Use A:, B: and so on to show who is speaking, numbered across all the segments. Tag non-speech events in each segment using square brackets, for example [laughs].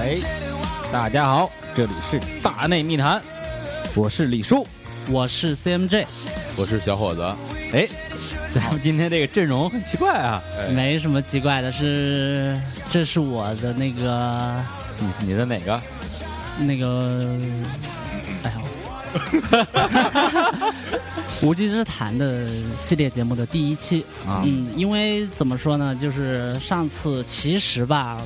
A: 哎大家好，这里是大内密谈，我是李叔。
B: 我是 CMJ，
C: 我是小伙子，
A: 哎，咱们今天这个阵容很奇怪啊，
C: 哎
B: 没什么奇怪的，是这是我的那个
A: 你你的哪个？
B: 那个，哎呀， [laughs] 无稽之谈的系列节目的第一期
A: 啊
B: 嗯，因为怎么说呢，就是上次其实吧，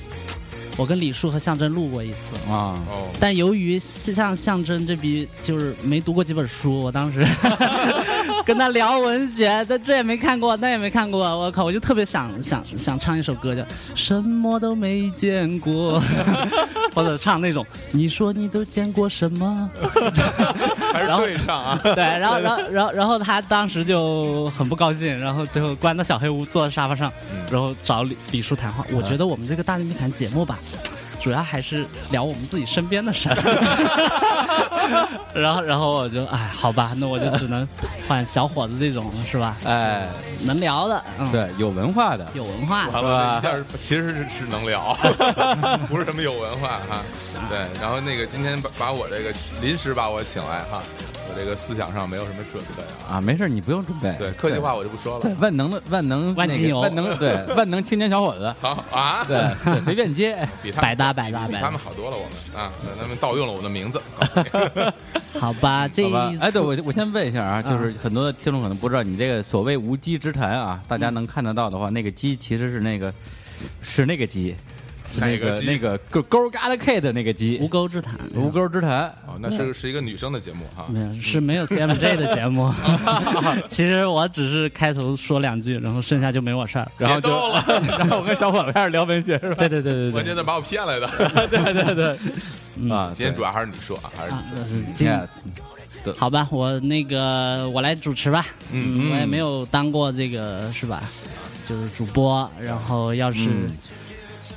B: 我跟李叔和象征录过一次，
A: 啊，
C: 哦，
B: 但由于像象征这笔就是没读过几本书，我当时跟他聊文学，他这也没看过，那也没看过，我靠，我就特别想想想唱一首歌叫《什么都没见过》，或者唱那种你说你都见过什么？
C: 还是
B: 然后
C: 对上啊，
B: 对，然后然后然后然后他当时就很不高兴，然后最后关到小黑屋，坐在沙发上，然后找李李叔谈话。我觉得我们这个大内密谈节目吧，主要还是聊我们自己身边的事儿。然后然后我就哎，好吧，那我就只能换小伙子这种了，是吧？
A: [laughs] 哎，
B: 能聊的，嗯，，
A: 对，有文化的，
B: 有文化的，
C: 完了，这一下儿其实是是能聊， [laughs] 不是什么有文化哈。对，然后那个今天把把我这个临时把我请来哈，我这个思想上没有什么准备啊。
A: 啊，没事，你不用准备。
C: 对，客气话我就不说
A: 对，
C: 了。
A: 万能的万能
B: 万
A: 那
B: 金
A: 个
B: 油
A: 万能对万能青年小伙子，
C: 好啊，
A: 对，对随便接。
C: 比他
B: 百
C: 们
B: 搭百搭
C: 比
B: 百
C: 他
B: 搭，
C: 们好多了，我们啊，他们盗用了我的名字。告诉你
B: 好吧，这
A: 好吧
B: 一，
A: 哎，对
B: 次
A: 我我先问一下啊，就是很多听众可能不知道，你这个所谓无稽之谈啊，大家能看得到的话，那个鸡其实是那个是那个鸡，是那
C: 哪个
A: 个
C: 鸡
A: 那个勾勾嘎的 K 的那个
B: 无
A: 鸡，
B: 沟之谈，
A: 无沟之谈。
C: 哦，那是是一个女生的节目哈。
B: 没有，是没有 CMJ 的节目。其实我只是开头说两句，然后剩下就没我事儿。
A: 然后就
C: 别
B: [laughs]
C: 逗了，
A: [laughs] 然后我跟小伙子开始聊文学是吧？
B: 对对对
C: 我
B: 对
C: 今
B: 对，
C: 天把我骗来的。
A: 对对对，啊，哎
C: 今天主
A: 要
C: 要还是你说啊，还是
B: 啊
C: 你，
B: 那是今好吧，我那个我来主持吧。
C: 嗯
B: 嗯，我也没有当过这个是吧？就是主播，然后要是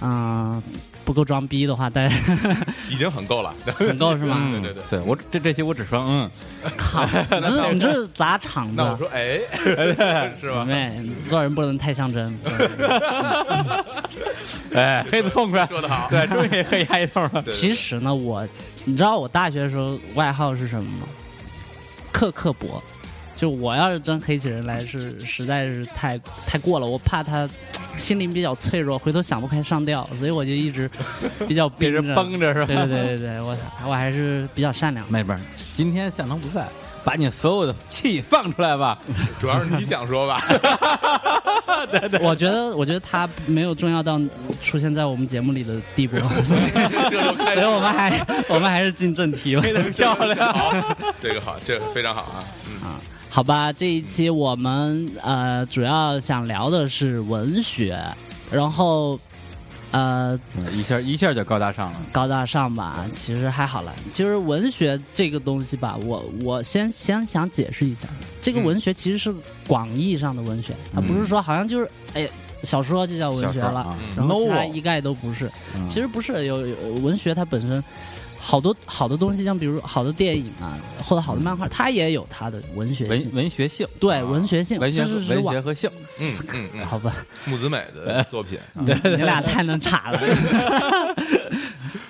B: 嗯、不够装逼的话，但 [laughs]
C: 已经很够了。
B: 很够是吗？
C: [laughs] 对对对。
A: 对我这这期我只说嗯，
B: 靠，你这你这砸场
C: 那我
B: 子。
C: 说，哎， [laughs] 是吧？
B: 对，做人不能太像 [laughs] 真。
A: [laughs] 哎，黑子 [laughs] 痛快，
C: 说得好
A: 对，终于黑压一通了。
C: 对
B: 其实呢，我你知道我大学的时候外号是什么吗？克刻薄。就我要是真黑起人来是，实在是太太过了，我怕他心灵比较脆弱，回头想不开上吊，所以我就一直比较
A: 给
B: 绷着。
A: 人绷着是吧？
B: 对对对对对，我我还是比较善良的。
A: 没事，今天向成不在，把你所有的气放出来吧。
C: 主要是你想说吧，
B: 我觉得我觉得他没有重要到出现在我们节目里的地步，所以
C: 这就开始
B: 所以我们还我们还是进正题吧。
A: 黑的漂亮，
C: 好，这个好，这个非常好啊，嗯，
B: 好吧，这一期我们呃主要想聊的是文学，然后呃
A: 一下一下就高大上了。
B: 高大上吧，其实还好了。就是文学这个东西吧，我我先先想解释一下，这个文学其实是广义上的文学，它不是说好像就是哎小说啊就叫文学了，嗯
A: 啊
B: 然后其他
A: novel
B: 一概都不是。
A: 嗯
B: 其实不是有有文学，它本身好多好的东西，像比如好的电影啊，或者好的漫画，它也有它的文学性
A: 文。文学性，
B: 对文学性，
A: 文学
B: 甚至是
A: 文
B: 往
A: 学和性，
C: 嗯嗯嗯，
B: 好吧，
C: 木子美的作品，
A: 嗯
B: [laughs] 你俩太能插了。 [laughs]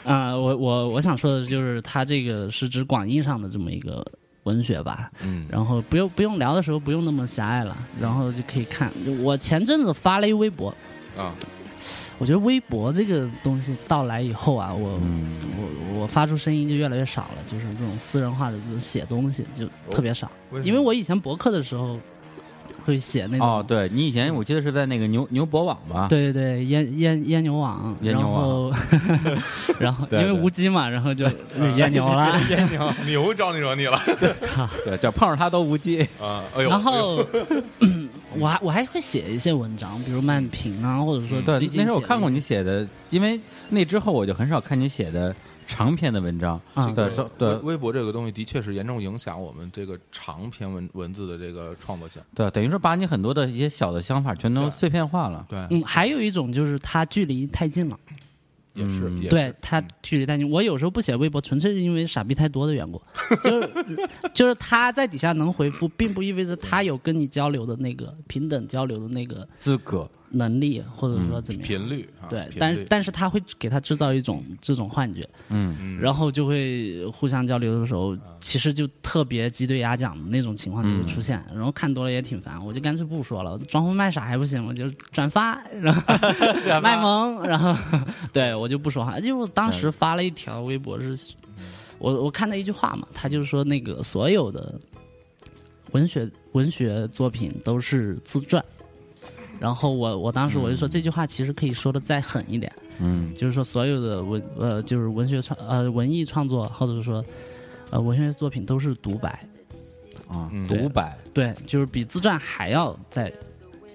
B: 啊、我我我想说的就是，它这个是指广义上的这么一个文学吧，
C: 嗯，
B: 然后不用不用聊的时候不用那么狭隘了，然后就可以看。就我前阵子发了一微博，
C: 啊，
B: 我觉得微博这个东西到来以后啊，我、
A: 嗯
B: 我我发出声音就越来越少了，就是这种私人化的这种写东西就特别
A: 哦
B: 少，
C: 为什么
B: 因为我以前博客的时候会写那种
A: 哦，对你以前我记得是在那个牛牛博网吧？
B: 对对对，烟烟烟牛网，
A: 烟啊牛网
B: 然后 [laughs] 然后因
A: 对
B: 为
A: 对
B: 无机嘛，然后就烟牛了。
C: 牛招你惹你了
A: 对，只要碰上他都无
B: [laughs]
A: 忌。
C: 啊，哎呦，
B: 然
C: 哎呦
B: 后 [clears throat] 我还我还会写一些文章，比如漫评啊，或者说
A: 嗯对
B: 最，近
A: 那时候我
B: 写的
A: 看过你写的，因为那之后我就很少看你写的长篇的文章。
B: 啊
A: 对，说
C: 微
A: 对
C: 微博这个东西的确是严重影响我们这个长篇文文字的这个创作性，
A: 对，等于说把你很多的一些小的想法全都
C: 对
A: 碎片化了。
C: 对，
B: 嗯，还有一种就是它距离太近了，
C: 也是，也是
B: 对，它距离太近。我有时候不写微博，纯粹是因为傻逼太多的
A: [laughs]
B: 缘故，就是就是他在底下能回复，并不意味着他有跟你交流的那个平等交流的那个
A: 资格
B: 能力，或者
A: 嗯
B: 说怎么样。
C: 频率啊，
B: 对
C: 频，
B: 但
C: 率
B: 是但是他会给他制造一种这种幻觉，
A: 嗯，
B: 然后就会互相交流的时候，其实就特别鸡对鸭讲的那种情况就会出现，然后看多了也挺烦，我就干脆不说了，装疯卖傻还不行吗？就转发，然后卖萌，然后对我就不说话，就我当时发了一条微博是，我我看到一句话嘛，他就说那个所有的文学文学作品都是自传。然后我我当时我就说这句话其实可以说的再狠一点，
A: 嗯，
B: 就是说所有的文呃就是文学创呃文艺创作或者说呃文学作品都是独白，
A: 啊
C: 嗯，
A: 独白，
B: 对，就是比自传还要再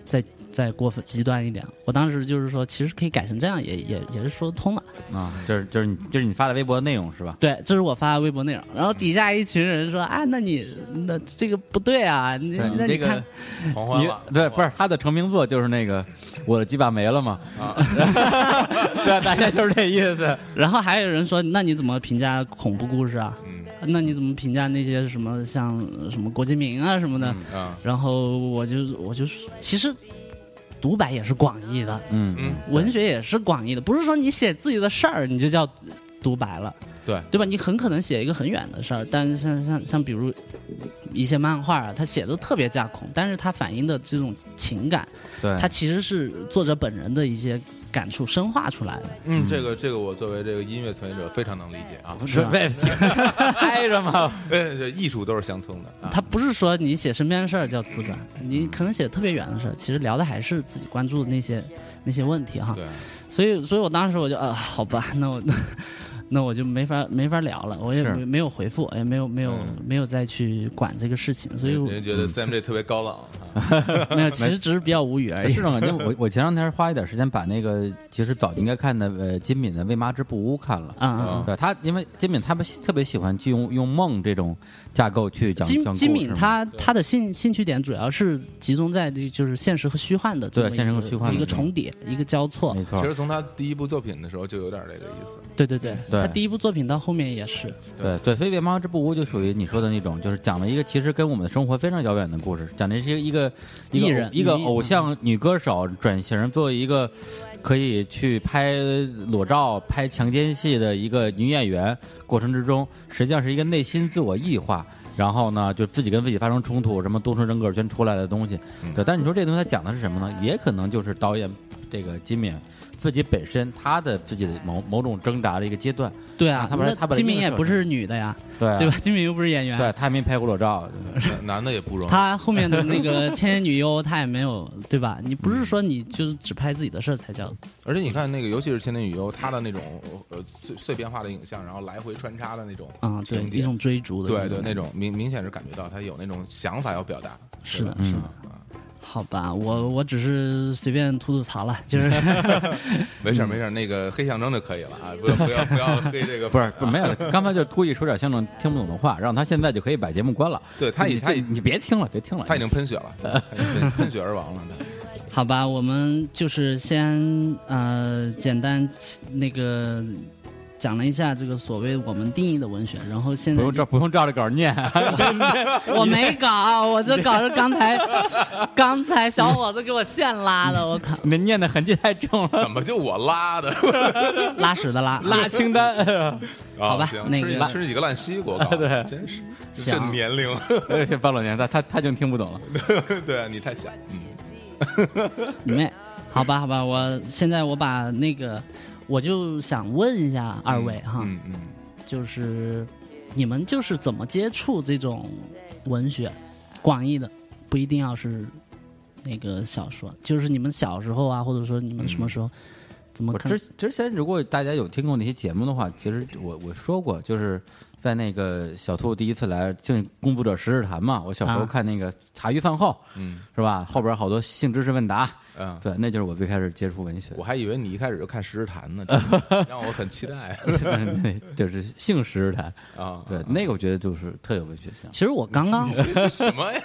B: 再再过分极端一点。我当时就是说，其实可以改成这样，也也也是说得通了。
A: 啊，就是就是你就是你发的微博内容是吧？
B: 对，这是我发的微博内容，然后底下一群人说啊，那你那这个不对啊，你
A: 对
B: 那
A: 这
B: 你
A: 个
B: 看，
C: 狂欢
A: 你
C: 了，
A: 对，不是他的成名作就是那个我的鸡巴没了嘛？
C: 啊，
A: [laughs] 对，大家就是这意思。
B: 然后还有人说，那你怎么评价恐怖故事啊？
C: 嗯
B: 那你怎么评价那些什么像呃什么郭敬明啊什么的？
C: 啊，
B: 然后我就我就其实独白也是广义的，
A: 嗯
C: 嗯，
B: 文学也是广义的，不是说你写自己的事儿你就叫独白了，
C: 对
B: 对吧？你很可能写一个很远的事儿，但是像像像比如一些漫画啊，它写的特别架空，但是它反映的这种情感，
A: 对，
B: 它其实是作者本人的一些感触深化出来的。
C: 嗯，这个这个我作为这个音乐从业者非常能理解啊，
B: [laughs]
A: 是被挨着嘛？
C: 对对，艺术都是相通的啊，
B: 他不是说你写身边的事儿叫自传，你可能写得特别远的事儿，其实聊的还是自己关注的那些那些问题哈。
C: 对，
B: 所以，所以我当时我就呃，好吧，那我 [laughs] 那我就没法没法聊了，我也
A: 是
B: 没没有回复，也没有没有、
C: 嗯
B: 没有再去管这个事情，所以我
C: 人家觉得 Sam 这特别高冷啊，
B: 没
C: [laughs]
B: 有，其实只是比较无语而已
A: 哎是。的，因为我我前两天花一点时间把那个其实早就应该看的呃金敏的《为嘛之不污》看了。
B: 啊啊！
A: 对他，因为金敏他们喜特别喜欢去用用梦这种架构去讲
B: 金
A: 讲故事
B: 金
A: 嘛
B: 敏他他的兴兴趣点主要是集中在这就是现实和虚幻的这么
A: 对现实和
B: 一个
A: 虚幻的
B: 一个
A: 这种
B: 重叠一个交错
A: 没，错
C: 其，实从他第一部作品的时候就有点这个意思，
B: [laughs] 对对对，
A: 对
B: 他第一部作品到后面也是，
A: 对对，所以《为嘛之不污》就属于你说的那种，就是讲了一个其实跟我们的生活非常遥远的故事，讲的是一个一个
B: 艺
A: 一
B: 人嗯
A: 个一个
B: 女艺
A: 偶像女歌手转型做一个可以去拍裸照、拍强奸戏的一个女演员，过程之中实际上是一个内心自我异化。然后呢，就自己跟自己发生冲突，什么多重人格圈出来的东西，对。但你说这东西它讲的是什么呢？也可能就是导演这个金敏自己本身他的自己的某某种挣扎的一个阶段，
B: 对
A: 啊
B: 啊，
A: 他本来
B: 那
A: 他本来
B: 金
A: 就
B: 敏
A: 是
B: 也
A: 摄
B: 不
A: 影
B: 是女的呀，
A: 对啊
B: 对吧？金敏又不是演员，
A: 对，他也没拍过裸照，
C: 男男的也不容易，
B: 他后面的那个《千年女优》，他也没有，对吧？你不是说你就是只拍自己的事儿才叫
C: 而且你看那个，尤其是《千年女优》，她的那种呃碎碎片化的影像，然后来回穿插的那种
B: 啊、对
C: 嗯情，节
B: 一种追逐的，
C: 对对，那种明明显是感觉到她有那种想法要表达，
B: 是的，
A: 嗯
B: 是的。好吧，我我只是随便吐吐槽了，就是 [laughs]
C: 没
B: 嗯
C: 事儿没事儿，那个黑象征就可以
B: [laughs]
C: 了啊，不要不要不要黑这个，
A: [laughs] 不是，不没有，刚才就故意说点像那种听不懂的话，让他现在就可以把节目关了。
C: 对他已
A: 你
C: 他
A: 这
C: 已
A: 你别听了，别听了，
C: 他已经喷血了，他已经喷喷血而亡了。
B: [laughs] 好吧，我们就是先呃简单那个讲了一下这个所谓我们定义的文学，然后现
A: 不
B: 在
A: 用
B: 就
A: 照不用照着稿念，
B: 我没搞，我这搞是刚才刚才小伙子给我现拉的，我靠，
A: 你念的痕迹太重了，
C: 怎么就我
B: [laughs]
C: 拉的？啊
B: 拉屎的拉
A: 拉清
C: [laughs]
A: 单，
B: 好吧
C: 啊行
B: 那
C: 吃
B: 个
C: 吃几个烂
B: [laughs]
C: 西瓜，我告诉你真是这
B: 行
C: 年龄， [laughs]
A: 哎这半老年他他他已经听不懂了。
C: 对啊，你太小，
B: 你妹，好吧，好吧，我现在我把那个，我就想问一下二位哈，
C: 嗯嗯，
B: 就是你们就是怎么接触这种文学，广义的，不一定要是那个小说，就是你们小时候啊，或者说你们什
C: 嗯
B: 么时候，怎么
A: 我之
B: 看
A: 之前如果大家有听过那些节目的话，其实我我说过，就是在那个小兔第一次来性工作者十日谈嘛，我小时候
B: 啊
A: 看那个茶余饭后，
C: 嗯
A: 是吧？后边好多性知识问答，
C: 嗯。
A: 对，那就是我最开始接触文学
C: 我。还以为你一开始就看《十日谈》呢，真
A: [laughs]
C: 的让我很期待
A: 就是性时谈，
C: 啊！
A: 对，那个我觉得就是特有文学性。
B: 其实我刚
C: [laughs]
B: 刚，
C: 什么呀？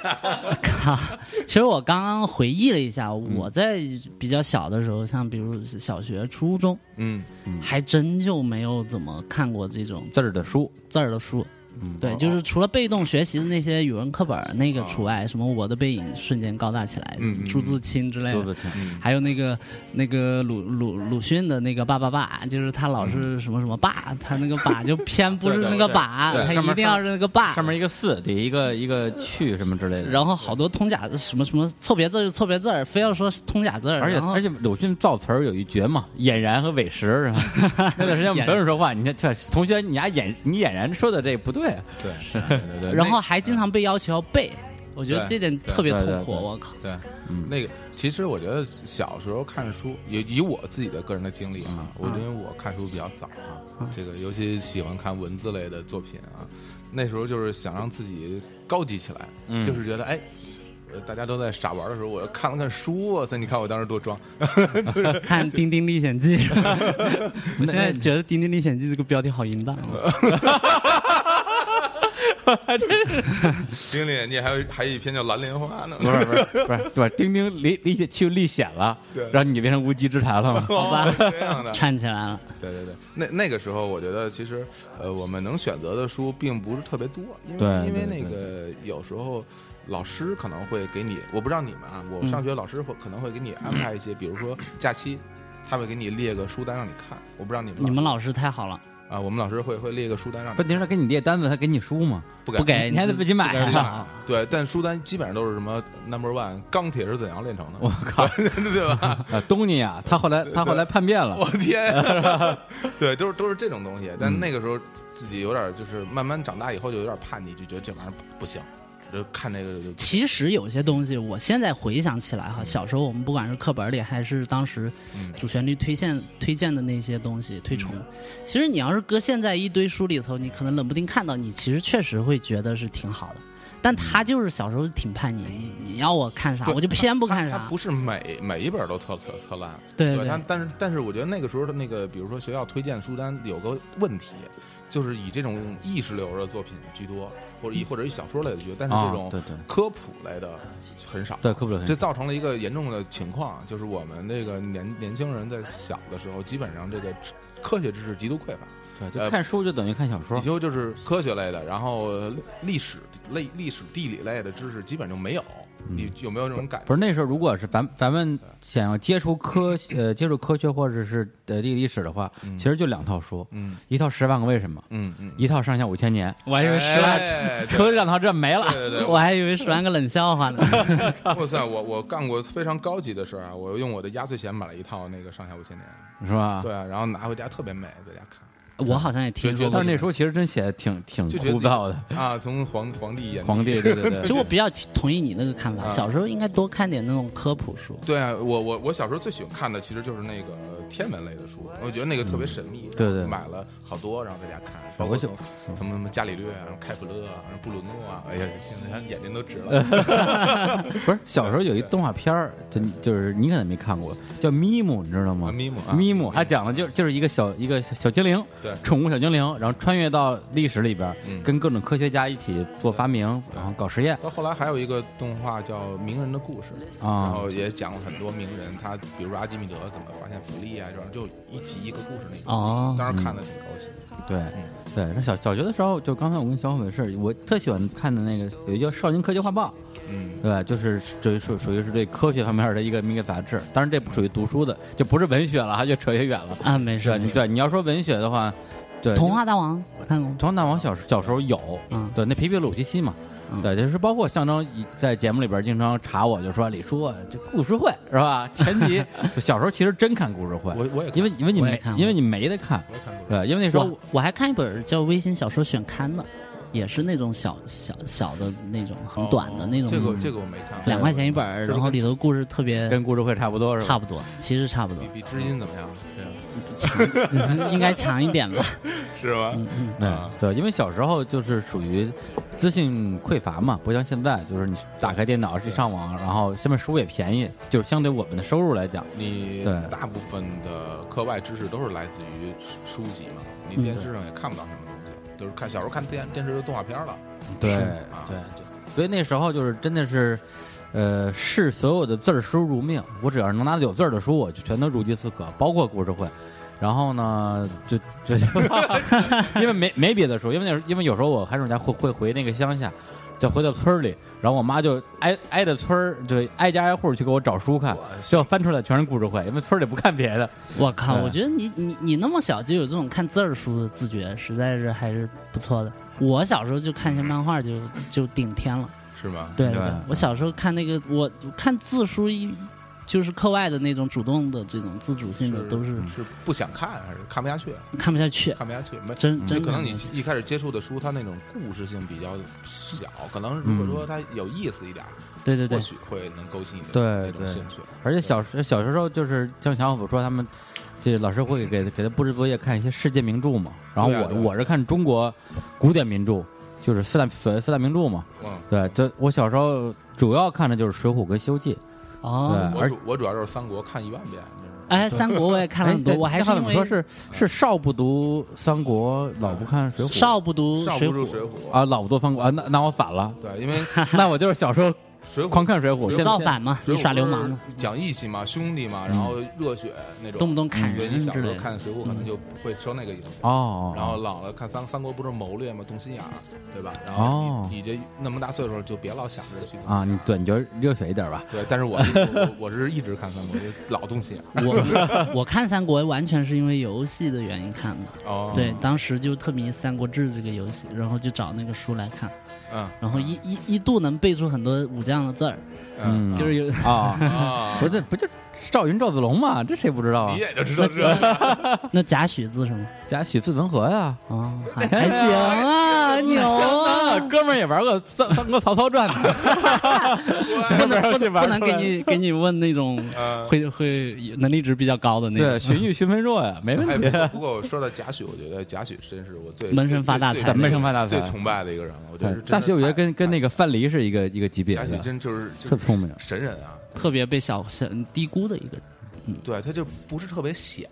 B: 其实我刚刚回忆了一下，
C: 嗯
B: 我在比较小的时候，像比如小学、初中，
C: 嗯，
B: 还真就没有怎么看过这种
A: 字儿的书，
B: 字儿的书，
A: 嗯，啊
B: 对，就是除了被动学习的那些语文课本儿那个除外，什么我的背影瞬间高大起来
C: 嗯嗯，嗯
B: 朱自清之类
A: 周
B: 的，
A: 自清，
C: 嗯
B: 还有那个那个鲁鲁鲁迅的那个爸爸爸，就是他老
A: 嗯
B: 是什么什么爸，他那个爸就偏不是
A: 对对
B: 那个
A: 对 [laughs]
B: 把，
A: 对
B: 他
A: 上面
B: 一定要是那个爸
A: 上。面一个四，底一个一个去什么之类的。
B: 然后好多通假什么什么错别字儿就错别字儿，非要说是通假字儿，
A: 而且
B: 然后
A: 而且鲁迅造词儿有一绝嘛，俨然和委实是吧？那段时间我们不用说话，你看这同学，你丫俨你俨然说的这不对，
C: 对对对对，
B: 然后啊
C: 那
B: 还经常被要求要背，我觉得
C: 对
B: 这点特别
A: 对对
B: 痛苦，
A: 对
B: 我靠。
C: 对，
A: 嗯
C: 那个其实我觉得小时候看书，也以我自己的个人的经历啊，
A: 嗯
C: 我因为我看书比较早啊，这个尤其喜欢看文字类的作品啊，那时候就是想让自己高级起来，
A: 嗯
C: 就是觉得哎。呃大家都在傻玩的时候，我看了看书，哇塞！你看我当时多装，
B: 看《丁丁历险记》是吧，我现在觉得《丁丁历险记》这个标题好淫荡啊！
C: 丁丁，你还有还有一篇叫《蓝莲花》呢，
A: 不是不是不是对吧？丁丁历历险去历险了
C: 对，
A: 然后你就变成无稽之谈了嘛。
B: 好吧，
C: [laughs] [laughs] 这样的，
B: 串起来了。
C: 对对对，那那个时候我觉得其实呃，我们能选择的书并不是特别多，因为
A: 对
C: 因为那
A: 对
C: 个有时候。老师可能会给你，我不知道你们啊，我上学老师会可能会给你安排一些，比如说假期，他会给你列个书单让你看。我不知道你们
B: 你们老师太好了，
C: 啊，我们老师会会列个书单让你
A: 问题是他给你列单子，他给你书吗？
C: 不
B: 不给
A: 你还得自己买
B: 自个儿
A: 啊
B: 找
C: 对，但书单基本上都是什么 number one 钢铁是怎样炼成的，
A: 我靠
C: [laughs] 对吧？
A: 啊，东尼啊，他后来他后来叛变了
C: [laughs] 我，
A: [laughs]
C: 天、对，都是都是这种东西。但
A: 嗯
C: 那个时候自己有点就是慢慢长大以后就有点叛逆，就觉得这玩意儿不不行，就看这个就
B: 其实有些东西，我现在回想起来哈，小时候我们不管是课本里还是当时
C: 嗯
B: 主旋律推荐推荐的那些东西推崇，其实你要是搁现在一堆书里头，你可能冷不丁看到，你其实确实会觉得是挺好的。但他就是小时候挺叛逆，你你要我看啥，
C: 对
B: 我就偏不看
C: 它它
B: 啥
C: 不。是每每一本都特特特烂，
B: 对
C: 对
B: 对
C: 但但是但是我觉得那个时候的那个，比如说学校推荐书单有个问题，就是以这种意识流的作品居多，或者
B: 嗯
C: 以或者以小说类的居多，但是这
A: 啊
C: 种
A: 对对
C: 科普类的很少。
A: 对，科普
C: 这造成了一个严重的情况，就是我们那个年年轻人在小的时候，基本上这个知科学知识极度匮乏。
A: 对，就
C: 呃
A: 看书就等于看小说
C: 你，就就是科学类的，然后历史类、历史地理类的知识基本就没有。你有没有这种感觉？
A: 嗯不是那时候，如果是咱咱们想要接触科呃接触科学或者是呃地理史的话，其实就两套书，
C: 嗯
A: 一套《十万个为什么》，
C: 嗯嗯，
A: 一套《上下五千年
B: 我还以为啊十万，
A: [laughs]
C: 哎》，
A: 除了这两套这没
C: 对
A: 了。
C: 对对，
B: 我还以为十万个冷笑话呢。
C: 哇塞，我我干过非常高级的事儿啊！我用我的压岁钱买了一套那个《上下五千年
A: 是吧》，？
C: 对啊，然后拿回家特别美，在家看
B: 我好像也听说
C: 对
A: 但
B: 过
A: 是。那书其实真写的挺挺
C: 就觉得
A: 枯燥的，
C: 啊，从皇皇帝演
A: 皇帝对对
C: [laughs]
B: 其
A: 对
B: 实我比较同意你那个看法，小时候应该多看点那种科普书。
C: 对啊，我我我小时候最喜欢看的其实就是那个天文类的书，我觉得那个特别神
B: 嗯
C: 秘。
A: 对对
C: 买了好多，然后在家看，包括
A: 我就
C: 从什么什么伽利略啊、然后开普勒啊、然后布鲁诺啊，哎呀，现在眼睛都直了。
B: [laughs]
A: 不是小时候有一动画片儿，就就是你可能没看过，叫《咪姆》，你知道吗？
C: 啊咪姆啊
A: 咪姆，它讲的就就是一个小一个小小精灵，
C: 对
A: 宠物小精灵，然后穿越到历史里边儿
C: 嗯，
A: 跟各种科学家一起做发明，然后搞实验
C: 到后来还有一个动画叫《名人的故事》，然
A: 啊。
C: 后也讲了很多名人，他比如说阿基米德怎么发现浮力啊，然后就一集一个故事那种。
B: 哦，
C: 当时看的挺高兴的。
A: 对
B: 嗯
A: 对，那小小学的时候，就刚才我跟小伙伴是，我特喜欢看的那个有一个叫《少年科学画报》，
C: 嗯，
A: 对吧？就是属于属属于是对科学方面的一个一个杂志，当然这不属于读书的，就不是文学了，它就扯越远了。
B: 啊，没
A: 是
B: 事
A: 吧？。你
B: 没事
A: 对你要说文学的话，对
B: 童话大王看过吗？
A: 童话大王小时小时候有，
B: 嗯
A: 对，那皮皮鲁西西嘛，
B: 嗯
A: 对，就是包括象征以在节目里边经常查我，就说李叔啊这故事会是吧？全
B: [laughs]
A: 集就小时候其实真看故事会，
C: 我我也看
A: 因为因为你
B: 我也
A: 没
B: 看过
A: 因为你没得看，
C: 我也看过。
A: 对，因为那时候
B: 我我还看一本叫《微信小说选刊》的，也是那种小小小的那种很短的那种，嗯
C: 哦这个这个我没看。
B: 两块钱一本儿，
C: 是
B: 然后里头故事特别
A: 跟故事会差不多是吧？
B: 差不多，其实差不多
C: 比，比知音怎么样？这样
B: 强 [laughs] 应该强一点吧。
C: 是吗？
B: 嗯嗯，
A: 对
C: 啊
A: 对，因为小时候就是属于资讯匮乏嘛，不像现在，就是你打开电脑一上网，然后下面书也便宜，就是相对我们的收入来讲，
C: 你
A: 对
C: 大部分的课外知识都是来自于书籍嘛，你电视上也看不到什么东西，就是看小时候看电电视就动画片了。
A: 对
B: 是
C: 啊
A: 哎对，所以那时候就是真的是，呃，视所有的字儿书如命。我只要能拿到有字儿的书，我就全都如饥似渴，包括故事会。然后呢，就
C: [laughs]
A: 就 [laughs] 因为没没别的书，因为那时候因为有时候我寒暑假会会回那个乡下，就回到村儿里，然后我妈就挨挨着村儿，就挨家挨户去给我找书看，结果翻出来全是故事会，因为村儿里不看别的。
B: 我靠，
A: 对
B: 我觉得你你你那么小就有这种看字儿书的自觉，实在是还是不错的。我小时候就看一些漫画就就顶天了，
C: 是吗？
B: 对
A: 对
B: 对
A: 嗯，
B: 我小时候看那个我看字书一就是课外的那种主动的这种自主性的都
A: 嗯
B: 是
C: 是不想看还是看不下去？
B: 看不下去，
C: 看不下去，没
A: 嗯
B: 真真
C: 就可能
B: 看
C: 你
B: 不下去
C: 一开始接触的书，它那种故事性比较小，可能如果说它有意思一点，
B: 对对对
C: 或，许会能勾起你的
A: 对
C: 那种
A: 对
C: 兴趣。
A: 而且小时小时候就是像小虎说，他们这老师会给给他布置作业，看一些世界名著嘛。然后我、
C: 对啊对啊
A: 我是看中国古典名著，就是四大呃四四大名著嘛。
C: 嗯，
A: 对，这我小时候主要看的就是《水浒》跟《西游记》。
B: 哦，
A: 对
C: 我
A: 而
C: 主我主要就是三国看一万遍，
B: 哎，三国我也看了很多，
A: 对
B: 我
A: 哎
B: 还
A: 那
B: 是
A: 话怎
B: 因
A: 么说
B: 为
A: 是是少不读三国，老不看《水浒》
B: 少不读
C: 上
B: 水
C: 不住
B: 浒
C: 水，浒，
A: 啊，老不读三国啊，那那我反
B: [laughs]
A: 了，
C: 对，因为
A: 那我就是小时候
C: 水浒
A: 狂看《水浒》，现在
B: 造反嘛，
C: 水
B: 你
C: 浒
B: 耍流
C: 不是
B: 氓嘛，嗯
C: 讲义气嘛，兄弟嘛，然后热血那种，
B: 动不动砍
C: 对
B: 人
C: 你小
B: 之
C: 时候
B: 类的。嗯
C: 看水浒可能就会受那个影响。
A: 哦，
C: 然后老了看三三国不是谋略嘛，动心眼儿，对吧？
A: 哦
C: 然后你,、你这那么大岁数就别老想着去动心眼儿
A: 啊，你对你就热血一点吧。
C: 对，但是我我我是一直看三国，就老动心眼儿。 [laughs]
B: 我我看三国完全是因为游戏的原因看的，
C: 哦
B: 对，，当时就特迷《三国志》这个游戏，然后就找那个书来看，
C: 嗯
B: 然后一一一度能背出很多武将的字儿，
A: 嗯，
B: 就是有 [laughs]
A: 啊，
C: 啊
A: 不是，这不就是赵云、赵子龙嘛？这谁不知道啊
C: 你？也就知道
B: 那
C: 这
B: [laughs] 那贾诩字什么
A: 贾诩、字文和呀，
B: 啊，还还
C: 哎
B: 行
A: [laughs]
B: 啊，牛啊，
A: 啊，哥们儿也玩过《三三国曹操传》
C: [laughs]
A: 呢，
B: 不
A: 全
B: 能
A: 边
B: 不
A: 去
B: 能不
A: 玩
B: 能
A: 出
B: 给
A: 来
B: 你给你问那种
C: 嗯
B: 会会能力值比较高的那
A: 对，
B: 种，
A: 荀彧、荀文若呀，没问
C: 哎，
A: 题。
C: 不过不过我说到贾诩，我觉得贾诩真是我最
B: 闷声发大
C: 最
B: 财
C: 最
A: 闷声发大财
C: 最崇拜的一个人了。我觉
A: 对
C: 得
B: 哎
C: 是，
A: 大
C: 真的哎
A: 学我觉得
C: 太
A: 跟跟那
C: 太
A: 个范蠡是一个一个级别
C: 贾诩
A: 的，
C: 真就是就
A: 特
C: 是
A: 聪明。
C: 神人啊，
B: 特别被小小低估的一个人。
C: 对他就不是特别显，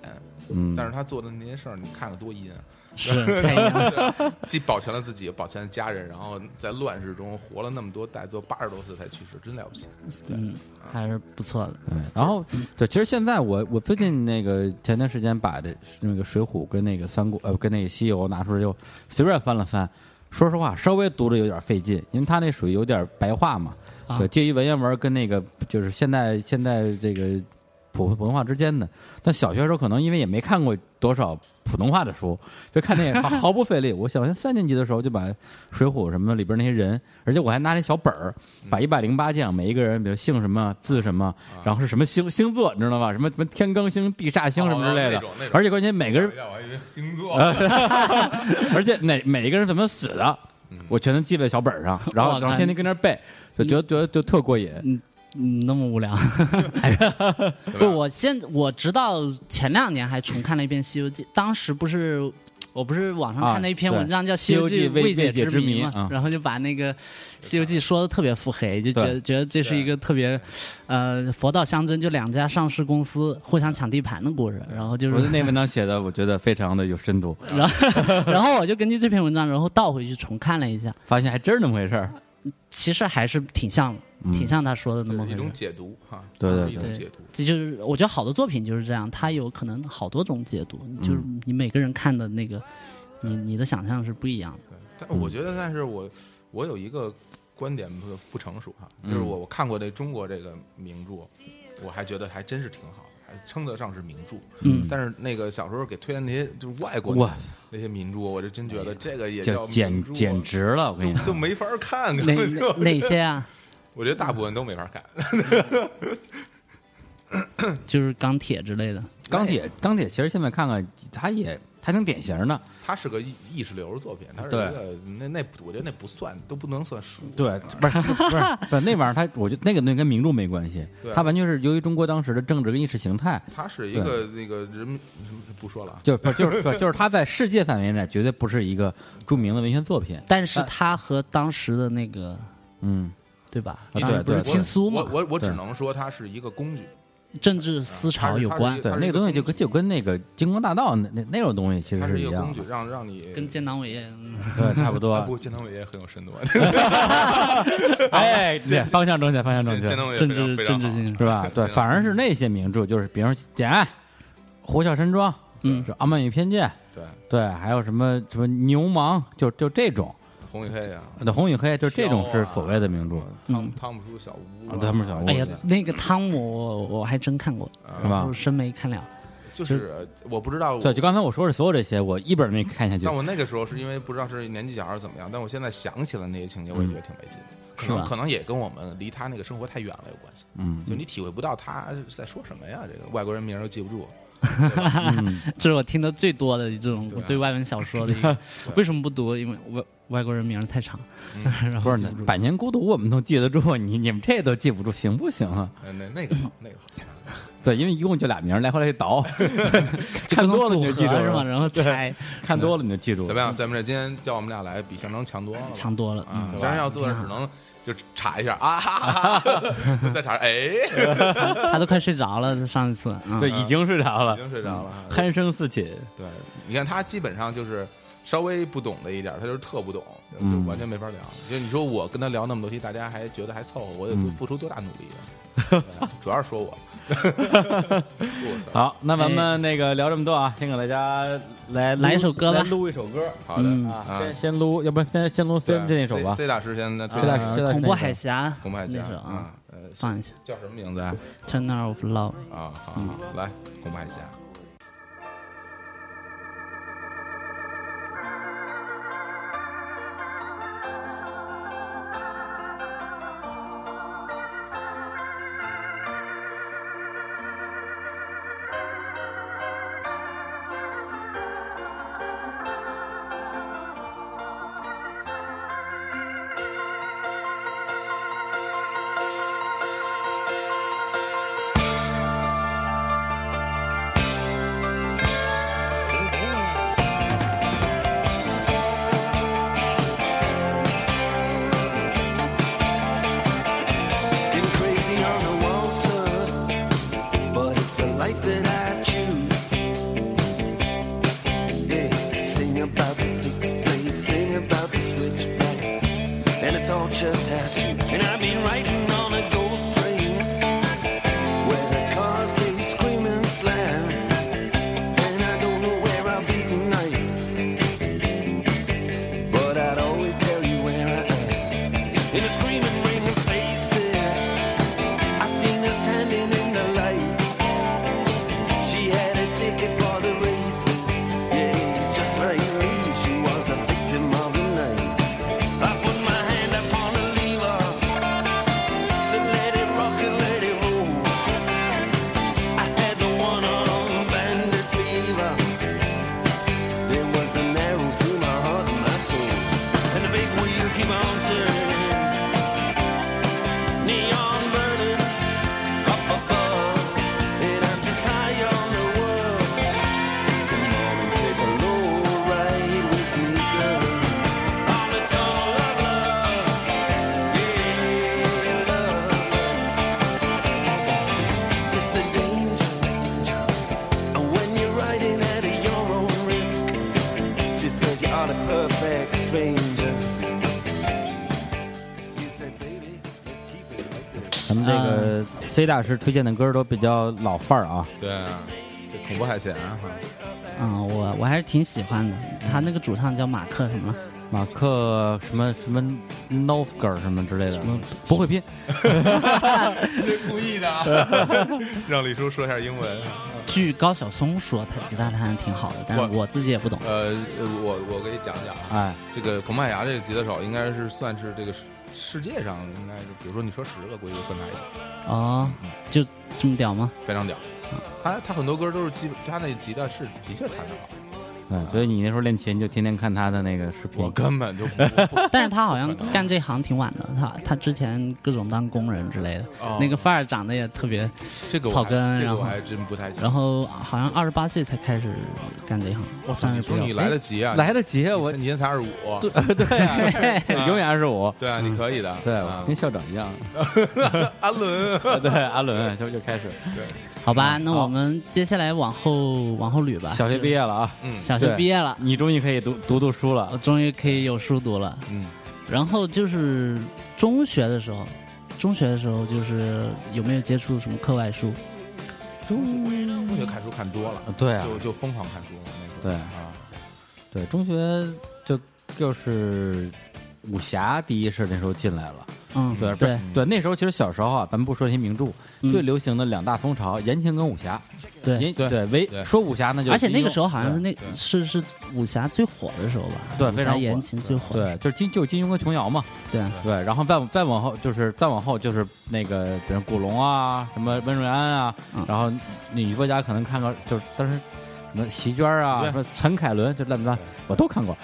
A: 嗯，
C: 但是他做的那些事儿，你看着多阴啊。 [laughs]
B: 是，太一样了
C: 既保全了自己，保全了家人，然后在乱世中活了那么多代，做八十多岁才去世，真了不起。
B: 嗯，还是不错的。
A: 对，然后对，其实现在我我最近那个前段时间把这那个《水浒》跟那个三国呃跟那个西游拿出来又随便翻了翻，说实话稍微读着有点费劲，因为它那属于有点白话嘛，
B: 啊
A: 对，介于文言文跟那个就是现在现在这个普普通话之间的。但小学时候可能因为也没看过多少普通话的书，就看那个毫毫不费力。我小学三年级的时候就把《水浒》什么里边那些人，而且我还拿那小本儿，
C: 嗯
A: 把一百零八将每一个人，比如姓什么、字什么，然后是什么星星座，你知道吗？什么什么天罡星、地煞星什么之类的
C: 哦那种那。种
A: 而且关键每个人
C: 我还以为星座，
A: 哎 [laughs] 而且哪每个人怎么死的，
C: 嗯
A: 我全都记在小本儿
B: [laughs]
A: 上，然后
B: 哇
A: 然后天天跟那儿背，就觉得觉得就特过瘾。
B: 嗯，那么
A: [laughs]
B: 无聊。
C: 对
B: 不，
C: 吧
B: 我现我直到前两年还重看了一遍《西游记》，当时不是我不是网上
A: 啊
B: 看了一篇
A: 对
B: 文章叫《
A: 西游
B: 游
A: 记
B: 记
A: 未
B: 解
A: 解之谜
B: 谜》
A: 啊
B: 嘛，然后就把那个《西游记》说的特别腹黑，就觉
A: 对
B: 得觉得这是一个特别呃佛道相争，就两家上市公司互相抢地盘的故事。然后就
A: 我觉 [laughs]
B: 是
A: 得，那文章写的，我觉得非常的有深度，
B: [laughs] 然后然后我就根据这篇文章，然后倒回去重看了一下，
A: 发现还真是那么回事儿。
B: 其实还是挺像的，
A: 嗯
B: 挺像他说的那么
C: 就是
B: 回
C: 一
B: 事
C: 种。解读哈，
A: 对对
C: 就是一种
B: 对
C: 解读。
B: 这就是我觉得好的作品就是这样，它有可能好多种解读，就是你每个人看的那个，你你的想象是不一样的。
C: 对但我觉得，但是我我有一个观点不不成熟哈，就是
A: 嗯
C: 我我看过这中国这个名著，我还觉得还真是挺好的，还称得上是名著。
B: 嗯
C: 但是那个小时候给推荐那些就是外国
A: 哇，
C: 那些名著，我就真觉得这个也叫
A: 就简
C: 名著啊
A: 简直了！我跟你
C: [laughs] 就
A: 说，
C: 没法儿看，根 [laughs]
B: 哪
C: 本就
B: 哪哪些啊？
C: 我觉得大部分都没法儿看。
B: 就是钢铁之类的。
A: 钢铁钢铁其实现在看看，它也它挺典型的。
C: 它是个意意识流的作品，它是一
A: 对
C: 个那那我觉得那不算，都不能算书。
A: 对，不是不是不是那玩意儿，它我觉得那个那跟名著没关系
C: 对，啊
A: 它完全是由于中国当时的政治跟意识形态，
C: 它是一个那个人民不说了啊，
A: 就不就是不就是它在世界范围内绝对不是一个著名的文学作品。
B: 但是它和当时的那个，
A: 嗯，
B: 对吧？
A: 啊
B: 当
A: 对
B: 时不
A: 对
B: 是亲苏
C: 我
B: 嘛，
C: 我我只
A: 对
C: 能说它是一个工具，
B: 政治思潮有
C: 它
B: 关
C: 是，
A: 对，
C: 它
A: 那
C: 一
A: 个
C: 个
A: 东西就
C: 工具
A: 跟就跟那个金光大道那那那种东西其实
C: 它是一
A: 一
C: 个
A: 样
C: 工具
A: 的，，
C: 让让你
B: 跟建党委也嗯
A: 对，差不
C: 啊
A: 多
C: 不。过建党委也很有深度啊，
A: 哎，对，方向正确，方向
C: [laughs]
A: 正
C: 建
A: 确
C: 建。党委也
B: 政
C: 非常
B: 治
C: 非
B: 政治
C: 常好啊
B: 性
A: 是吧？对，反而是那些名著，就是比如说《简爱》《呼啸山庄》
B: 嗯
A: 是《傲慢与偏见》，
C: [laughs] 对，
A: 对，还有什么什么牛虻，就就这种
C: 红与黑啊，
A: 的《红与黑》，就这种
C: 啊
A: 是所谓的名著，
C: 汤汤姆叔小屋啊，
A: 嗯啊汤姆小屋
B: 哎
A: 我
B: 呀
A: 的，
B: 那个汤姆我我还真看过，
A: 是吧
B: 我？真没看了。
C: 就是我不知道我，
A: 对，就刚才我说的所有这些，我一本没看下去
C: 但。我那个时候是因为不知道是年纪小还是怎么样，但我现在想起来那些情节，我也觉得挺没劲的。可
B: 嗯是
C: 能
B: 吧
C: 可能也跟我们离他那个生活太远了有关系，
A: 嗯，
C: 就你体会不到他在说什么呀，这个外国人名儿又记不住，
B: [laughs] 这是我听的最多的这种
C: 对啊
B: 我对外文小说的一个。为什么不读？因为外外国人名儿太长， [laughs] 然后
A: 不是
B: 记
A: 呢
B: 不住，
A: 百年孤独我们都记得住，你你们这都记不住，行不行啊？
C: 呃那那个
B: 嗯
C: 好，那个好，
A: 对，因为一共就俩名儿，来回来去
B: [laughs]
A: 倒，
B: 就
A: 看多
B: 各
A: 了
B: 种
A: 你就记住
B: 组啊合是吗？
A: 了，
B: 然后猜
A: 看多了你就记住了。
C: 怎么样？咱们这今天叫我们俩来，比象征强多了吧，
B: 强多了。
C: 啊
B: 嗯，
C: 虽然要做的只能就查一下啊哈
B: [laughs]
C: 哈哈，再查哎，
B: 他都快睡着了，上一次。啊
A: 对，已经睡着
C: 已
A: 了，
C: 经睡着
B: 嗯
C: 了。啊
A: 鼾声四起。
C: 对，你看他基本上就是稍微不懂的一点儿，他就是特不懂，就
A: 嗯
C: 完全没法聊。就你说我跟他聊那么多期，大家还觉得还凑合，我得
A: 嗯
C: 付出多大努力啊？对主要是说我，我操，
A: 好，那咱
C: 哎
A: 们那个聊这么多啊，先给大家来
B: 来一
A: 录
B: 首歌吧
A: 来录一首歌
C: 好的
B: 嗯
A: 啊，
C: 啊
A: 先先录，要不然先先录 C
C: 对
A: M 这那首吧
C: C-，C 大师先那
B: 啊
C: 推
A: 这俩
C: 荐
A: 是这俩是
B: 恐
A: 哪
B: 怖
A: 个
B: 海峡，
C: 红白侠
B: 那首啊，
C: 啊，呃，
B: 放一下
C: 叫什么名字啊？
B: 《Turner of Love》。
C: 啊，好，好来红白侠。
D: Getting crazy on the waltzer, but it's the life that I choose. Yeah, sing about the six blade, sing about the switchback, and a torture tattoo. And I've been riding on a ghost train where the cars they scream and slam, and I don't know where I'll be tonight. But I'd always tell you where I am in a screaming ring of faces. I seen her standing in the light. She had a ticket for the races. Yeah, just like me, she was a victim of the night. I put my hand upon the lever, said let it rock and let it roll. I had the one on bandit fever. There was an arrow through my heart and my soul. And the big wheel keep on turning. Neon burning up above. And I'm just high on the world. Come on and take a low ride with me, girl. On a tunnel of love. Yeah, love. It's just a danger, danger. And when you're riding at your own risk, she said you are the perfect stranger. She said, baby, let's keep it like this.
A: 咱们这
C: 啊
A: 个 C 大师推荐的歌都比较老范儿啊，
C: 对啊，这恐怖海鲜啊，
B: 嗯，我我还是挺喜欢的。他那个主唱叫马克什么？
A: 马克什么什么 n o f g e r 什么之类的，不会拼，
C: 这故意的啊， [laughs] 让李叔说一下英文。
B: 据高晓松说，他吉他弹的挺好的，但是
C: 我
B: 我自己也不懂。
C: 呃，我我给你讲讲啊，
A: 哎，
C: 这个孔麦芽这个吉他手应该是算是这个世世界上应该是，比如说你说十个，估计就算他一个，
B: 哦，就这么屌吗？
C: 非常屌。他他很多歌都是基本，他那吉他是的确弹得好，
A: 嗯，所以你那时候练琴就天天看他的那个视频，
C: 啊我根本就不不
B: [laughs] 但是他好像干这行挺晚的，他他之前各种当工人之类的，
C: 哦
B: 那个范儿长得也特别，
C: 这个我
B: 草
C: 还
B: 根
C: 这
B: 然后
C: 个我还真不太清。
B: 然后好像二十八岁才开始干这行，我算是
C: 你
B: 比
C: 说
B: 较
C: 你来得及啊，
A: 哎来得及，我
C: 你今才二十五，
A: 对
C: [laughs]
A: 啊，永远二十五，
C: 对啊，你可以的。
A: 对，
C: 啊
A: 我跟校长一
C: [laughs]
A: 样，
C: 阿伦， [laughs]
A: 对，阿伦就就开始，
B: 好吧？那
A: 嗯好
B: 我们接下来往后往后捋吧。
A: 小学毕业了啊，
C: 嗯
B: 小学
A: 对
B: 毕业了，
A: 你终于可以读读读书
B: 我
A: 了，
B: 终于可以有书读了。
C: 嗯，
B: 然后就是中学的时候，中学的时候就是有没有接触什么课外书？
A: 中
C: 中学看书看多
B: 呃
C: 了，
A: 对啊，
C: 就就疯狂看书了那时候。
A: 对
C: 啊，
A: 对中学就就是武侠第一是那时候进来了。
B: 嗯，
A: 对不
B: 对
A: 是对，那时候其实小时候啊，咱们不说那些名著，
B: 嗯
A: 最流行的两大风潮，言情跟武侠。
B: 对，
A: 言
C: 对
A: 对，唯
C: 对
A: 说武侠那就
B: 而且
A: 金
B: 那个
A: 庸
B: 时候好像是那
C: 对
B: 是是武侠最火的时候吧，
A: 对
B: 武
A: 非
B: 侠
A: 常火
B: 言情最火，
A: 对，就是金就是金庸跟琼瑶嘛。
B: 对啊
A: 对，然后再再往后就是再往后就是那个，比如古龙啊，什么温瑞安啊，
B: 嗯
A: 然后女作家可能看到就是当时。什么席娟啊，
C: 对
A: 什么陈凯伦，就乱七八糟，我都看过。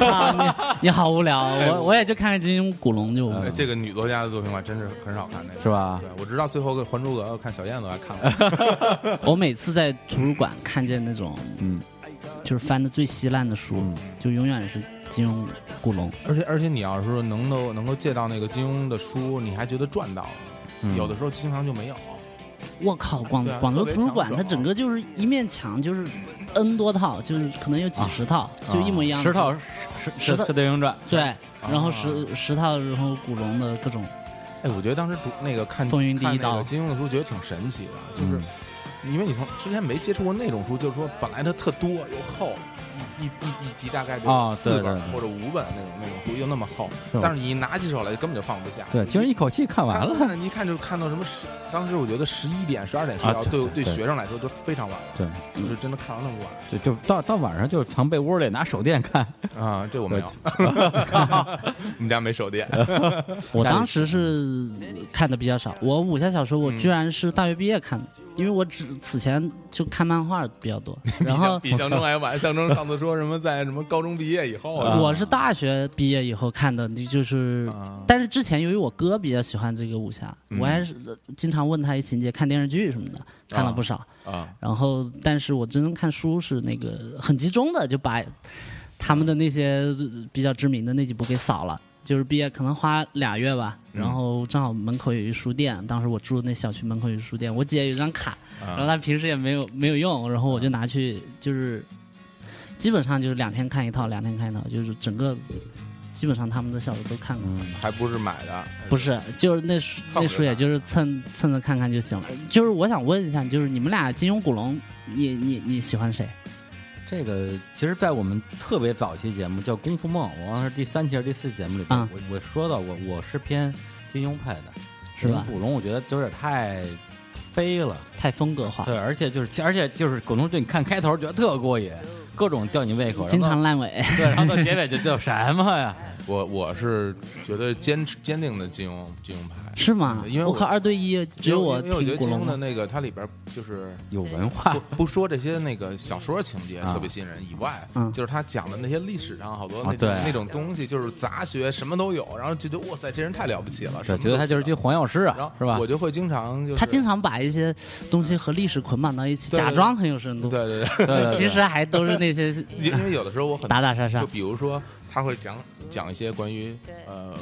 B: 啊，你你好无聊，我我也就看看金庸、古龙就无
C: 哎
B: 聊。
C: 这个女作家的作品我还真是很少看，那个
A: 嗯是吧
C: 对，我直到最后跟《还珠格格》看小燕子还看了，
B: 我每次在图书馆看见那种
A: 嗯，
B: 就是翻的最稀烂的书
A: 嗯，
B: 就永远是金庸、古龙。
C: 而且而且你要是说能够能够借到那个金庸的书，你还觉得赚到了，
A: 嗯
C: 有的时候经常就没有。
B: 我靠，广
C: 对啊
B: 广州
C: 特别
B: 图书馆
C: 抢手
B: 它整个就是一面墙就是 N 多套，就是可能有几十套，就一模一样的。
A: 啊十套十
B: 十
A: 十
B: 套
A: 十对英传，
B: 对，然后十十套，然后古龙的各种，
C: 哎，我觉得当时读那个看
B: 风云第一
C: 看那个
B: 刀
C: 金庸的书，觉得挺神奇的，就是因为你从之前没接触过那种书，就是说本来它特多又厚，一一一一集大概就
A: 啊
C: 四
A: 对
C: 本
A: 对对
C: 或者五本那种那种书，又那么厚，
A: 是
C: 但是你一拿起手来根本就放不下。
A: 对，
C: 你
A: 竟然一口气看完了。
C: 看你一看就看到什么十，当时我觉得十一点、十二点睡
A: 啊
C: 觉，
A: 对
C: 对
A: 对
C: 对
A: 对
C: 学生来说都非常晚了，
A: 对，
C: 就是真的看完那么晚
A: 就就到到晚上就藏被窝里拿手电看。
C: 啊，这我没有，
B: [laughs]
C: 我们家没手电，
B: 我当时是看的比较少，我武侠小说我
C: 嗯
B: 居然是大学毕业看的，因为我只此前就看漫画比较
C: [laughs]
B: 多，然后
C: 比象中还晚。象征上次说什么在什么高中毕业以后啊，
B: 我是大学毕业以后看的，就是
C: 啊，
B: 但是之前由于我哥比较喜欢这个武侠，
C: 嗯
B: 我还是呃经常问他一情节，看电视剧什么的，看了不少。
C: 啊
B: 然后，但是我真正看书是那个很集中的，就把他们的那些呃比较知名的那几部给扫了。就是毕业可能花俩月吧，然后正好门口有一书店，当时我住的那小区门口有一书店，我姐有一张卡，
C: 啊
B: 然后她平时也没有没有用，然后我就拿去，就是基本上就是两天看一套，两天看一套，就是整个基本上他们的小说都看过。
A: 嗯，
C: 还不是买的，
B: 不是，就是那书
C: 蹭着
B: 那书，
C: 看
B: 也就是蹭蹭着看看就行了。就是我想问一下，就是你们俩金庸、古龙，你你你喜欢谁？
A: 这个其实，在我们特别早期节目叫《功夫梦》，我忘了是第三期还是第四期节目里边，
B: 啊
A: 我我说到我我是偏金庸派的，
B: 是吧
A: 古龙我觉得有点太飞了，
B: 太风格化，
A: 对，而且就是而且就是古龙，对你看开头觉得特过瘾，各种吊你胃口，然后
B: 经常烂尾。
A: 对，然后到结尾就叫什么呀？
C: 我我是觉得坚持坚定的金庸金庸派，
B: 是吗？
C: 因为
B: 我
C: 我
B: 靠，二对一只有
C: 我因为因为我
B: 听
C: 觉得
B: 古
C: 金
B: 龙
C: 庸的
B: 的。
C: 那个它里边就是
A: 有文化
C: 不，不说这些那个小说情节
A: 啊
C: 特别吸引人以外
B: 嗯，
C: 就是他讲的那些历史上好多
A: 啊
C: 那种
A: 对
C: 那种东西，就是杂学什么都有，然后就觉得哇塞，这人太了不起了，什
A: 对，
C: 么
A: 觉得他就是
C: 都知
A: 这
C: 道
A: 黄药师
C: 然
A: 啊
C: 后，
A: 是吧
C: 我？就会经常就是
B: 他经常把一些东西和历史捆绑到一起，
C: 对对
B: 假装很有深度
C: 对，对
A: 对
C: 对，
A: 对对
B: 其实还都是那些
C: 因因为有的时候我很
B: 打打杀杀
C: 就。比如说他会讲讲一些关于呃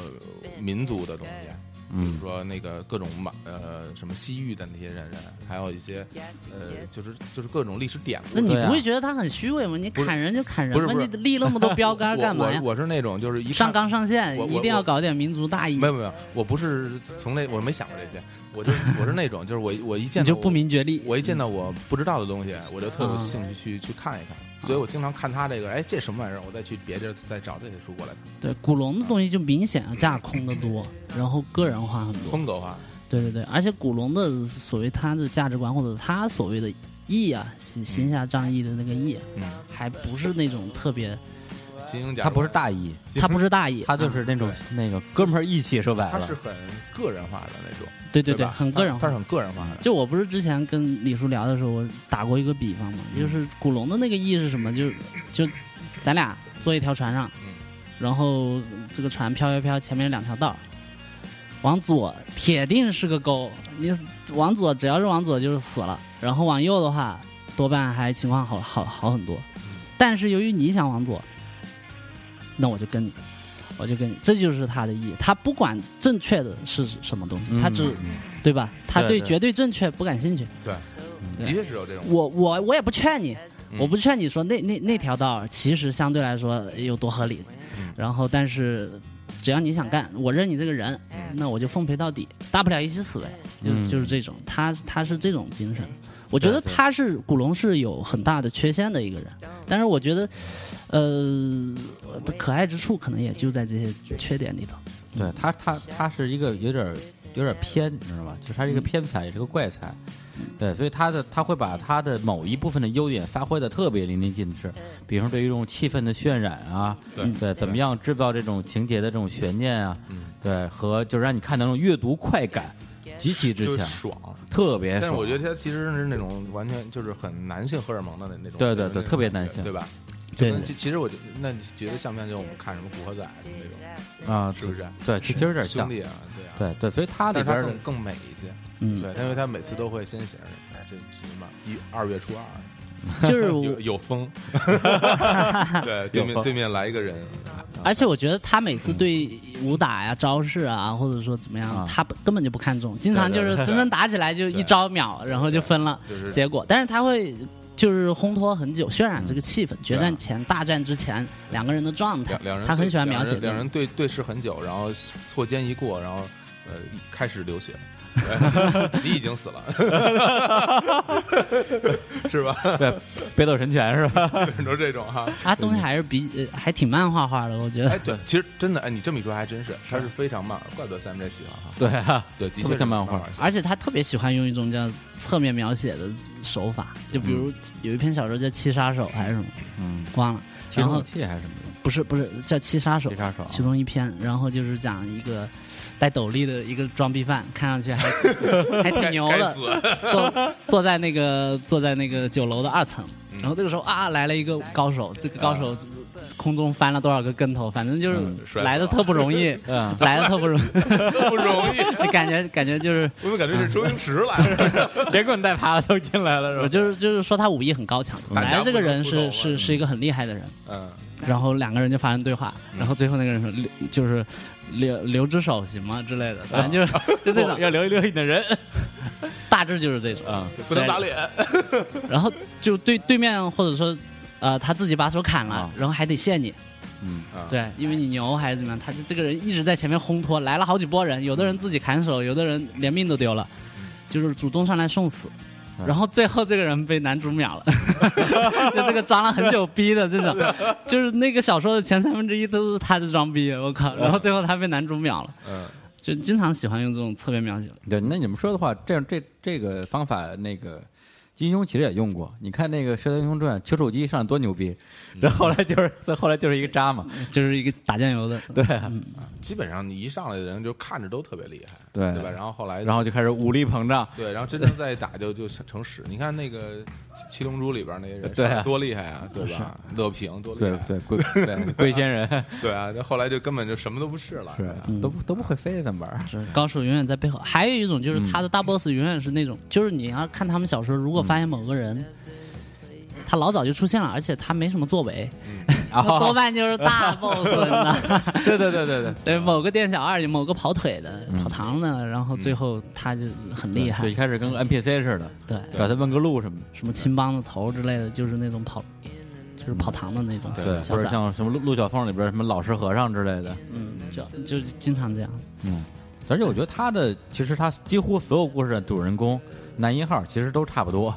C: 民族的东西。比如
A: 嗯，
C: 说那个各种马呃什么西域的那些人人，还有一些呃就是就是各种历史典故
B: 那。你
A: 对啊
B: 不会觉得他很虚伪吗？你砍人就砍人
C: 不
B: 吧，
C: 是不
B: 你
C: 是
B: 立那么多标杆
C: 我
B: 干嘛
C: 我
B: 呀？
C: 我是那种就是一看
B: 上纲上线
C: 我，我
B: 一定要搞点民族大义，
C: 没有没有，我不是从那我没想过这些，
B: [laughs]
C: 我就我是那种就是我我一见
B: 你
C: 到
B: 就不明觉厉。
C: 我，我一见到我不知道的东西，我就特
B: 啊
C: 有兴趣去去看一看，
B: 嗯
C: 所以我经常看他这个，哎，这什么玩意儿？我再去别地儿再找这些书过来，
B: 对，古龙的东西就明显要架空的多，然后个人化很多。
C: 风格化。
B: 对对对，而且古龙的所谓他的价值观或者他所谓的义啊，行行侠仗义的那个义，啊
C: 嗯，
B: 还不是那种特别，
C: 金庸讲
A: 他不是，大意，
B: 他不是大义，啊
A: 他就是那种
C: 嗯
A: 那个哥们儿义气，说白
C: 他
A: 了
C: 是，很个人化的那种，
B: 啊对对对，
C: 吧
B: 很个人
C: 他
B: 化
C: 他。是很个人化的。
B: 就我不是之前跟李叔聊的时候，我打过一个比方嘛，就是古龙的那个意是什么？就是就咱俩坐一条船上，
C: 嗯
B: 然后这个船飘飘飘，前面有两条道儿，往左铁定是个沟，你往左只要是往左就是死了，然后往右的话多半还情况好好好很多，但是由于你想往左，那我就跟你。我就跟你，这就是他的意义。他不管正确的是什么东西，他只
A: 嗯
B: 对吧？他
A: 对
B: 对
A: 对
B: 绝对正确不感兴趣。
C: 对，
B: 对
C: 的确是有这种。
B: 我我我也不劝你，
C: 嗯
B: 我不劝你说那那那条道儿其实相对来说有多合理，
C: 嗯
B: 然后但是只要你想干，我认你这个人，
C: 嗯
B: 那我就奉陪到底，大不了一起死呗，就、
A: 嗯
B: 就是这种，他他是这种精神。我觉得
C: 对对
B: 他是古龙是有很大的缺陷的一个人，但是我觉得，呃，可爱之处可能也就在这些缺点
C: [laughs]
B: 里头。
A: 对他，他他是一个有点儿有点儿偏，你知道吗？就是他是一
C: 嗯
A: 个偏才，也是个怪才。对，所以他的他会把他的某一部分的优点发挥的特别淋漓尽致，比如说对于这种气氛的渲染啊，
C: 对
A: 对，怎么样制造这种情节的这种悬念啊，
C: 嗯
A: 对，和就是让你看到那种阅读快感极其之
C: 就是
A: 强，
C: 爽。
A: 特别爽。
C: 但是我觉得他其实是那种完全就是很男性荷尔蒙的那那种，
A: 对对
C: 就是
A: 对
C: 那种
A: 特别
C: 感觉
A: 男性
C: 对吧？就
B: 对
C: 跟其其实我觉得那你觉得像不像就我们看什么《古惑仔》什么那种，
A: 啊，
C: 是不是？
A: 对，其实有点
C: 兄
A: 像，
C: 弟啊，对啊，
A: 对对，所以他
C: 但
A: 里
C: 是他
A: 边的
C: 更更美一些，
B: 嗯，
C: 对，因为他每次都会先写这这什么一二月初二，
B: 就是我
C: 有有风，对，对面对面来一个人，
B: 而且我觉得他每
C: 嗯
B: 次对武打呀、招式啊，或者说怎么样
A: 啊，
B: 他不根本就不看重，经常就是
C: 对对对
B: 真正打起来就一招秒，然后就分了
C: 就是
B: 结果。但是他会就是烘托很久，渲染这
C: 嗯
B: 个气氛。决战前、大战之前，两个人的状态
C: 啊两两，人
B: 他很
C: 对
B: 喜欢描写
C: 两人两人对对视很久，然后错肩一过，然后呃开始流
B: [laughs]
C: 血，对你已经死了， [laughs] 是吧？ [laughs]
A: 北斗神拳是吧？ [laughs]
C: 很多这种哈。
B: 他东西还是比呃还挺漫画化的，我觉
C: 哎，
B: 得。
C: 对，其实真的，哎，你这么一说还真是，它是非常慢，怪不得 Sam 这喜欢哈。
A: 对啊，
C: 对，的
A: 特
C: 确
A: 别
C: 是
A: 像漫画。
C: 写的
B: 而且他特别喜欢用一种叫侧面描写的手法，就
C: 嗯
B: 比如有一篇小说叫《七杀手》还是什么，
A: 嗯，
B: 忘了。
A: 七
B: 然后
A: 龙器还是什么的，
B: 不是不是叫《七杀手
A: 飞》，杀手啊，
B: 其中一篇，然后就是讲一个戴斗笠的一个装逼犯，看上去还
C: [laughs]
B: 还挺哎牛
C: 该
B: 的，
C: 死！ [laughs]
B: 坐坐在那个坐在那个酒楼的二层，
C: 嗯
B: 然后这个时候啊来了一个高手，这个高
C: 啊
B: 手空中翻了多少个跟头，反正就是
C: 摔
B: 来的
C: 死了
B: 特不容
C: [laughs]
B: 易，
A: 嗯
B: 来的特不容易，
C: 啊不容易，
B: [laughs] 感觉感觉就是。
C: 我怎么感觉是周星驰来了？
B: [laughs]
A: 连滚带爬的都进来了是吧
B: 我就是就是说他武艺很高强，本来这个人
C: 大家不
B: 是
C: 能不懂
B: 是
C: 嘛
B: 是一个很厉害的人，
C: 嗯，
B: 然后两个人就发生对话，然后最后那个人说留就是留留只手行吗之类的，反正就是就这种，
A: 啊要留一留你的人
B: 大致就是这种。
A: 啊，
C: 不能打脸。 [laughs]
B: 然后就对对面或者说，呃，他自己把手砍了，
A: 啊
B: 然后还得谢你，
A: 嗯，
C: 啊，
B: 对，因为你牛还是怎么样，他就这个人一直在前面烘托，来了好几波人，有的
A: 嗯
B: 人自己砍手，有的人连命都丢了，就是主动上来送死。
A: 嗯
B: 然后最后这个人被男主秒了， [laughs] 就这个装了很久逼的这种，就是那个小说的前三分之一都是他的装逼，我
A: 嗯
B: 靠！然后最后他被男主秒了，
C: 嗯，
B: 就经常喜欢用这种侧面描写。
A: 对，那你们说的话，这样这这个方法，那个金庸其实也用过。你看那个《射雕英雄传》，丘处机上来多牛逼，这后来就是再后来就是一个渣嘛，
B: 就是一个打
A: [laughs]
B: 酱油的，
A: 对啊，
C: 基本上你一上来的人就看着都特别厉害，
A: 对
C: 对吧？然后后来
A: 然后就开始武力膨胀，
C: 对，然后真正再打就就成成屎。你看那个《七七龙珠》里边那些人，
A: 对啊
C: 多厉害啊，对吧？乐平多厉害
A: 对
C: 啊，
A: 对，龟对龟仙 [laughs] 人嗯
C: 对啊，那后来就根本就什么都不是了，
A: 是
C: 对啊吧
A: 都不都不会飞怎么玩儿？
B: 是高手永远在背后。还有一种就是他的
A: 嗯
B: 大 boss 永远是那种，就是你要看他们小说，如果发现某个人。他老早就出现了，而且他没什么作为，
A: 啊
B: 那多半就是大 boss，你知道吗？
A: [laughs]
B: [laughs]
A: 对对对对对。
B: 对，某个店小二，某个跑腿的、跑堂的，然后最后他就很厉害
A: 嗯对，一，开始跟 NPC 似的，
B: 对，
A: 找他问个路什么的，
B: 什么青帮子头之类的，就是那种跑，就是跑堂的那种
A: 对，
B: 小
A: 或者
B: 崽，
A: 像什么陆陆小凤里边什么老实和尚之类的，
B: 嗯，就就经常这样。
A: 嗯，而且我觉得他的其实他几乎所有故事的主人公男一号其实都差不多，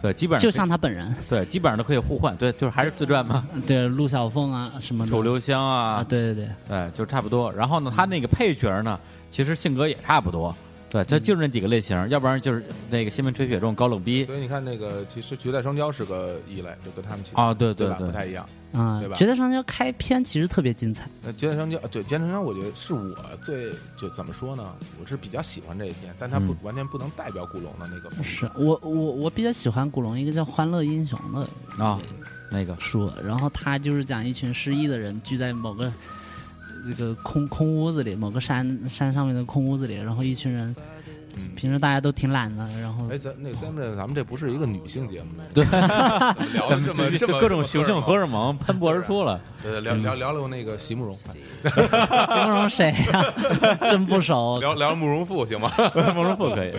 A: 对，基本上
B: 就像他本人，
A: 对，基本上都可以互换，对，就是还是自传嘛，
B: 对陆小凤啊什么的，
A: 楚留香
B: 啊，
A: 啊，
B: 对对对，
A: 对，就差不多。然后呢，他那个配角呢，其实性格也差不多，对，他就是那几个类型，要不然就是那个西门吹雪这种高冷逼
C: 所以你看那个，其实《绝代双骄》是个异类，就跟他们起
A: 啊，对
C: 对吧
A: 对
C: 不，太一样。
B: 啊
C: 对吧，
B: 绝代双骄开篇其实特别精彩。
C: 那《绝代双骄》对《绝代双骄》，我觉得是我最就怎么说呢？我是比较喜欢这一篇，但它
A: 嗯
C: 不、完全不能代表古龙的那个风格。
B: 是我我我比较喜欢古龙一个叫《欢乐英雄》的
A: 啊，那个
B: 书，然后他就是讲一群失忆的人聚在某个这个空空屋子里，某个山山上面的空屋子里，然后一群人
C: 嗯
B: 平时大家都挺懒的，然后 [laughs]
C: 哎，咱那个咱们这咱们这不是一个女性节目，
A: 对， [laughs]
C: 怎么聊的这么
A: 就
C: 这么
A: 就各种雄性荷
C: 尔
A: 尔蒙喷薄而
C: [laughs]
A: 出了，
C: 蒙，对聊聊聊聊那个席慕容，
B: 形容谁呀、 [laughs] 真不熟。
C: 聊聊慕容复行吗？
B: [laughs]
A: 慕容复可以，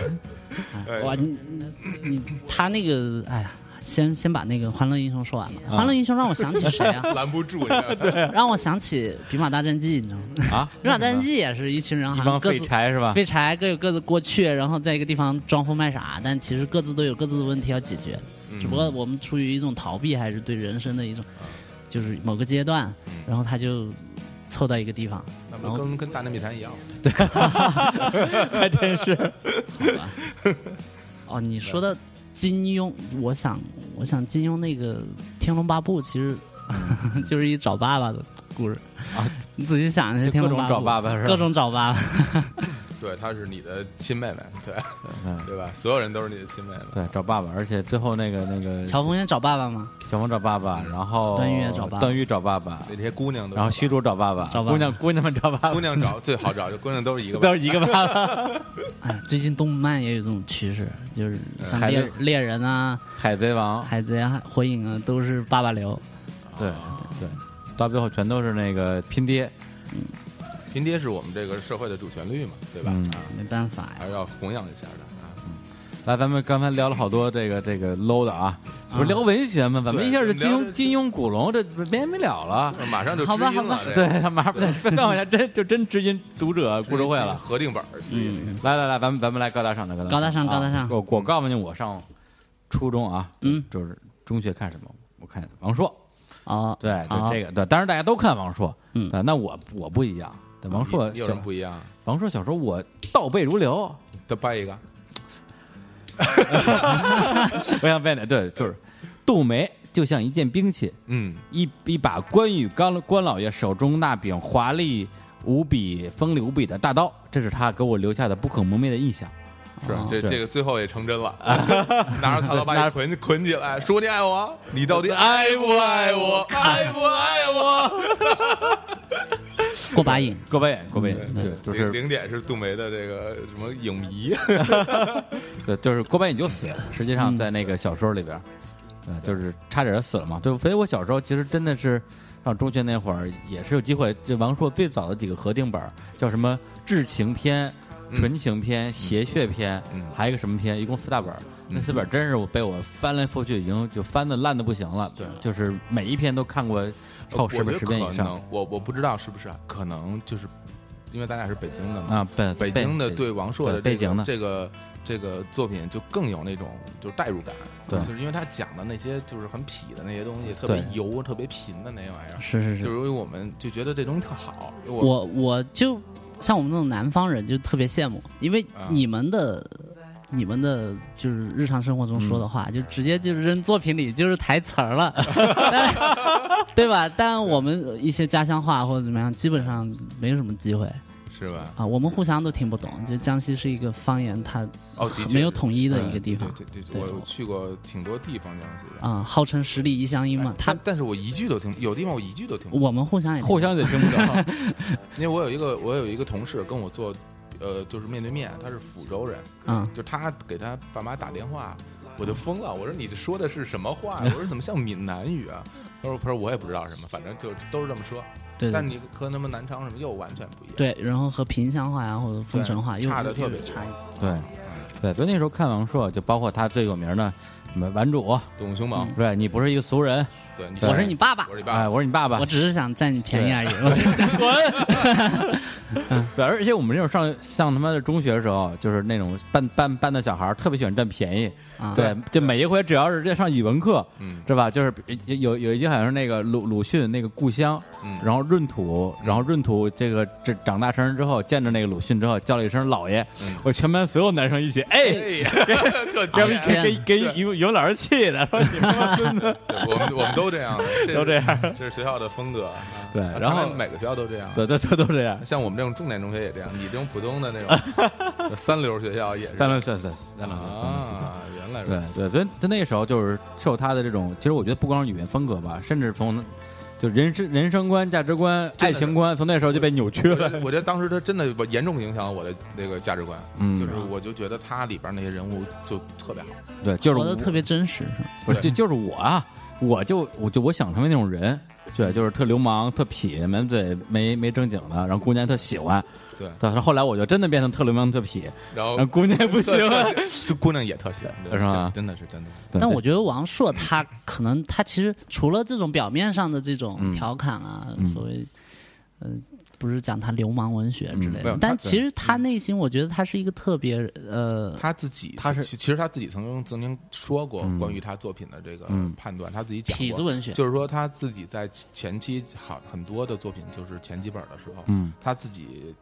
C: 哎
B: 哇，你你你他那个哎呀，先先把那个《欢乐英雄》说完吧，
A: 啊
B: 《欢乐英雄》让我想
A: [laughs]
B: 起谁啊？
C: 拦不住你。对，
B: 让我想起《比马大战记》，你知道吗？
A: [laughs] 啊，
B: 《比马大战记》也是一群人，
A: 一
B: 好像
A: 帮
B: 各
A: 废
B: 自
A: 柴是吧？
B: 废柴各有各的过去，然后在一个地方装疯卖傻，但其实各自都有各自的问题要解决，
A: 嗯
C: 嗯
B: 只不过我们出于一种逃避，还是对人生的一种，
A: 啊
B: 就是某个阶段，
A: 嗯
B: 然后他就凑到一个地方，
C: 那
B: 然
C: 不
B: 后
C: 跟跟大内密谈一样？
A: 还真是。
B: 哦，你说的金庸，我想，我想金庸那个《天龙八部》其实 [laughs] 就是一找爸爸的故事
A: 嗯啊。
B: 你仔细想一下，
A: 就
B: 《天
A: 各
B: 龙
A: 种
B: 八部》
A: 找爸爸是吧
B: 各种找爸爸。
C: 对，她是你的亲妹妹，对
A: 嗯
C: 对吧？所有人都是你的亲妹妹。
A: 对，找爸爸，而且最后那个那个
B: 乔峰先找爸爸吗？
A: 乔峰找爸爸，然后
B: 段誉嗯也找爸爸
A: 段誉找爸爸，
C: 那些姑娘都是，
A: 然后虚竹找爸爸，
B: 找爸爸
A: 姑娘姑娘们找爸
C: 姑
A: 爸，
C: 娘找最好找，就姑娘都是一个吧。
A: [laughs] 都是一个爸
B: [laughs]
A: 爸。
B: 哎，最近动漫也有这种趋势，就是像
A: 海
B: 猎
A: 贼
B: 猎人啊、
A: 海贼王，
B: 海贼啊、火影啊，都是爸爸流。
A: 对对，哦到最后全都是那个拼爹，
C: 拼爹是我们这个社会的主旋律嘛，对吧？
A: 嗯
C: 啊，
B: 没办法呀
C: 还，是要弘扬一下的
A: 来，咱们刚才聊了好多这个这个 low 的啊，
B: 嗯
A: 不是聊文学吗？怎么一下是
C: 对
A: 金
C: 聊
A: 庸金庸古龙，这没完没了了？
C: 啊，马上就知
B: 好吧
C: 音
B: 好吧
C: 了。这
A: 对
C: 个，
A: 他妈不对，再往下真就真知音读者故事会了。
C: 核定本儿之一。
B: 嗯，
A: 来来来，咱们咱们来高大上的高
B: 高大上
A: 啊
B: 高大上
A: 我我告诉你，我上初中啊，
B: 嗯，
A: 就是中学看什么？我看王朔，
B: 哦，
A: 对对，
B: 好
A: 这个对，当然大家都看王朔，
B: 嗯
A: 对，那我我不一样，对，王朔
C: 你有
A: 小
C: 什么不一样？
A: 王朔小时候我倒背如流， [laughs]
C: 再掰一个，
A: 我想问你，对，就是杜梅就像一件兵器，
C: 嗯，
A: 一一把关羽刚关老爷手中那柄华丽无比、锋利无比的大刀，这是他给我留下的不可磨灭的印象。
C: 是
B: 哦
C: 这
A: 对
C: 这个最后也成真了，拿着菜刀把你捆捆起来，说你爱我，你到底爱不爱哎我？爱不爱我？
B: 过把瘾。
A: 过把瘾，过把瘾，对，就
C: 零
A: 是
C: 零点是杜梅的这个什么影迷，
A: 对，就是过把瘾就死。
B: 嗯
A: 实际上在那个小说里边，呃，就是差点死了嘛。对，所以我小时候其实真的是上中学那会儿也是有机会。就王朔最早的几个合订本儿叫什么《至情篇》。纯情篇、邪血篇，
C: 嗯
A: 还有一个什么篇，一共四大本儿。那四本儿真是我被我翻来覆去，已经就翻的烂的不行了。
C: 对
A: 就是每一篇都看过超
C: [laughs] 我
A: 十
C: 觉
A: 遍、
C: 得
A: 十
C: 可
A: 遍以上
C: 能，我我不知道是不是啊，可能就是因为咱俩是北京的嘛，
A: 啊。北
C: 北京的对王朔的
A: 对背
C: 这
A: 景
C: 个
A: 的
C: 这个这个作品就更有那种就是代入感，
A: 对
C: 就是因为他讲的那些就是很痞的那些东西，特别
A: 对
C: 油、特别贫的那玩意儿，
B: 是是，
C: 就是因为我们就觉得这东西特好。我
B: 我我就像我们这种南方人就特别羡慕，因为
C: 啊
B: 你们的。你们的就是日常生活中说的
A: 嗯
B: 话，就直接就扔作品里，就是台词儿
A: [laughs]
B: 了，但对吧？但我们一些家乡话或者怎么样，基本上没有什么机会
C: 是吧？
B: 啊。我们互相都听不懂。就江西是一个方言，它
C: 哦，的确
B: 没有
C: 是
B: 统一的一个地方
C: 对对
B: 对
C: 对，我去过挺多地方这样子的。
B: 啊、号称十里一乡音嘛
C: 哎。
B: 它
C: 但但是我一句都听，有地方我一句都听不懂。
B: 我们互相也
A: 互相也
C: [laughs]
A: 听不懂。
C: 因为我有一个我有一个同事跟我做，呃，就是面对面，他是抚州人，
B: 嗯
C: 就他给他爸妈打电话，我就疯了。我说你这说的是什么话？我说怎么像闽南语啊？他说他说我也不知道什么，反正就都是这么说。
B: 对
C: 但
B: 对
C: 你和他们南昌什么又完全不一样。
B: 对，然后和萍乡话呀或者凤城话又
C: 差得特别
B: 又
C: 多
B: 差异。
A: 对对，所以那时候看王朔，就包括他最有名的什么顽主，
C: 动物凶猛，
A: 对你不是一个俗人，
C: 对，你
A: 嗯对
B: 我是你爸爸
C: 我，是你
A: 哎，
C: 爸，
A: 我是你爸爸
B: 我。只是想占你便宜而已。我觉
C: [laughs]
B: 得
A: 对，而且我们那种上上他妈的中学的时候，就是那种班班班的小孩儿特别喜欢占便宜，
B: 啊
A: 对，就每一回只要是在上语文课，
C: 嗯
A: 是吧？就是有有一集好像是那个鲁鲁迅那个故乡，
C: 嗯
A: 然后闰土，然后闰土这个这长大成人之后，见着那个鲁迅之后叫了一声老爷，
C: 嗯
A: 我全班所有男生一起哎。
C: 哎呀，特
A: 给
C: 贱
B: 哎呀
A: 给给给语文语文老师气的，说你妈孙子！
C: 对我们我们都这样，是
A: 都这样，
C: 这是学校的风格。
A: [laughs] 对
C: 啊
A: 然后
C: 看来每个学校都这样。
A: 对对对，都这样。
C: 像我们这种重点中学也这样，你这种普通的那种就三流学校也是。
A: 三轮算算，三轮算算算。
C: 啊，原来如
A: 对
C: 此。
A: 对，所以他那个时候就是受他的这种，其实我觉得不光是语言风格吧，甚至从就人生人生观、价值观、爱情观，从那时候就被扭曲
C: 我觉得
A: 了。
C: 我觉得当时他真的严重影响了我的那个价值观，
A: 嗯
C: 就是我就觉得他里边那些人物就特别好，
A: 对，就是
B: 活
A: 我
B: 得特别真实，是吧
A: 不是就就是我啊，我就我就我想成为那种人。对，就是特流氓、特痞、满嘴没没正经的，然后姑娘特喜欢，
C: 对
A: 对，后来我就真的变成特流氓特痞，
C: 然后
A: 然后姑娘也不行， [laughs]
C: [laughs] 这姑娘也特喜欢，
A: 是吗
C: 真的是真的是，
A: 对
B: 但
A: 对
B: 我觉得王朔他可能他其实除了这种表面上的这
C: 嗯
B: 种调侃啊，所谓嗯、不是讲他流氓文学之类
C: 嗯没
B: 的，
C: 有他
B: 但其实他内心，我觉得他是一个特别呃，
C: 他自己
A: 他是嗯
C: 其其实他自己曾经曾经说过关于他作品的这个判断，他自己讲
B: 痞子
C: 过。
B: 文学，
C: 就是说，他自己在前期好很多的作品，就是前几本的时候，
A: 嗯，
C: 他自己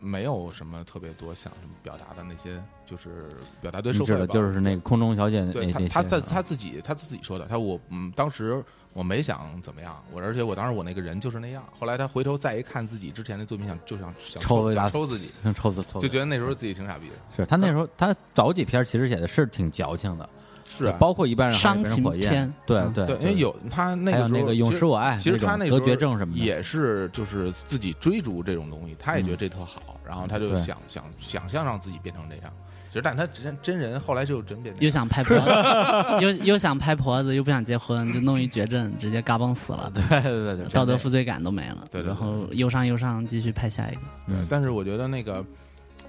C: 没有什么特别多想什么表达的那些，就是表达对
A: 你
C: 社
A: 知道
C: 会吧，
A: 就是那个空中小姐那
C: 对
A: 那
C: 他
A: 些，
C: 他在
A: 啊
C: 他自己他自己说的，他我嗯，当时我没想怎么样，我而且我当时我那个人就是那样。后来他回头再一看自己之前的作品，想就想想
A: 抽
C: 抽
A: 一
C: 想
A: 把
C: 抽自己，
A: 像抽死抽死，
C: 就觉得那时候自己挺傻逼的。
A: 是他那时候他早几篇其实写的是挺矫情的，
C: 是啊，
A: 包括一般人还是变成火
B: 伤情
A: 焰
B: 片，
A: 对
B: 嗯
A: 对
C: 对，因为有他那
A: 还
C: 个
A: 有
C: 时候
A: 那个
C: 其
A: 永
C: 实
A: 失我爱，
C: 其实他
A: 那
C: 那时
A: 种
C: 候
A: 得绝症什么的，
C: 也是就是自己追逐这种东西，他也觉得这特好，然后他就
A: 嗯对
C: 想想想象让自己变成这样。其实，但他真真人后来就真变那
B: 又
C: 样
B: 想拍婆
C: [laughs]
B: 子，又又想拍婆子，又不想结婚，就弄一绝症，直接嘎嘣死
A: [laughs]
B: 了，
A: 对对对对，
B: 道德负罪感都没了。
C: 对对对
B: 然后忧伤忧伤，继续拍下一个。
C: 对，但是我觉得那个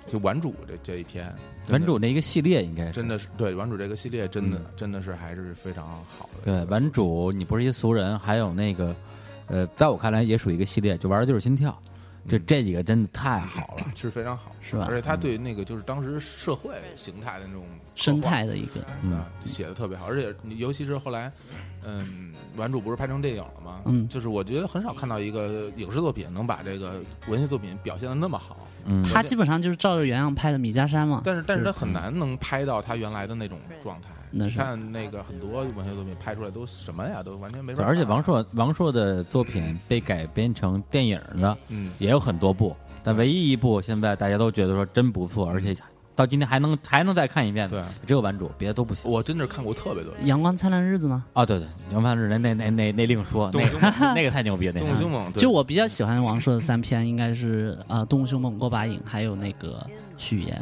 C: 就顽主这这一篇，
A: 文主那一个系列应该是
C: 真的是对《玩主》这个系列，真的、
B: 嗯
C: 真的是还是非常好的。
A: 对，文主你不是一俗人，还有那个，呃，在我看来也属于一个系列，就玩的就是心跳，
C: 嗯
A: 这这几个真的太好了，
C: 是非常好，
B: 是吧嗯
C: 而且他对那个就是当时社会形态的那种
B: 生态嗯
C: 刻
B: 的一个，
C: 画，对吧写的特别好。而且你尤其是后来，嗯，顽主不是拍成电影了吗？
B: 嗯
C: 就是我觉得很少看到一个影视作品能把这个文学作品表现的那么好。
A: 嗯
B: 他基本上就是照着原样拍的《米家山》嘛。
C: 但是，但是他很难能拍到他原来的那种状态。
B: 那
C: 你
B: 是
C: 看那个很多文学作品拍出来都什么呀，都完全没法
A: 对
C: 儿。
A: 而且王朔王朔的作品被改编成电影的
C: 嗯
A: 也有很多部，但唯一一部现在大家都觉得说真不错，而且到今天还能还能再看一遍的，只有顽主，别的都不行。
C: 我真的是看过特别多，
B: 《阳光灿烂日子》呢？
A: 啊，对对，杨凡是那那那那那另说，那个 [laughs] 那个太牛逼了，那
C: 《
A: 个
C: 动物凶猛》对
B: 嗯就我比较喜欢王朔的三篇，应该是呃《动物凶猛》《过把瘾》，还有那个许爷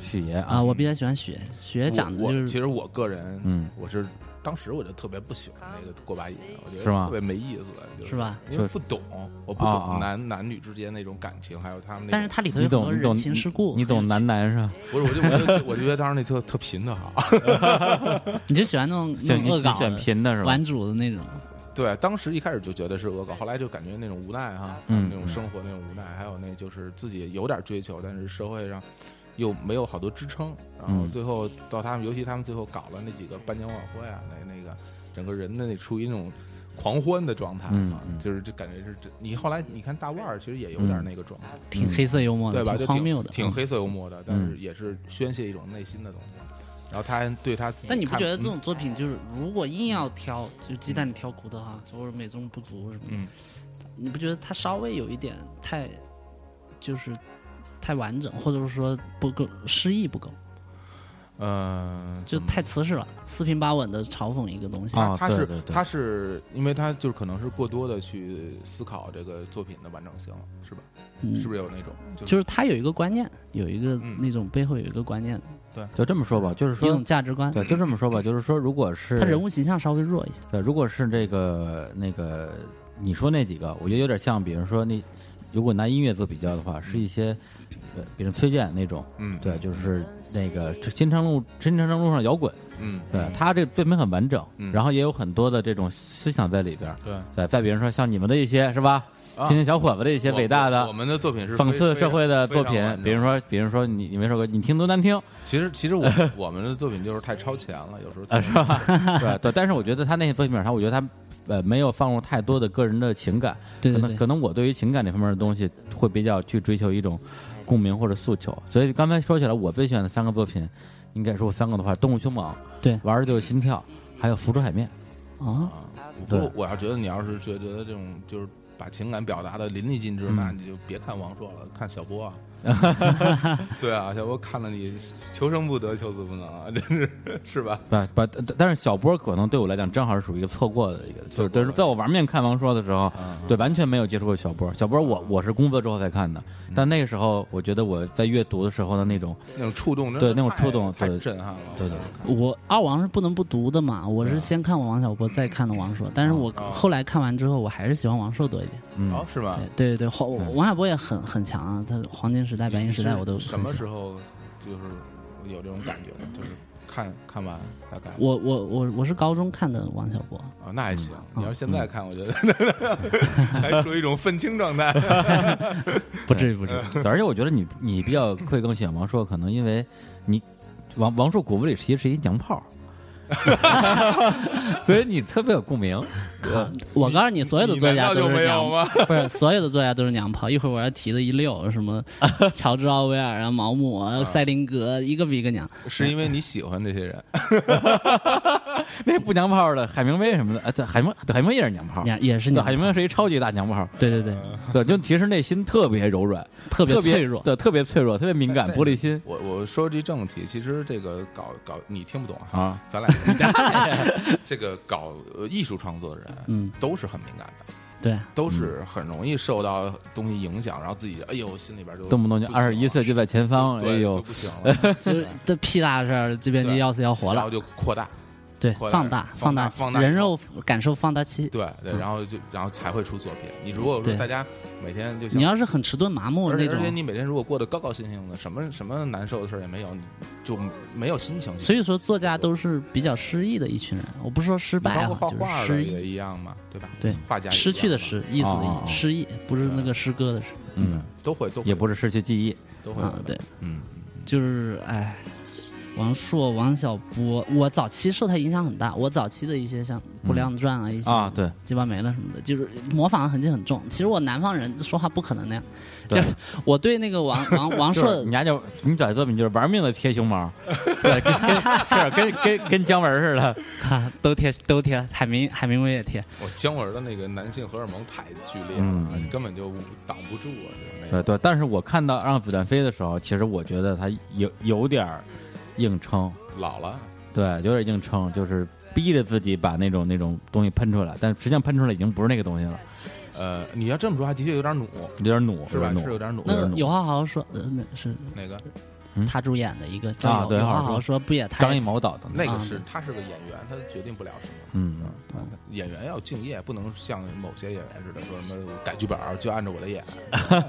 A: 许爷
B: 啊、
A: 啊，
B: 我比较喜欢许爷，许爷讲的
C: 我
B: 就
C: 我其
B: 是
C: 实我个人，
A: 嗯，
C: 我是当时我就特别不喜欢那个过把瘾，我觉得
A: 是吗
C: 特别没意思，就是
B: 吧？
C: 因为不懂，我不
A: 啊啊
C: 懂男男女之间那种感情，还有他们那种。
B: 但是它里头
A: 你
B: 有很
A: 懂
B: 多
A: 你
B: 人
A: 懂
B: 情世故，
A: 你懂男男是吧？
C: 不是，我就我就我就觉得当时那特特贫的哈。
B: [laughs] 你就喜欢那种那
A: 选
B: 种恶
A: 你
B: 搞
A: 选
B: 的、
A: 贫的是吧
B: 玩？主的那种。
C: 对，当时一开始就觉得是恶搞，后来就感觉那种无奈哈，
A: 嗯
C: 那种生活那种无奈，还有那就是自己有点追求，但是社会上又没有好多支撑，然后
A: 嗯
C: 最后到他们，尤其他们最后搞了那几个颁奖晚会啊，那那个整个人的那处于那种狂欢的状态
A: 嗯
C: 啊，
A: 嗯
C: 就是就感觉是这你后来你看大腕儿其实也有点那个状态，
B: 挺黑色幽默的，
C: 对吧？
B: 嗯
C: 就
B: 挺荒谬的，
C: 挺
B: 嗯。
C: 黑色幽默的，但是也是宣泄一种内心的东西。然后他还对他自己看，
B: 但你不觉得这
C: 嗯
B: 种作品就是，如果硬要挑，就是鸡蛋里挑骨头哈，或者美中不足什么的，
C: 嗯
B: 你不觉得它稍微有一点太，就是太完整，或者是说不够诗意不够，
C: 呃
B: 就太瓷实了，四平八稳的嘲讽一个东西。
A: 啊
C: 他
A: 对
C: 是
A: 对对
C: 他是因为他就是可能是过多的去思考这个作品的完整性，是吧？
B: 嗯
C: 是不是有那种就是
B: 就是他有一个观念，有一个、
C: 嗯
B: 那种背后有一个观念，
A: 就这么说吧，就是
B: 一
A: 说
B: 种，价值观。
A: 对，就这么说吧，就是说，如果是
B: 他人物形象稍微弱一些，啊
A: 对，如果是这个那个你说那几个，我觉得有点像，比如说那如果拿音乐做比较的话，是一些呃，比如崔健那种，
C: 嗯
A: 对，就是那个新长路新长路上摇滚，
C: 嗯
A: 对他这作品很完整，
C: 嗯
A: 然后也有很多的这种思想在里边儿。
C: 对
A: 对，再比如说像你们的一些是吧，
C: 啊
A: 青年小伙子的一些
C: 我
A: 伟大
C: 我我
A: 的。
C: 们的作品是
A: 讽
C: 非
A: 刺社会的
C: 非
A: 作
C: 常
A: 品
C: 完，整
A: 比如说，比如说你你没说过，你听都
C: [laughs]
A: 难听，
C: 其实其
A: [laughs]
C: 实我我们的作品就是太超前了，有时候
A: 啊，是吧？ [laughs] 对对，但是我觉得他那些作品上，我觉得他呃没有放入太多的个人的情感，
B: 对
A: 可
B: 对
A: 能可
B: 对，
A: 能我对于情感这方面的东西会比较去追求一种共鸣或者诉求。所以刚才说起来，我最喜欢的三个作品，应该说三个的话，《动物凶猛》
B: 对
A: 玩儿就是心跳，还有《浮出海面
B: 啊，
C: 啊，不
A: 对
C: 过我要觉得你要是觉得这种就是把情感表达的淋漓尽
A: 嗯
C: 致，那你就别看王朔了，看小
A: [laughs]
C: 波啊。对啊，小波看了你求生不得，求死不能啊，真是是吧？》
A: 对，不，但但是小波可能对我来讲，正好是属于一个错过的一个，就是就是在我玩命看王朔的时候，
B: 嗯
A: 对，完全没有接触过小波。小波我我是工作之后才看的，
B: 嗯
A: 但那个时候我觉得我在阅读的时候的那种，
B: 哦
C: 那种触动真的
A: 对那种
C: 太
A: 触动
C: 太
A: 对
C: 震撼了。
A: 对对
B: 我二王是不能不读的嘛，我是先看王小波，再看的王朔，但是我
C: 啊
B: 后来看完之后，我还是喜欢王朔多一点。
A: 嗯
C: 哦，是吧？
B: 对对对，黄王小波也很很强啊，他黄金时代、白银时代我都
C: 什么
B: 很喜
C: 时
B: 欢
C: 候就是有这种感觉呢？就是看看完大概
B: 我我我我是高中看的王小波，
C: 啊，那还行。
A: 嗯
C: 你要是现在看，我觉得还处于一种愤青
A: [laughs]
C: 状态。
B: 不至于不至于。
A: 对而且我觉得你你比较会更喜欢王朔，可能因为你王王朔骨子里其实是一娘炮
B: [laughs]
A: 儿，所以你特别有共鸣。
B: 我告诉你，所有的作
C: 你
B: 家
C: 难道就
B: 都是
C: 没有
B: 娘
C: 吗？
B: 不是，所有的作家都是娘炮。一会儿我要提的一溜什
C: [laughs]
B: 么乔治·奥威尔啊、毛姆啊、塞林格，一个比一个娘。
C: 是因为你喜欢这些人，
A: 那不娘炮儿的海明威什么的，啊，对，海明对海明威也是娘
C: 啊
A: 炮儿，
B: 也也是
A: 对，
B: 娘
A: 海明威是一超级大娘炮儿，
B: 对对对，
C: 呃
A: 对，就其实内心特别柔软，
B: 特别
A: 特别
B: 脆弱。
A: 对，特别脆弱，特别敏感，
C: 对
A: 玻璃心
C: [laughs] 我我说这正题，其实这个搞搞你听不懂哈，
A: 啊。[laughs]
C: 咱俩这个搞呃艺术创作的人，
B: 嗯，
C: 都是很敏感的，
B: 对，
C: [laughs] 都
A: 嗯
C: 是很容易受到东西影响，然后自己哎呦心里边就
A: 动不动就二十一岁就在前方，哎
C: 对，就
A: 呦，
C: 不行了，
B: 就是这屁大事儿，这边就
C: 对
B: 要死要 [laughs] 活
C: 然后
B: 了。
C: 就扩大，
B: 对，
C: 扩大
B: 放大
C: 放大
B: 大
C: 放大
B: 人肉感受放大器。
C: 对对，然后就然后才会出作品。你如果说
B: 对
C: 大家每天就
B: 你
C: 想。
B: 要是很迟钝麻木
C: 而
B: 那
C: 且而且
B: 种，
C: 你每天如果过得高高兴兴的，什么什么难受的事儿也没有，你就没有心情去。
B: 所以说作家都是比较失意的一群人。我不是说失
C: 你
B: 败
C: 包
B: 啊
C: 括，画
B: 就
C: 画
B: 是
C: 的
B: 失
C: 也
B: 意，
C: 一样嘛，对吧？
B: 对
C: 画家也
B: 失去的
C: 一样嘛，
B: 失，意思的
A: 哦哦哦
B: 意，失意不是那个诗歌的诗
A: 嗯，
C: 都会都会
A: 也不是失去记忆，
C: 都会
B: 啊
C: 有。的
B: 对，
A: 嗯，
B: 就是哎，王朔、王小波，我早期受他影响很大。我早期的一些像《不良传》啊，一些
A: 啊，对，
B: 鸡巴没了什么的，就是模仿的痕迹很重。其实我南方人说话不可能那样，就
A: 对
B: 是我对那个王王王
A: 就
B: 朔
A: 是你家就你短作品就是玩命的贴胸
B: [laughs]
A: 毛，对，跟跟是跟跟跟姜文似的，
B: 啊都贴都贴，海明海明威也贴，
C: 我姜文的那个男性荷尔蒙太剧烈了
A: 嗯，
C: 根本就挡不住啊！这个没有
A: [laughs] 对对，但是我看到《让子弹飞》的时候，其实我觉得他有有点儿硬撑，
C: 老了，
A: 对，有点硬撑，就是逼着自己把那种那种东西喷出来，但实际上喷出来已经不是那个东西了，
C: 呃，你要这么说，还的确有点努，
A: 有点努，
C: 是
A: 有
C: 吧？
A: 点
C: 是
A: 努，
C: 有点努。
B: 那
A: 有点
B: 有话好好说，呃那是
C: 那个
B: 他主演的一个叫
A: 嗯啊对
B: 有话
A: 好好
B: 好
A: 说
B: 好说，不也太
A: 张艺谋导的，
C: 那个
B: 啊
C: 是
B: 对
C: 他是个演员，他决定不了什么。
A: 嗯，
C: 演员要敬业，不能像某些演员似的说什么改剧本儿就按照我的演， [laughs]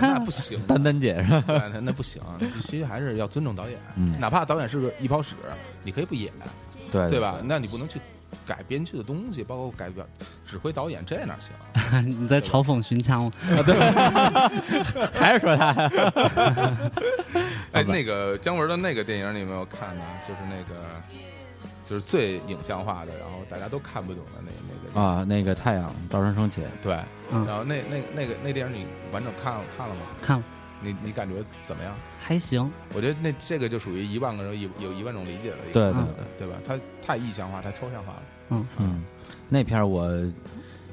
C: 那不行，
A: 丹丹姐是吧？
C: 对那那不行，必须还是要尊重导演，
A: 嗯
C: 哪怕导演是个一泡屎，你可以不演，
A: 对
C: 对吧？？那你不能去改编剧的东西，包括改表指挥导演，这哪行？
B: [laughs] 你在嘲讽寻枪吗？
A: 还是说他呀
C: 哎，那个姜文的那个电影你有没有看呢？就是那个，就是最影像化的，然后大家都看不懂的那那个。
A: 啊？那个太阳照常升起，啊
C: 对，
B: 嗯
C: 然后那那那个那电影你完整看了看了吗？
B: 看
C: 你你感觉怎么样？
B: 还行，
C: 我觉得那这个就属于一万个人有有一万种理解的一
A: 对
C: 个，
A: 对
B: 嗯
A: 对，
C: 对吧？它太意象化，太抽象化了。
A: 嗯，那片儿我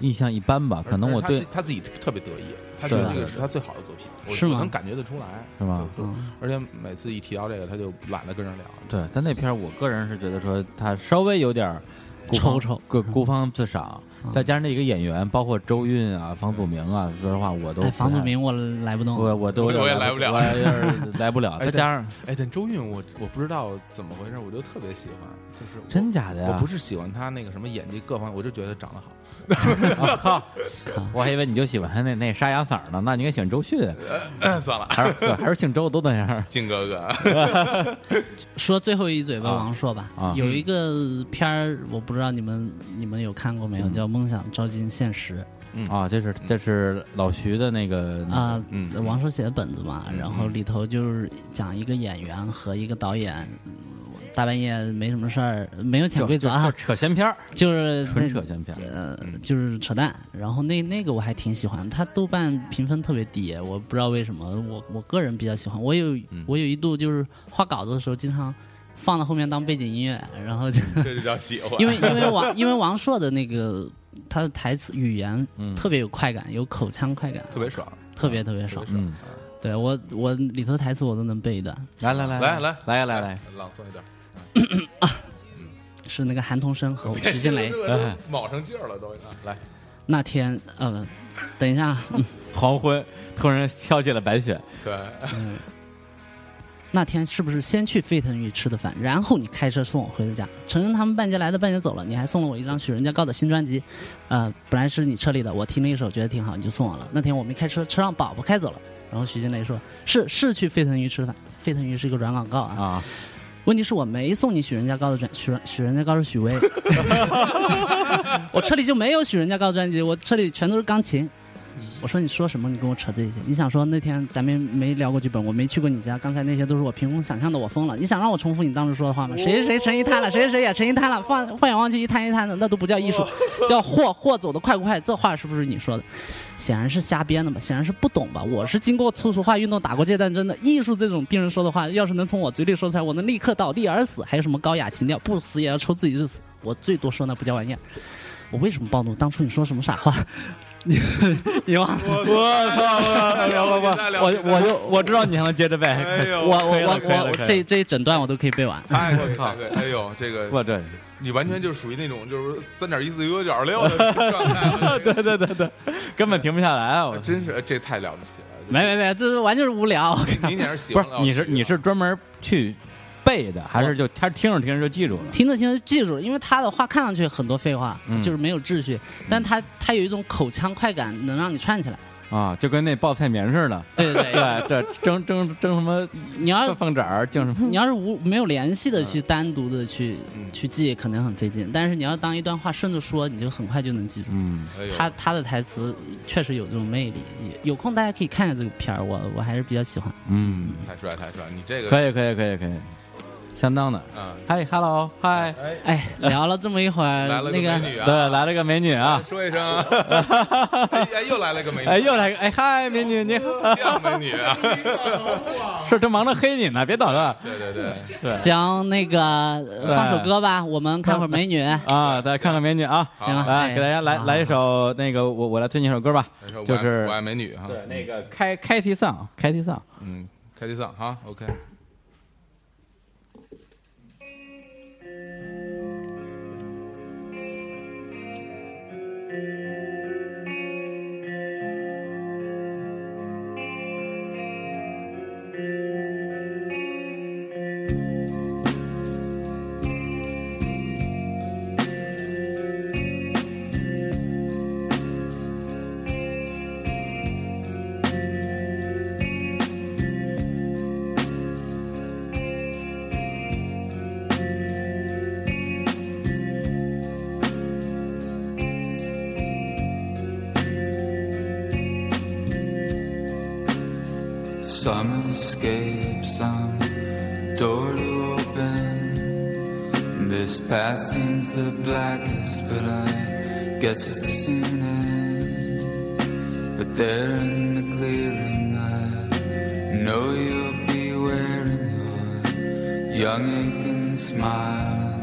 A: 印象一般吧，可能
C: 而
A: 我
C: 他
A: 对
C: 自他自己特别得意，他觉得
A: 对
C: 这个是他最好的作品，我
B: 是吗
C: 我能感觉得出来，
A: 是吗
C: 对？对
B: 嗯，
C: 而且每次一提到这个，他就懒得跟人聊。
A: 对，但那片儿我个人是觉得说他稍微有点儿孤芳
B: 抽抽
A: 孤孤芳自赏，
B: 嗯
A: 再加上那个演员，包括周韵啊、房祖名啊，说实话我都
B: 哎，
A: 不
B: 房祖
A: 太，
B: 名我来不动，
A: 我我都有
C: 我也
A: 点
C: 来不了
A: 我也有
C: [laughs]
A: 点来不了。
C: 哎
A: 再加上
C: 哎，但周韵我我不知道怎么回事，我就特别喜欢，就是我
A: 真假的
C: 我
A: 呀
C: 不？是喜欢他那个什么演技各方面，我就觉得长得好。
A: 我 [laughs] 靠！我还以为你就喜欢他那那沙哑嗓儿呢，那你应该喜欢周迅，
C: [laughs] 算了，
A: 还是对还是姓周都那样儿
C: 靖哥 [laughs] 哥，
B: 说最后一嘴巴
A: 啊
B: 王朔吧，
A: 啊
B: 有一个片儿，我不知道你们你们有看过没有，叫《梦想照进现实
A: 啊？这是这是老徐的那个》
B: 嗯啊，
C: 嗯嗯
B: 王朔写的本子嘛，然后里头就是讲一个演员和一个导演，嗯大半夜没什么事儿，没有潜
A: 就
B: 规则啊
A: 就，扯闲篇儿，
B: 就是
A: 纯
B: 那
A: 扯闲篇儿。
B: 呃，就是扯淡。然后那那个我还挺喜欢，它豆瓣评分特别低，我不知道为什么，我我个人比较喜欢。我有我有一度就是画稿子的时候，经常放到后面当背景音乐，然后就
C: 这就叫喜欢
B: 因为因为王因为王朔的那个他的台词语言特别有快感，有口腔快感，
C: 特别爽，
B: 特别特别爽。
C: 特
A: 嗯
C: 别爽。嗯
B: 对我我里头台词我都能背一段，
A: 来来来
C: 来
A: 来来
C: 来
A: 来来，，
C: 嗯朗诵一段。
B: 是那个韩童生和徐
A: 哎
C: [laughs]
B: 静蕾
C: 这个卯上劲儿了都，来，
B: 那天呃，等一下啊，嗯
A: 黄昏突然飘起了白雪，
C: 对，
B: 那天是不是先去沸腾鱼吃的饭，然后你开车送我回的家？承认他们半截来的半截走了，你还送了我一张许人家高的新专辑，呃，本来是你车里的，我听了一首觉得挺好，你就送我了。那天我没开车，车让宝宝开走了。然后徐静蕾说：“是是去沸腾鱼吃的饭，沸腾鱼是一个软广告啊。
A: 啊，
B: 问题是我没送你许人家高的专，许人许人家高是许巍， [laughs] 我车里就没有许人家高的专辑，我车里全都是钢琴。我说你说什么？你跟我扯这些？你想说那天咱们没聊过剧本，我没去过你家，刚才那些都是我凭空想象的，我疯了。你想让我重复你当时说的话吗？谁谁谁成一滩了，谁谁谁也成一滩了，放放眼望去一滩一滩的，那都不叫艺术，叫货货走的快不快？这话是不是你说的？显然是瞎编的吧，显然是不懂吧。我是经过粗俗化运动打过界，但真的艺术这种病人说的话，要是能从我嘴里说出来，我能立刻倒地而死。还有什么高雅情调，不死也要抽自己日死。我最多说那不叫玩意儿。我为什么暴怒？当初你说什么傻话？你 [laughs] 你忘了？
A: 我操！聊吧吧，
C: 聊
B: 我我就
A: 我知道你还能接着
C: 哎
A: 呗。 [laughs]
C: 呦，
B: 我我
A: 可以了可以了
B: 我我
A: 可以了
B: 这这一整段我都可以背完。
C: 太可以太可以，哎呦，这个
A: 我这，
C: 你完全就是属于那种就是三点一四九点六的状态了，这
A: [laughs] [laughs] 对对对对，根本停不下来啊！我
C: 个真是哎这太了不起了。
B: 没没没，这是完全是无聊。 [laughs]
A: [laughs]
C: 你你也是喜
A: 不
C: 欢
A: 是你是你是专门去背的，还是就他听着听着就记住了？
B: 听着听着就记住了，因为他的话看上去很多废话，
A: 嗯
B: 就是没有秩序，但他他有一种口腔快感，能让你串起来。
A: 啊，就跟那报菜名似的。
B: 对对对，
A: 对对，蒸蒸蒸什么？
B: 你要是
A: 放放儿，蒸什么？
B: 你要是无没有联系的去单独的去、
C: 嗯
B: 去记，可能很费劲。但是你要当一段话顺着说，你就很快就能记住。
A: 嗯，
C: 哎呦
B: 他他的台词确实有这种魅力，也有空大家可以看一下这个片儿，我我还是比较喜欢。
A: 嗯，
C: 太帅太帅，你这个
A: 可以可以可以可以，相当的。
C: 啊，
A: 嗨，hello，嗨，
B: 哎，聊了这么一会儿，
C: [laughs] 来
B: 那
C: 了美女
B: 个
C: 啊，
A: 对，来了个美女啊，
C: 说一声
A: [laughs]
C: 啊，哎哎，又来了个美
A: 哎，
C: 女，
A: 又来个，哎嗨，美女你好，
C: 像美女
A: [laughs]
C: 啊，
A: 是正忙着黑你呢，别啊捣乱
C: 对对对，
B: 行，那个呃
A: 对
B: 放首歌吧，我们看会儿美女。
A: 啊！再看看美女啊，
B: 行了，
A: 来
B: 哎
A: 给大家来来一。
B: 好
A: 首那个，我我来推荐一首歌吧
C: 没事，
A: 就
C: 我爱
A: 是
C: 我爱美女哈，
A: 对那个开开题丧，啊开题丧，
C: 嗯，开机上哈，OK，
E: Some escape, some door to open. This path seems the blackest, but I guess it's the soonest. But there in the clearing, I know you'll be wearing your young aching smile,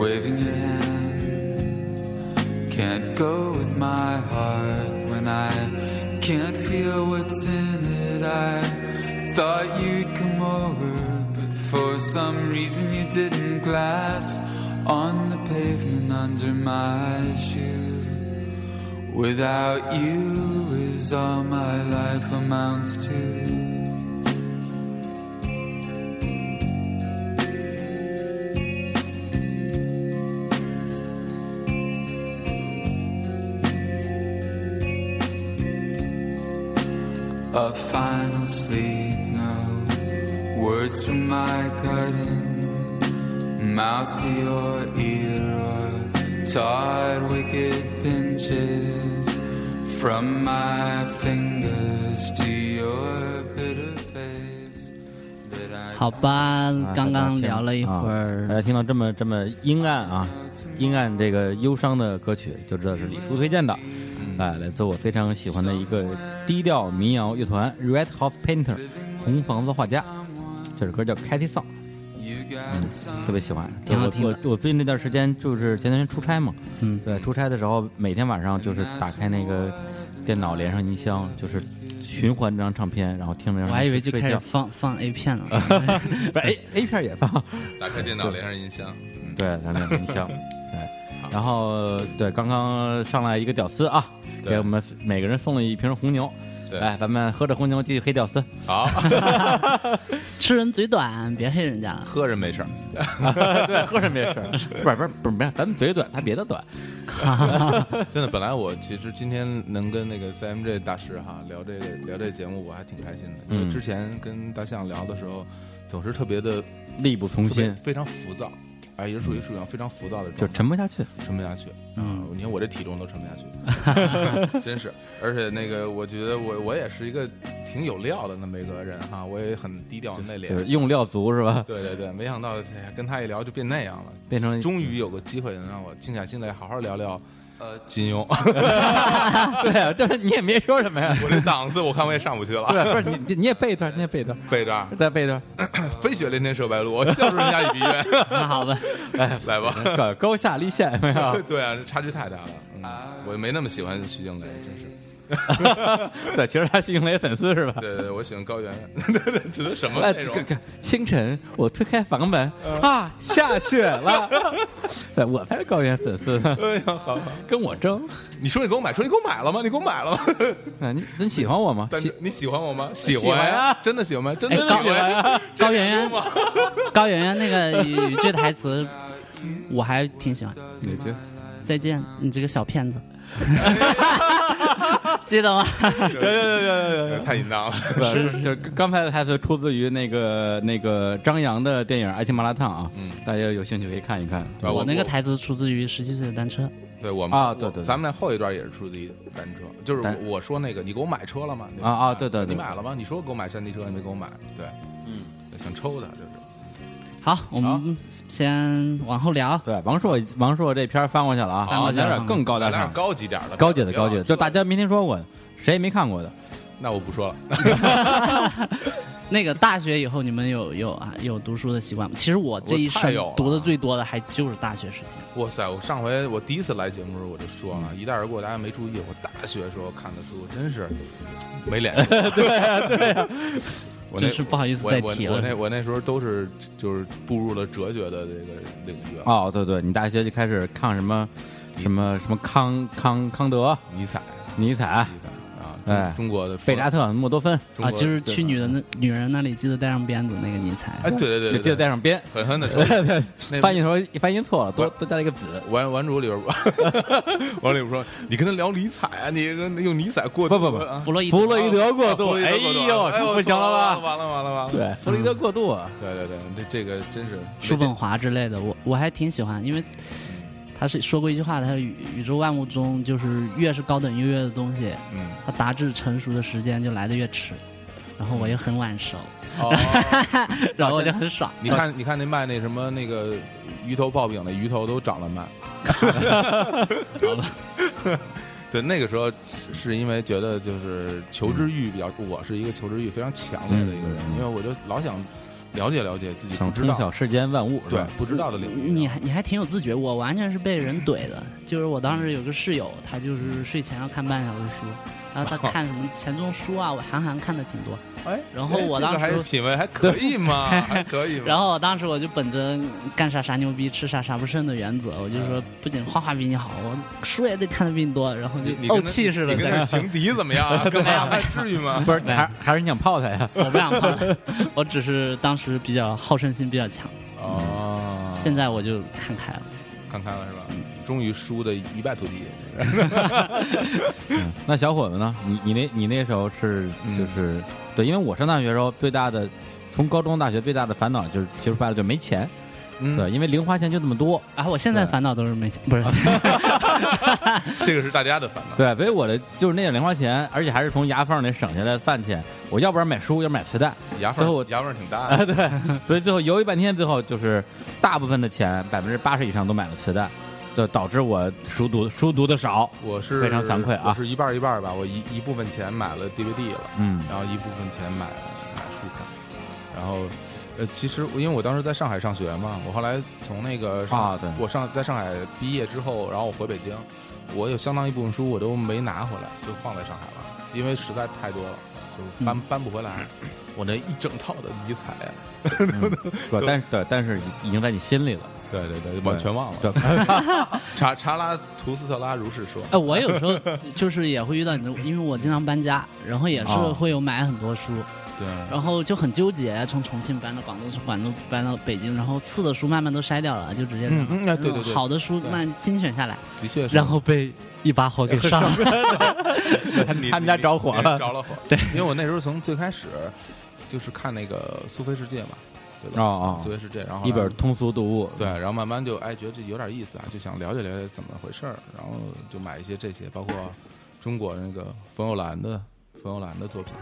E: waving your hand. Can't go with my heart when I can't feel what's in it. I thought you'd come over, but for some reason you didn't. Glass on the pavement under my shoe. Without you is all my life amounts to. a final sleep. No words from my garden, mouth to your ear, or tired wicked pinches from my fingers to your bitter face. That I
B: 好吧
A: 啊，
B: 刚刚
A: 大家听
B: 聊了一会
A: 啊
B: 儿
A: 大，家听到这么这么阴暗啊，阴暗这个忧伤的歌曲，就知道是李叔推荐的。
B: 嗯
A: 哎，来自我非常喜欢的一个低调民谣乐团 Red House Painter，红房子画家。这首歌叫《Catty Song》，嗯
E: you got some
A: 特别喜欢。
B: 挺好
A: 我
B: 听的
A: 我我最近这段时间就是前段时间出差嘛，
B: 嗯
A: 对，出差的时候每天晚上就是打开那个电脑，连上音箱，就是循环这张唱片，然后听着。
B: 我还以为就
A: 睡
B: 开始
A: 觉， [laughs]
B: 放放 A 片了。
A: 不是 A A 片也放。
C: 打开电脑连上音箱，
A: 对，咱们有音箱。对，然后对，刚刚上来一个屌丝啊，
C: 对
A: 给我们每个人送了一瓶红牛。
C: 对
A: 来，咱们喝着红牛继续黑屌丝。
C: 好， [laughs]
B: 吃人嘴短，别黑人家
C: [laughs]
B: 了。
C: 喝着没事儿，
A: 对，喝着没事
C: [laughs]
A: 儿，不是不是不是，没事咱们嘴短，他别的短。
C: 真的。本来我其实今天能跟那个 CMJ 大师哈聊这个聊这节目，我还挺开心的，因
A: 嗯
C: 为之前跟大象聊的时候，总是特别的
A: 力不从
C: 特别
A: 心，
C: 非常浮躁，啊，也是属于属于非常浮躁的
A: 就
C: 状态，
A: 沉不下去。
C: 沉不下去。
B: 嗯，
C: 你看我这体重都沉不下去，
A: [laughs]
C: 真是。而且那个，我觉得我我也是一个挺有料的那么一个人哈，我也很低调内敛。
A: 就是用料足是吧？
C: 对对对，没想到哎跟他一聊就变那样了。
A: 变成
C: 终于有个机会能让我静下心来好好聊聊，呃，金庸。
A: [laughs] 对，啊但是你也没说什么呀。
C: 我这档次我看我也上不 [laughs] 去了。
A: 对，不是你你你也背一段，你也背一段，
C: 背着
A: 再背一段。
C: 飞雪连天射白鹿，我笑出人家一鼻
A: [laughs]
C: 冤。
B: 那好吧，
C: 来吧，
A: 转哎高下立现，没有？
C: [laughs] 对啊，这差距太大了。嗯，我没那么喜欢徐静蕾，真是。
A: 对，其实他是英雷粉丝是吧？
C: 对对，对我喜欢高圆 [laughs] 圆。对对对，这都什么
A: 哎，
C: 内容
A: 这？个清晨，我推开房门啊，下雪了。 [laughs] 对，我才是高原粉丝
C: [laughs]
A: 呢，
C: 哎呀，好好。
A: 跟我争。
C: 你说你给我买车，你给我买了吗？你给我买了吗？ [laughs]
A: 啊，你你喜欢我吗？
C: 但
A: 喜
C: 你喜欢我吗？
A: 喜
C: 喜
A: 欢啊呀
C: 欢真的喜欢吗？真的
B: 哎高
C: 喜欢
A: 啊
C: 呀？
B: 高圆圆，高圆圆那个语句台词，我还挺喜欢。
C: 哪天？
B: 再见，你这个小骗子， [laughs] 记得吗？
C: 有有有有有，太淫荡了。
A: 不是，就是刚才的台词出自于那个那个张扬的电影《爱情麻辣烫》啊，大家有兴趣可以看一看。
C: 对
B: 我那个，台词出自于《十七岁的单车》，
C: 对我们
A: 啊对对对
C: 咱们那后一段也是出自于单车，就是
A: 单
C: 我我说那个，你给我买车了吗？那个
A: 啊啊对对对
C: 你买了吗？你说给我买山地车，你没给我买，对，
A: 嗯，
C: 想抽他就是。
B: 好，我们先往后聊。
A: 对，王朔王朔这片儿翻过去了啊，
B: 翻过去了
A: 有点更高大
C: 咱俩
A: 上，
C: 高级点儿的，
A: 高级的高级的，
C: 的，
A: 就大家没听说过，谁也没看过的。
C: 那我不说了。 [laughs]
B: 那个大学以后，你们有有啊有读书的习惯吗？其实我这一
C: 我太
B: 生
C: 有了
B: 读的最多的还就是大学时期。
C: 哇塞！我上回我第一次来节目的时候我就说
A: 嗯
C: 了，一带而过，大家没注意。我大学时候看的书真是没
A: [laughs]
C: 脸用。对呀、对呀、我那
B: 真是不好意思
C: 我
B: 再提了
C: 我我那我那时候都是就是步入了哲学的这个领域啊，
A: 哦，对对，你大学就开始看什么什么什么康康康德、
C: 尼采，
A: 尼采、
C: 尼采啊，
A: 啊哎
C: 中中国的佛
A: 贝扎特、默多芬，
C: 中
B: 啊，
C: 国
B: 就是去女人的女人那里，记得带上鞭子那个尼采。
C: 哎，对对对，
A: 就记得带上鞭。
C: 狠狠的
A: [laughs] 翻译的时候翻译错了，多多加了一个子。
C: 玩玩主 [laughs] 里边，玩里边说你跟他聊尼采啊，你跟用尼采过
A: 不不不
C: 啊
B: 弗洛伊德
A: 弗洛伊德过
C: 啊
A: 度，
C: 弗洛伊德
A: 哎
C: 过度
A: 呦
C: 哎，
A: 不行了吧？
C: 完了完了完了！
A: 对，弗洛伊德过度啊，
C: 对对对，这这个真是
B: 叔本华之类的，我我还挺喜欢，因为他是说过一句话，他说宇宇宙万物中就是越是高等优越的东西，
C: 嗯，
B: 它达至成熟的时间就来的越迟。然后我又很晚熟，
C: 哦，
B: 然后我就很爽。
C: 你看你看那卖那什么那个鱼头刨饼的鱼头都涨了
B: [laughs]
C: 卖，
B: 好吧，
C: 对，那个时候是是因为觉得就是求知欲比较，我是一个求知欲非常强烈的一个人，因为我就老想了解了解自己不
A: 想
C: 知
A: 通晓
C: 道，
A: 世间万物，是
C: 对
A: 吧？
C: 不知道的领域。
B: 你还你还挺有自觉，我完全是被人怼的。就是我当时有个室友，他就是睡前要看半小时书，然
C: [laughs]
B: 后他看什么钱钟书啊，我韩寒看的挺多。
C: 哎，
B: 然后我
C: 这
B: 当
C: 个
B: 时
C: 还品味还可
B: [laughs]
C: 以嘛，还可以嘛。
B: 然后我当时我就本着干啥啥牛逼，吃啥啥不剩的原则，我就说不仅画画比你好，我书也得看的比你多，然后就
C: 你你跟
B: 怄
C: 他
B: 气似的
C: 你
B: 在
C: 跟那
B: 那
C: 儿情敌怎么
B: [laughs]
C: 样啊？干嘛还至于吗？
A: 不是，还还是你想泡他呀？
C: [laughs]
B: 我不想碰，我只是当时比较好胜心比较强，
C: 哦，
B: 现在我就看开了。
C: 看开了是吧？
A: 嗯
C: 终于输的一败涂地。
A: 那小伙子呢？你你那你那时候是
C: 嗯
A: 就是、对，因为我上大学的时候最大的，从高中大学最大的烦恼就是，其实说白了就没钱，
C: 嗯
A: 对，因为零花钱就这么多，
B: 然后我现在
A: 对
B: 烦恼都是没钱，不是
C: [laughs] 这个是大家的烦恼。
A: 对，所以我的就是那点零花钱，而且还是从牙缝里省下来的饭钱，我要不然买书，要不然买磁带，
C: 牙
A: 最
C: 缝
A: 后
C: 儿牙缝儿挺大
A: 啊
C: 的，
A: 所以最后犹豫半天，最后就是大部分的钱百分之八十以上都买了磁带，就导致我书读书读的少，
C: 我是
A: 非常惭愧啊
C: 我是一半儿一半儿吧，我一一部分钱买了 DVD 了，
A: 嗯
C: 然后一部分钱买买书看，然后。呃，其实我因为我当时在上海上学嘛，我后来从那个上
A: 啊对
C: 我上在上海毕业之后，然后我回北京，我有相当一部分书我都没拿回来，就放在上海了，因为实在太多了，就
A: 嗯
C: 搬、搬不回来。我那一整套的尼采，
A: 对，但是对，但是已经在你心里了，
C: 对对对，完全忘了。
A: 对，
C: 查查拉图斯特拉如是说，
B: 哎，
A: 哦
B: 我有时候就是也会遇到你这种，因为我经常搬家，然后也是
A: 哦
B: 会有买很多书，
C: 对，
B: 然后就很纠结，从重庆搬到广东，从广东搬到北京，然后次的书慢慢都筛掉了，就直接扔了
C: 嗯嗯哎对对对
B: 好的书
C: 对
B: 慢慢精选下来，
C: 的确是。
B: 然后被一把火给上了。
A: 他们他们家着火
C: 你
A: 了，
C: 着了火。对，因为我那时候从最开始就是看那个《苏菲世界》嘛，对
A: [laughs]
C: 吧？
A: 哦哦
C: 苏菲世界》，然后
A: 一本通俗读物，
C: 对，然后慢慢就哎觉得这有点意思啊，就想了解了解怎么回事儿，然后就买一些这些，包括中国那个冯友兰的冯友兰的作品，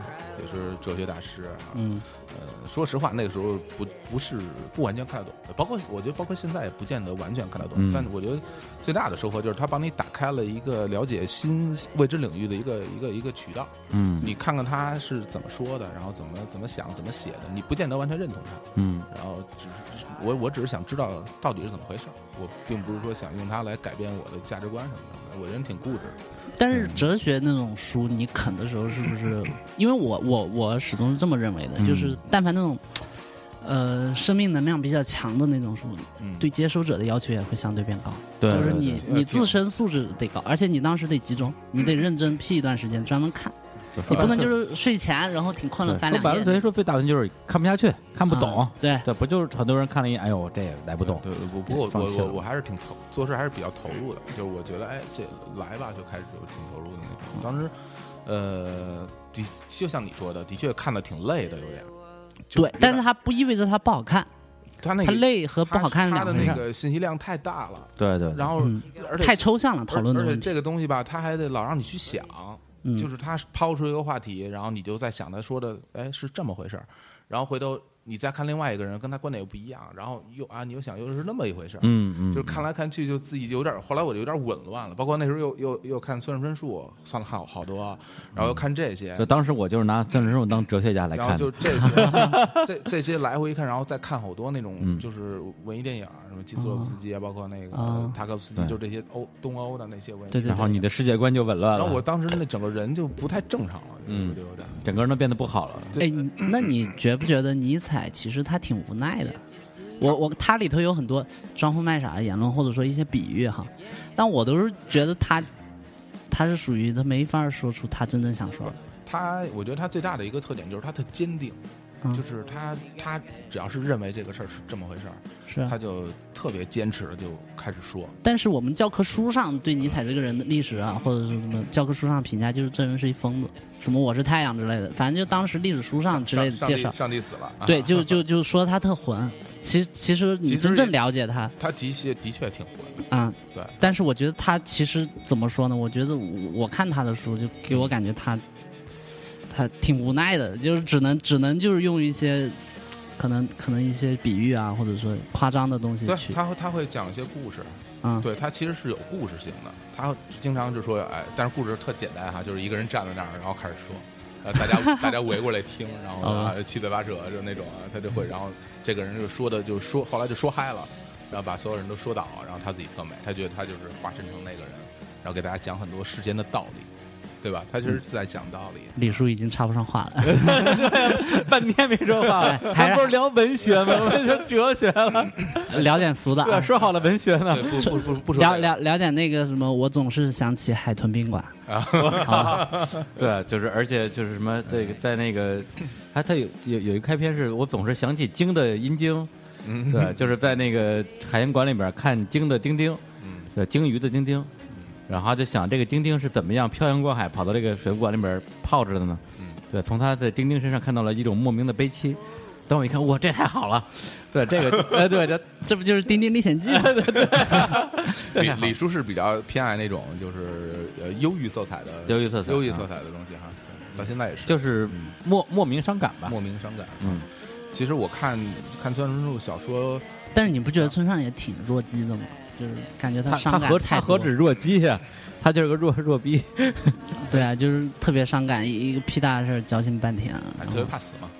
C: 也是哲学大师、啊。
B: 嗯，
C: 呃，说实话，那个时候不不是不完全看得懂，包括我觉得包括现在也不见得完全看得懂，
A: 嗯
C: 但是我觉得最大的收获就是他帮你打开了一个了解新未知领域的一个一个一个渠道。
A: 嗯
C: 你看看他是怎么说的，然后怎么怎么想、怎么写的，你不见得完全认同他。
A: 嗯
C: 然后只是我我只是想知道到底是怎么回事儿，我并不是说想用它来改变我的价值观什么的。我人挺固执的，
B: 但是哲学那种书，你啃的时候是不是？因为我我我始终是这么认为的，
A: 嗯
B: 就是但凡那种，呃，生命能量比较强的那种书，
C: 嗯，
B: 对接收者的要求也会相对变高。
A: 对
B: 就是
A: 对
B: 你
C: 对
B: 你自身素质得高，而且你当时得集中，你得认真批一段时间，专门看，
A: 对，
B: 你
A: 说白
B: 不
A: 了
B: 能就是睡前然后挺困了
A: 对
B: 翻
A: 说白了，
B: 两
A: 等于
B: 页。
A: 说最大问题就是看不下去，看不懂
B: 啊。对，
A: 对，不就是很多人看了一眼，哎呦，这也来不懂。
C: 对，对我不过
A: 放
C: 我
A: 弃
C: 我
A: 了
C: 我还是挺投，做事还是比较投入的。就是我觉得，哎，这来吧，就开始就挺投入的那种。当时，呃，的就像你说的，的确看的挺累的，有点。
B: 对
C: 就有，点
B: 但是它不意味着它不好看，
C: 他那
B: 它
C: 个
B: 累和不好看是
C: 他
B: 两
C: 的
B: 回
C: 那
B: 事。
C: 个信息量太大了，
A: 对对，对
C: 然后
B: 嗯
C: 而且
B: 太抽象了，讨论的
C: 而且
B: 问题。
C: 这个东西吧，他还得老让你去想，
B: 嗯，
C: 就是他抛出一个话题，然后你就在想他说的，哎，是这么回事儿，然后回头你再看另外一个人，跟他观点又不一样，然后又啊，你又想又是那么一回事儿。
A: 嗯嗯，
C: 就是看来看去，就自己有点儿，后来我就有点儿紊乱了。包括那时候又又又看村上春树，算了看好多，然后又看这些
A: 就，当时我就是拿孙志胜当哲学家嗯来
C: 然后
A: 看
C: 就
A: 的，[laughs]
C: 这些，这这些来回一看，然后再看好多那种
A: 嗯
C: 就是文艺电影儿，什么基斯洛夫斯基啊，包括那个
B: 啊
C: 塔可夫斯基，
A: 哦对
C: 就是这些欧东欧的那些文艺
B: 对对
A: 然后你的世界观就紊乱
C: 然后我
A: 了，
C: 当时那整个人就不太正常了，
A: 嗯
C: 就有点。
A: 整个人都变得不好了。
C: 对
B: 哎，你那
C: [clears throat]
B: 你觉不觉得尼采其实他挺无奈的？我我他里头有很多装疯卖傻的言论，或者说一些比喻哈，但我都是觉得他他是属于他没法儿说出他真正想说的。
C: 他，我觉得他最大的一个特点就是他特坚定，
B: 嗯
C: 就是他他只要是认为这个事儿是这么回事儿，
B: 是啊
C: 他，就特别坚持的就开始说。
B: 但是我们教科书上对尼采这个人的历史啊，或者是什么教科书上评价，就是这人是一疯子，什么我是太阳之类的，反正就当时历史书上之类的
C: 上
B: 介绍
C: 上帝，上帝死了，啊
B: 对，就就就说他特混。其实其实
C: 其
B: 你
C: 实
B: 真正
C: 也
B: 了解他，
C: 他的确的确挺混的，
B: 嗯，
C: 对。
B: 但是我觉得他其实怎么说呢？我觉得我我看他的书，就给我感觉他他挺无奈的，就是只能只能就是用一些可能可能一些比喻啊，或者说夸张的东西
C: 对，
B: 去
C: 他会他会讲一些故事，
B: 啊，
C: 对他其实是有故事性的。他经常就说，哎，但是故事特简单哈，就是一个人站在那儿，然后开始说，呃，大家大家围过来听，然后
B: 啊
C: 啊七嘴八舌就那种啊，他就会，然后这个人就说的就说，后来就说嗨了，然后把所有人都说倒，然后他自己特美，他觉得他就是化身成那个人，然后给大家讲很多世间的道理，对吧？他其实是在讲道理。
B: 李叔已经插不上话了。
C: [laughs]
B: [laughs]
A: [laughs] 半天没说话了
B: 对，哎还
A: 咱
B: 是
A: 不是聊文学
B: [laughs]
A: 吗？我们就哲学了，
B: 聊点俗的
A: 对，
B: 啊，
A: 说好了文学呢
C: 对，？不不不不说
B: 聊
C: 这个
B: 聊聊点那个什么，我总是想起海豚宾馆啊，
A: [laughs] 对，就是而且就是什么这个在那个，还他有有有一个开篇是我总是想起鲸的阴茎，
C: 嗯
A: 对，啊就是在那个海洋馆里边看鲸的丁丁，
C: 嗯
A: 对，鲸鱼的丁丁，然后就想这个丁丁是怎么样漂洋过海跑到这个水族馆里边泡着的呢？
B: 嗯
A: 对，从他在丁丁身上看到了一种莫名的悲戚。当我一看，哇，这太好了！对，这个，呃，对，这
B: 这不就是《丁丁历险记》
C: [laughs]
B: 吗？
C: 李李叔是比较偏爱那种就是呃忧郁色彩的
A: 忧郁色彩
C: 忧郁色彩的东西哈，对到现在也是，
A: 就是莫嗯莫名伤感吧
C: 莫。名伤感。
A: 嗯，
C: 其实我看看村上春树小说，
B: 但是你不觉得村上也挺弱鸡的吗？就是感觉
A: 他
B: 伤
A: 他
B: 感
A: 何
B: 太
A: 他
B: 多
A: 何
B: 了
A: 止弱鸡呀、他就是个弱弱逼。
B: 对啊，就是特别伤感，一一个屁大的事儿矫情半天啊。
C: 哎
B: 然
C: 特
B: 后
C: 别怕死
A: [laughs]
C: 嘛。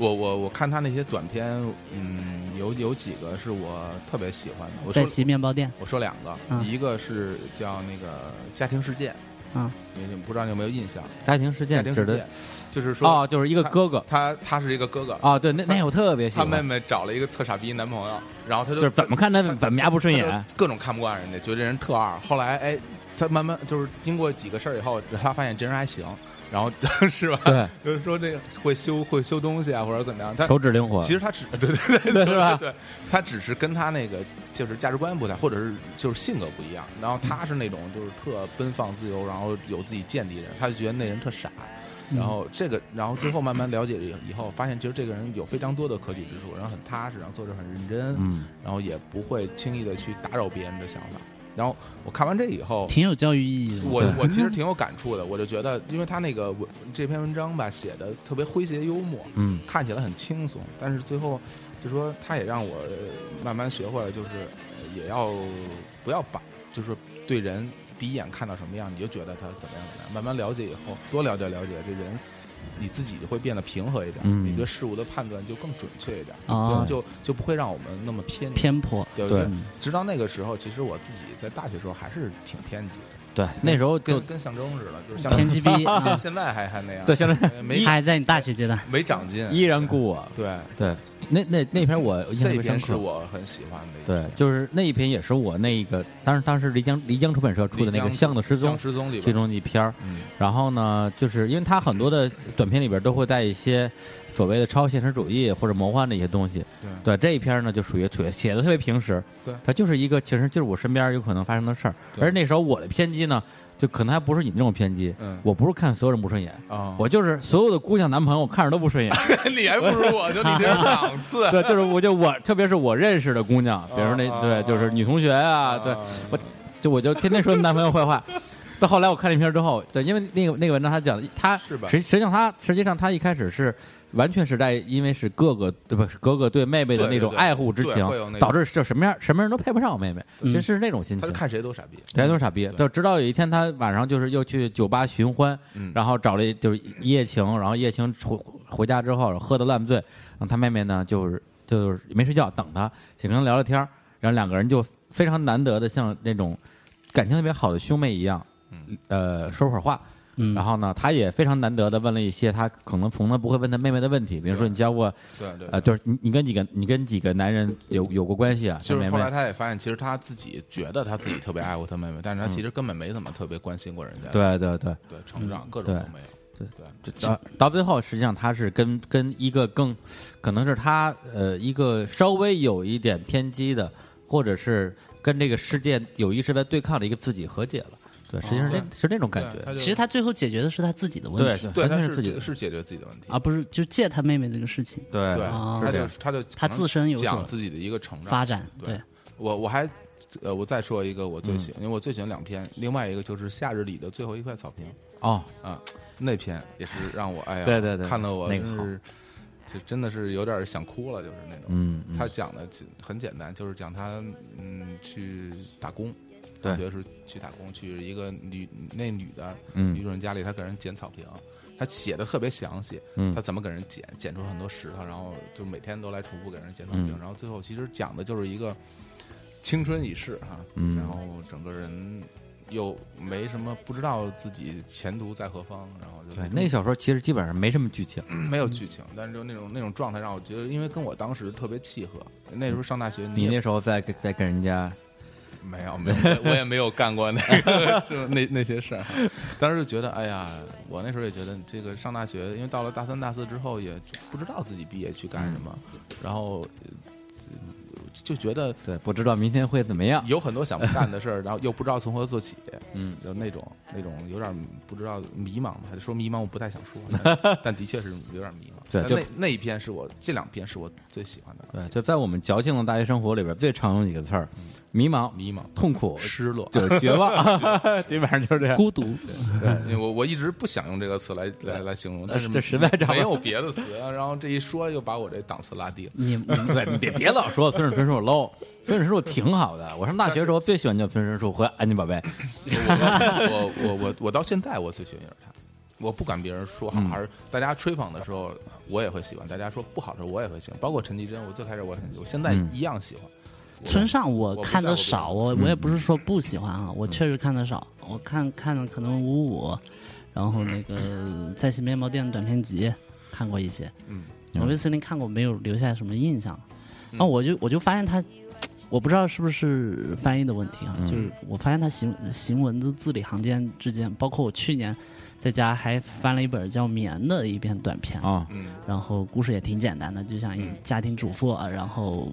C: 我我我看他那些短片，嗯，有有几个是我特别喜欢的。我说
B: 在洗面包店，
C: 我说两个，
B: 嗯
C: 一个是叫那个《家庭世界》，
B: 嗯，
C: 你你们不知道你有没有印象？
A: 家庭事
C: 家
A: 件
C: 庭
A: 指
C: 事
A: 的
C: 件，就是说
A: 哦，就是一个哥哥
C: 他他是一个哥哥，
A: 哦，对，那那我特别喜
C: 他妹
A: 欢，
C: 妹找了一个特傻逼男朋友，然后他就
A: 就是怎么看他怎么牙不顺眼，，
C: 各种看不惯人家，觉得这人特二。后来哎，他慢慢就是经过几个事儿以后，他发现这人还行，然后 [laughs] 是吧？
A: 对，
C: 就是说这个会修会修东西啊，或者怎么样。他
A: 手指灵活，
C: 其实他只 [laughs] 对对对
A: 对是吧
C: 对，他只是跟他那个就是价值观不太，或者是就是性格不一样。然后他是那种就是特奔放自由，然后有自己见地的人，他就觉得那人特傻。然后
A: 嗯
C: 这个，然后最后慢慢了解以以后，发现其实这个人有非常多的可取之处，然后很踏实，然后做事很认真，
A: 嗯，
C: 然后也不会轻易的去打扰别人的想法。然后我看完这以后，
B: 挺有教育意义的。
C: 我
A: 对
C: 我其实挺有感触的，我就觉得，因为他那个文这篇文章吧，写的特别诙谐幽默，
A: 嗯，
C: 看起来很轻松，但是最后就说他也让我呃慢慢学会了，就是呃也要不要把，就是对人第一眼看到什么样你就觉得他怎么样怎么样，慢慢了解以后，多了解了解这人。你自己会变得平和一点，
A: 嗯
C: 你对事物的判断就更准确一点，
B: 哦
C: 就就不会让我们那么偏离。
B: 偏颇，
C: 对不
A: 对
C: 对，直到那个时候，其实我自己在大学时候还是挺偏激的，
A: 对，那时候就
C: 跟跟象征似的，就是象
B: 偏激
C: [laughs]
B: 逼
C: 现
B: 啊，
C: 现在还还那样，
A: 对象征
C: 呃没
B: 还在你大学阶段。
C: 没长进，
A: 依然故我，
C: 对。
A: 对，那那那篇我印象
C: 这
A: 特别
C: 篇
A: 深
C: 是
A: 刻，
C: 我很喜欢的一篇，
A: 对，就是那一篇也是我那个当时当时漓江漓江出版社出的那个《
C: 湘
A: 巷子失踪
C: 失踪》里
A: 其
C: 边，
A: 中的一篇儿， [laughs]
C: 嗯，
A: 然后呢，就是因为他很多的短片里边都会带一些所谓的超现实主义或者魔幻的一些东西。对这一篇呢，就属于属于写的特别平实，
C: 对
A: 它就是一个其实就是我身边有可能发生的事儿。
C: 对
A: 而那时候我的偏激呢，就可能还不是你那种偏激，
C: 嗯
A: 我不是看所有人不顺眼，
C: 啊，
A: 我就是所有的姑娘男朋友看着都不顺眼。
C: 你还不如我，就你这档次，
A: 对，就是我就我，特别是我认识的姑娘，比如说那
C: 啊
A: 对，就是女同学啊，对
C: 啊
A: 我就我就天天说男朋友坏话。到后来我看那篇之后，对，因为那个那个文章他讲他
C: 是吧
A: 实实际上他实际上他一开始是完全是在因为是哥哥对不是哥哥对妹妹的
C: 对
A: 那种
C: 对对
A: 爱护之
C: 对
A: 情
C: 会有那，种嗯
A: 导致就什么样什么人都配不上我妹妹，其实是那种心
C: 他
A: 情
C: 就。看谁都傻逼，
A: 人都是傻逼，就直到有一天他晚上就是又去酒吧寻欢，
C: 嗯
A: 然后找了一就是一夜情，然后一夜情回回家之后喝的烂醉，然后他妹妹呢就是就是没睡觉等他，想跟他聊聊天儿然后两个人就非常难得的像那种感情特别好的兄妹一样，
C: 嗯
A: 呃，说会儿话。
B: 嗯
A: 然后呢，他也非常难得的问了一些他可能从来不会问他妹妹的问题，比如说
C: 对
A: 你交过，
C: 对对
A: 呃，
C: 对
A: 就是你你跟几个你跟几个男人有有过关系啊？他
C: 就是
A: 妹
C: 后
A: 妹
C: 来他也发现，其实他自己觉得他自己特别爱护他妹妹，但是他其实根本没怎么特别关心过人
A: 嗯
C: 家，
A: 对对对，
C: 对，成长各种
A: 对
C: 都没有，
A: 对
C: 对
A: 这到到最后，实际上他是跟跟一个更，可能是他呃一个稍微有一点偏激的，或者是跟这个世界有意识在对抗的一个自己和解了。对，实际上是那、是那种感
C: 哦对
A: 觉
C: 他。就
B: 其实他最后解决的是他自己的问
A: 对，
B: 题，
C: 对
A: 完
C: 他
A: 全是自己的
C: 是解决自己的问题
B: 而不是就借他妹妹这个事情
A: 对
C: 对，
B: 啊
A: 是
C: 他
A: 这
C: 就
A: 样
C: 是他就
B: 他自身有所
C: 讲自己的一个成长
B: 发展。
C: 对
B: 对，
C: 我我还呃，我再说一个我最
A: 嗯
C: 喜，因为我最喜欢两篇，另外一个就是《夏日里的最后一块草坪
A: 哦，》
C: 啊，那篇也是让我哎
A: [laughs]
C: 呀，
A: 对对对
C: 看得我
A: 那个
C: 真
A: 好
C: 是就真的是有点想哭了，就是那种。
A: 嗯，嗯
C: 他讲的其很简单，就是讲他嗯去打工，
A: 对
C: 大学是去打工，去一个女那女的
A: 嗯
C: 女主人家里，他给人捡草坪，他写的特别详细，
A: 嗯
C: 他怎么给人捡，捡出很多石头，然后就每天都来重复给人捡草坪，
A: 嗯
C: 然后最后其实讲的就是一个青春已逝哈，
A: 嗯
C: 然后整个人又没什么，不知道自己前途在何方，然后就
A: 对，那个小说其实基本上没什么剧情。
C: 没有剧情，但是就那种那种状态让我觉得，因为跟我当时特别契合。那时候上大学，
A: 你
C: 也
A: 那时候在跟在跟人家，
C: 没有，没 [laughs] 有，我也没有干过那 [laughs] 个是那那些事儿。当时就觉得，哎呀，我那时候也觉得，这个上大学，因为到了大三、大四之后，也不知道自己毕业去干什么，然后呃就觉得
A: 对，不知道明天会怎么样。
C: 有很多想不干的事儿，然后又不知道从何做起，
A: 嗯，
C: 就那种那种有点不知道迷茫吧。说迷茫，我不太想说， [laughs] 但但的确是有点迷茫。
A: 对
C: 但
A: 就
C: 那那一篇是我这两篇是我最喜欢的，
A: 对，就在我们矫情的大学生活里边，最常用几个词儿：迷茫、
C: 迷茫、
A: 痛苦、
C: 失落。
A: 就是绝
C: [laughs]
A: 望， [laughs] 基本上就是这样。
B: 孤独
C: 因为我我一直不想用这个词来来来形容，但是
A: 嗯这实在找不
C: 没有别的词，啊然后这一说又把我这档次拉低了。
B: 你你们
A: 对，你别别老说村上春树 low，村上春树挺好的。我上大学的时候最喜欢叫村上春树和安妮宝贝。
C: 我我我我我到现在我最喜欢就是他，我不管别人说
A: 嗯
C: 好还是大家吹捧的时候，
A: 嗯
C: 我也会喜欢；大家说不好的时候，我也会喜欢。包括陈绮贞，我最开始我很我现在一样喜欢。
B: 村上我
C: 不
B: 看
C: 在
B: 的
C: 乎
B: 少，
C: 这
B: 我我也不是说不喜欢啊，我确实看的少，我看看了可能五五，然后那个在线面包店的短片集看过一些，
C: 嗯，
B: 我对森林看过没有留下什么印象，然后我就我就发现他，我不知道是不是翻译的问题啊，就是我发现他行行文字字里行间之间，包括我去年在家还翻了一本叫《棉》的一篇短片，
A: 啊，
C: 嗯
B: 然后故事也挺简单的，就像一家庭主妇，啊，然后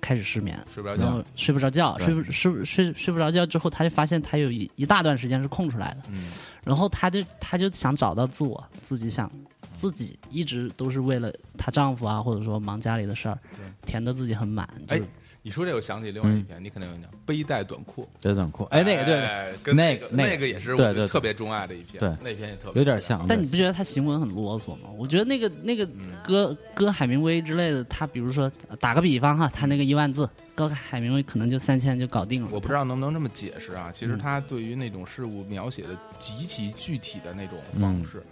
B: 开始失眠，
C: 睡不着
B: 然
C: 觉
B: 后，睡不着觉，睡不睡睡睡不着觉之后，他就发现他有一一大段时间是空出来的，
C: 嗯
B: 然后他就他就想找到自我，自己想自己一直都是为了她丈夫啊，或者说忙家里的事儿，填的自己很满，就
C: 哎
B: 是、，
C: 你说这我想起另外一篇，你肯定有印象，背带短裤。
A: 有点酷，嗯哎，那个对，
C: 哎跟
A: 那
C: 个
A: 那个
C: 那个也是
A: 对
C: 我
A: 对
C: 特别钟爱的一篇，
A: 对
C: 那篇也特别
A: 有点像，
B: 但你不觉得他行文很啰嗦吗？我觉得那个那个
C: 嗯
B: 歌歌海明威之类的，他比如说打个比方哈，他那个一万字，歌海明威可能就三千就搞定了。
C: 我不知道能不能这么解释啊。其实他对于那种事物描写的极其具体的那种方式，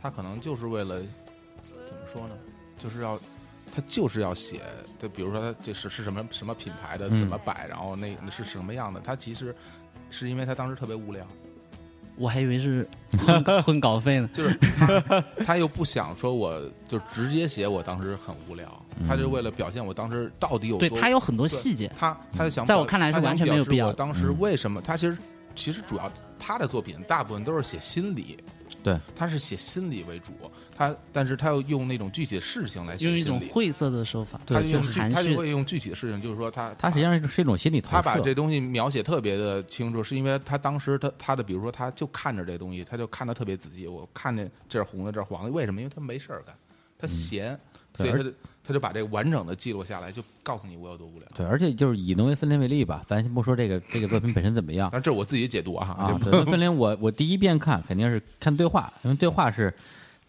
C: 他可能就是为了怎么说呢？就是要他就是要写，就比如说他这是是什么什么品牌的，
A: 嗯
C: 怎么摆，然后那是什么样的。他其实是因为他当时特别无聊，
B: 我还以为是混 [laughs] 混稿费呢。
C: 就是他他又不想说我就直接写我当时很无聊，他就为了表现我当时到底有
B: 对
C: 多
B: 他有很多细节，
C: 他他想
B: 在
C: 表
B: 我看来是
C: 他想
B: 完全没有
C: 表示
B: 必要的
C: 我当
A: 嗯
C: 时为什么他其实其实主要他的作品大部分都是写心理，
A: 对，
C: 他是写心理为主，他但是他又用那种具体的事情来写
B: 用一
C: 心
B: 种
C: 理，
B: 晦涩的手法，
C: 他就
B: 就
C: 用
B: 是
C: 具
B: 含
C: 他就
B: 蓄。
C: 会用具体的事情，就是说他
A: 它实际上是一种心理投
C: 他把
A: 射
C: 这，东西描写特别的清楚，是因为他当时他他的比如说他就看着这东西，他就看的特别仔细。我看见这儿红的，这儿黄的，为什么？因为他没事儿干，他闲，所
A: 嗯对
C: 以
A: 而
C: 他就他就把这个完整的记录下来，就告诉你我有多无聊。
A: 对，而且就是以农业森林为例吧，咱先不说这个这个作品本身怎么样
C: 但这是我自己解读啊，
A: 啊，对，农业森林我我第一遍看肯定是看对话，因为对话是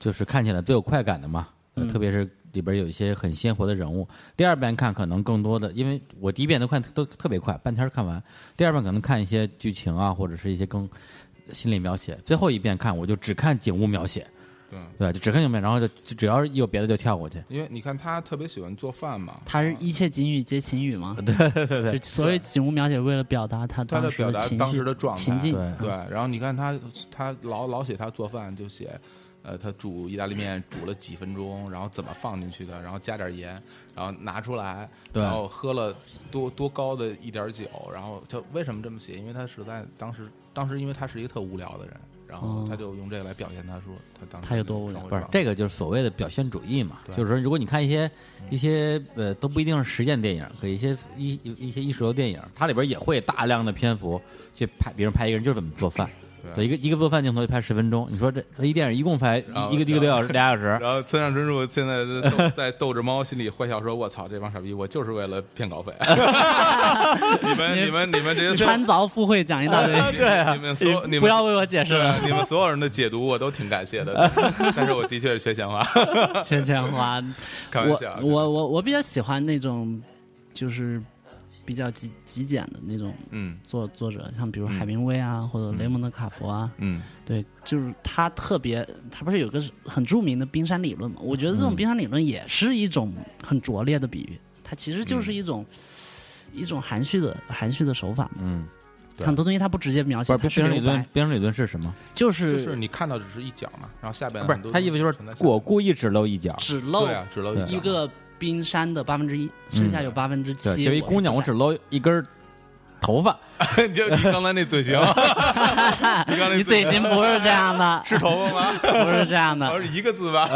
A: 就是看起来最有快感的嘛，呃特别是里边有一些很鲜活的人物。第二遍看可能更多的，因为我第一遍都看都特别快，半天儿看完，第二遍可能看一些剧情啊，或者是一些更心理描写。最后一遍看我就只看景物描写，
C: 对
A: 对，就只看景物描写，然后就就只要有别的就跳过去。
C: 因为你看他特别喜欢做饭嘛，
B: 他是一切景语皆情语
C: [laughs]
B: 嘛？对对对，就所谓景物描写，为了表达他
C: 他
B: 当
C: 的
B: 时
C: 表达
B: 情
C: 当
B: 绪
C: 时的状态，
B: 情境。嗯
A: 对
C: 对，然后你看他他老老写他做饭就写。呃，他煮意大利面煮了几分钟，然后怎么放进去的，然后加点盐，然后拿出来，
A: 对
C: 然后喝了多多高的一点酒，然后他为什么这么写？因为他实在当时当时因为他是一个特无聊的人，然后他就用这个来表现他说他当
B: 哦
C: 时
B: 他有多无聊
C: 生活
A: 不是
C: 状态
A: 这个，就是所谓的表现主义嘛。就是说，如果你看一些一些呃，都不一定是实践电影，给一些一一些艺术流电影，它里边也会大量的篇幅去拍，比如拍一个人就是怎么做饭，
C: 啊
A: 对，一个一个做饭镜头就拍十分钟。你说这这一电影一共拍
C: 然后
A: 一一个一个多小时，俩小时，
C: 然后村上春树现在在斗 [laughs] 在斗着猫，心里坏笑说：“我操，这帮傻逼，我就是为了骗稿费。 [laughs] 你们你们你们这些
B: 穿凿附会讲一大堆，
C: 对、啊你们所有 [laughs] 你们
B: 不要为我解释了，
C: 对啊你们所有人的解读我都挺感谢的， [laughs] 但是但是我的确是缺钱花，
B: 缺钱花。
C: 开玩
B: 我
C: 笑啊。真的
B: 我我我比较喜欢那种，就是比较极极简的那种
C: 嗯
B: 作作者，像比如海明威啊，或者雷蒙德卡佛啊，
C: 嗯
B: 对，就是他特别，他不是有个很著名的冰山理论嘛？我觉得这
C: 嗯
B: 种冰山理论也是一种很拙劣的比喻，它其实就是一种、
C: 嗯
B: 一种含蓄的含蓄的手法。
A: 嗯，
C: 对
B: 很多东西它不直接描
A: 不
B: 写，
A: 是
B: 它
A: 边
B: 是
A: 上理
B: 留
A: 论
B: 白，，
A: 边上理论是什么？
B: 就是
C: 就是你看到只是一角嘛，然后下边
A: 不是
C: 很多，
A: 他意思就是
C: 存在下面
A: 我故意只露一角，
B: 只露
C: 对啊，只露
A: 对
C: 角
B: 一个冰山的八分之一，剩下有八分之
A: 对，
B: 七。
A: 就一姑娘，我只露一根儿头发，
C: [laughs] 你就你刚才那嘴型
B: 你 [laughs] 你嘴型不 [laughs] 是这样的，
C: [laughs] 是头发吗？
B: 不是这样的
C: 好。像是一个字 [laughs] 吧？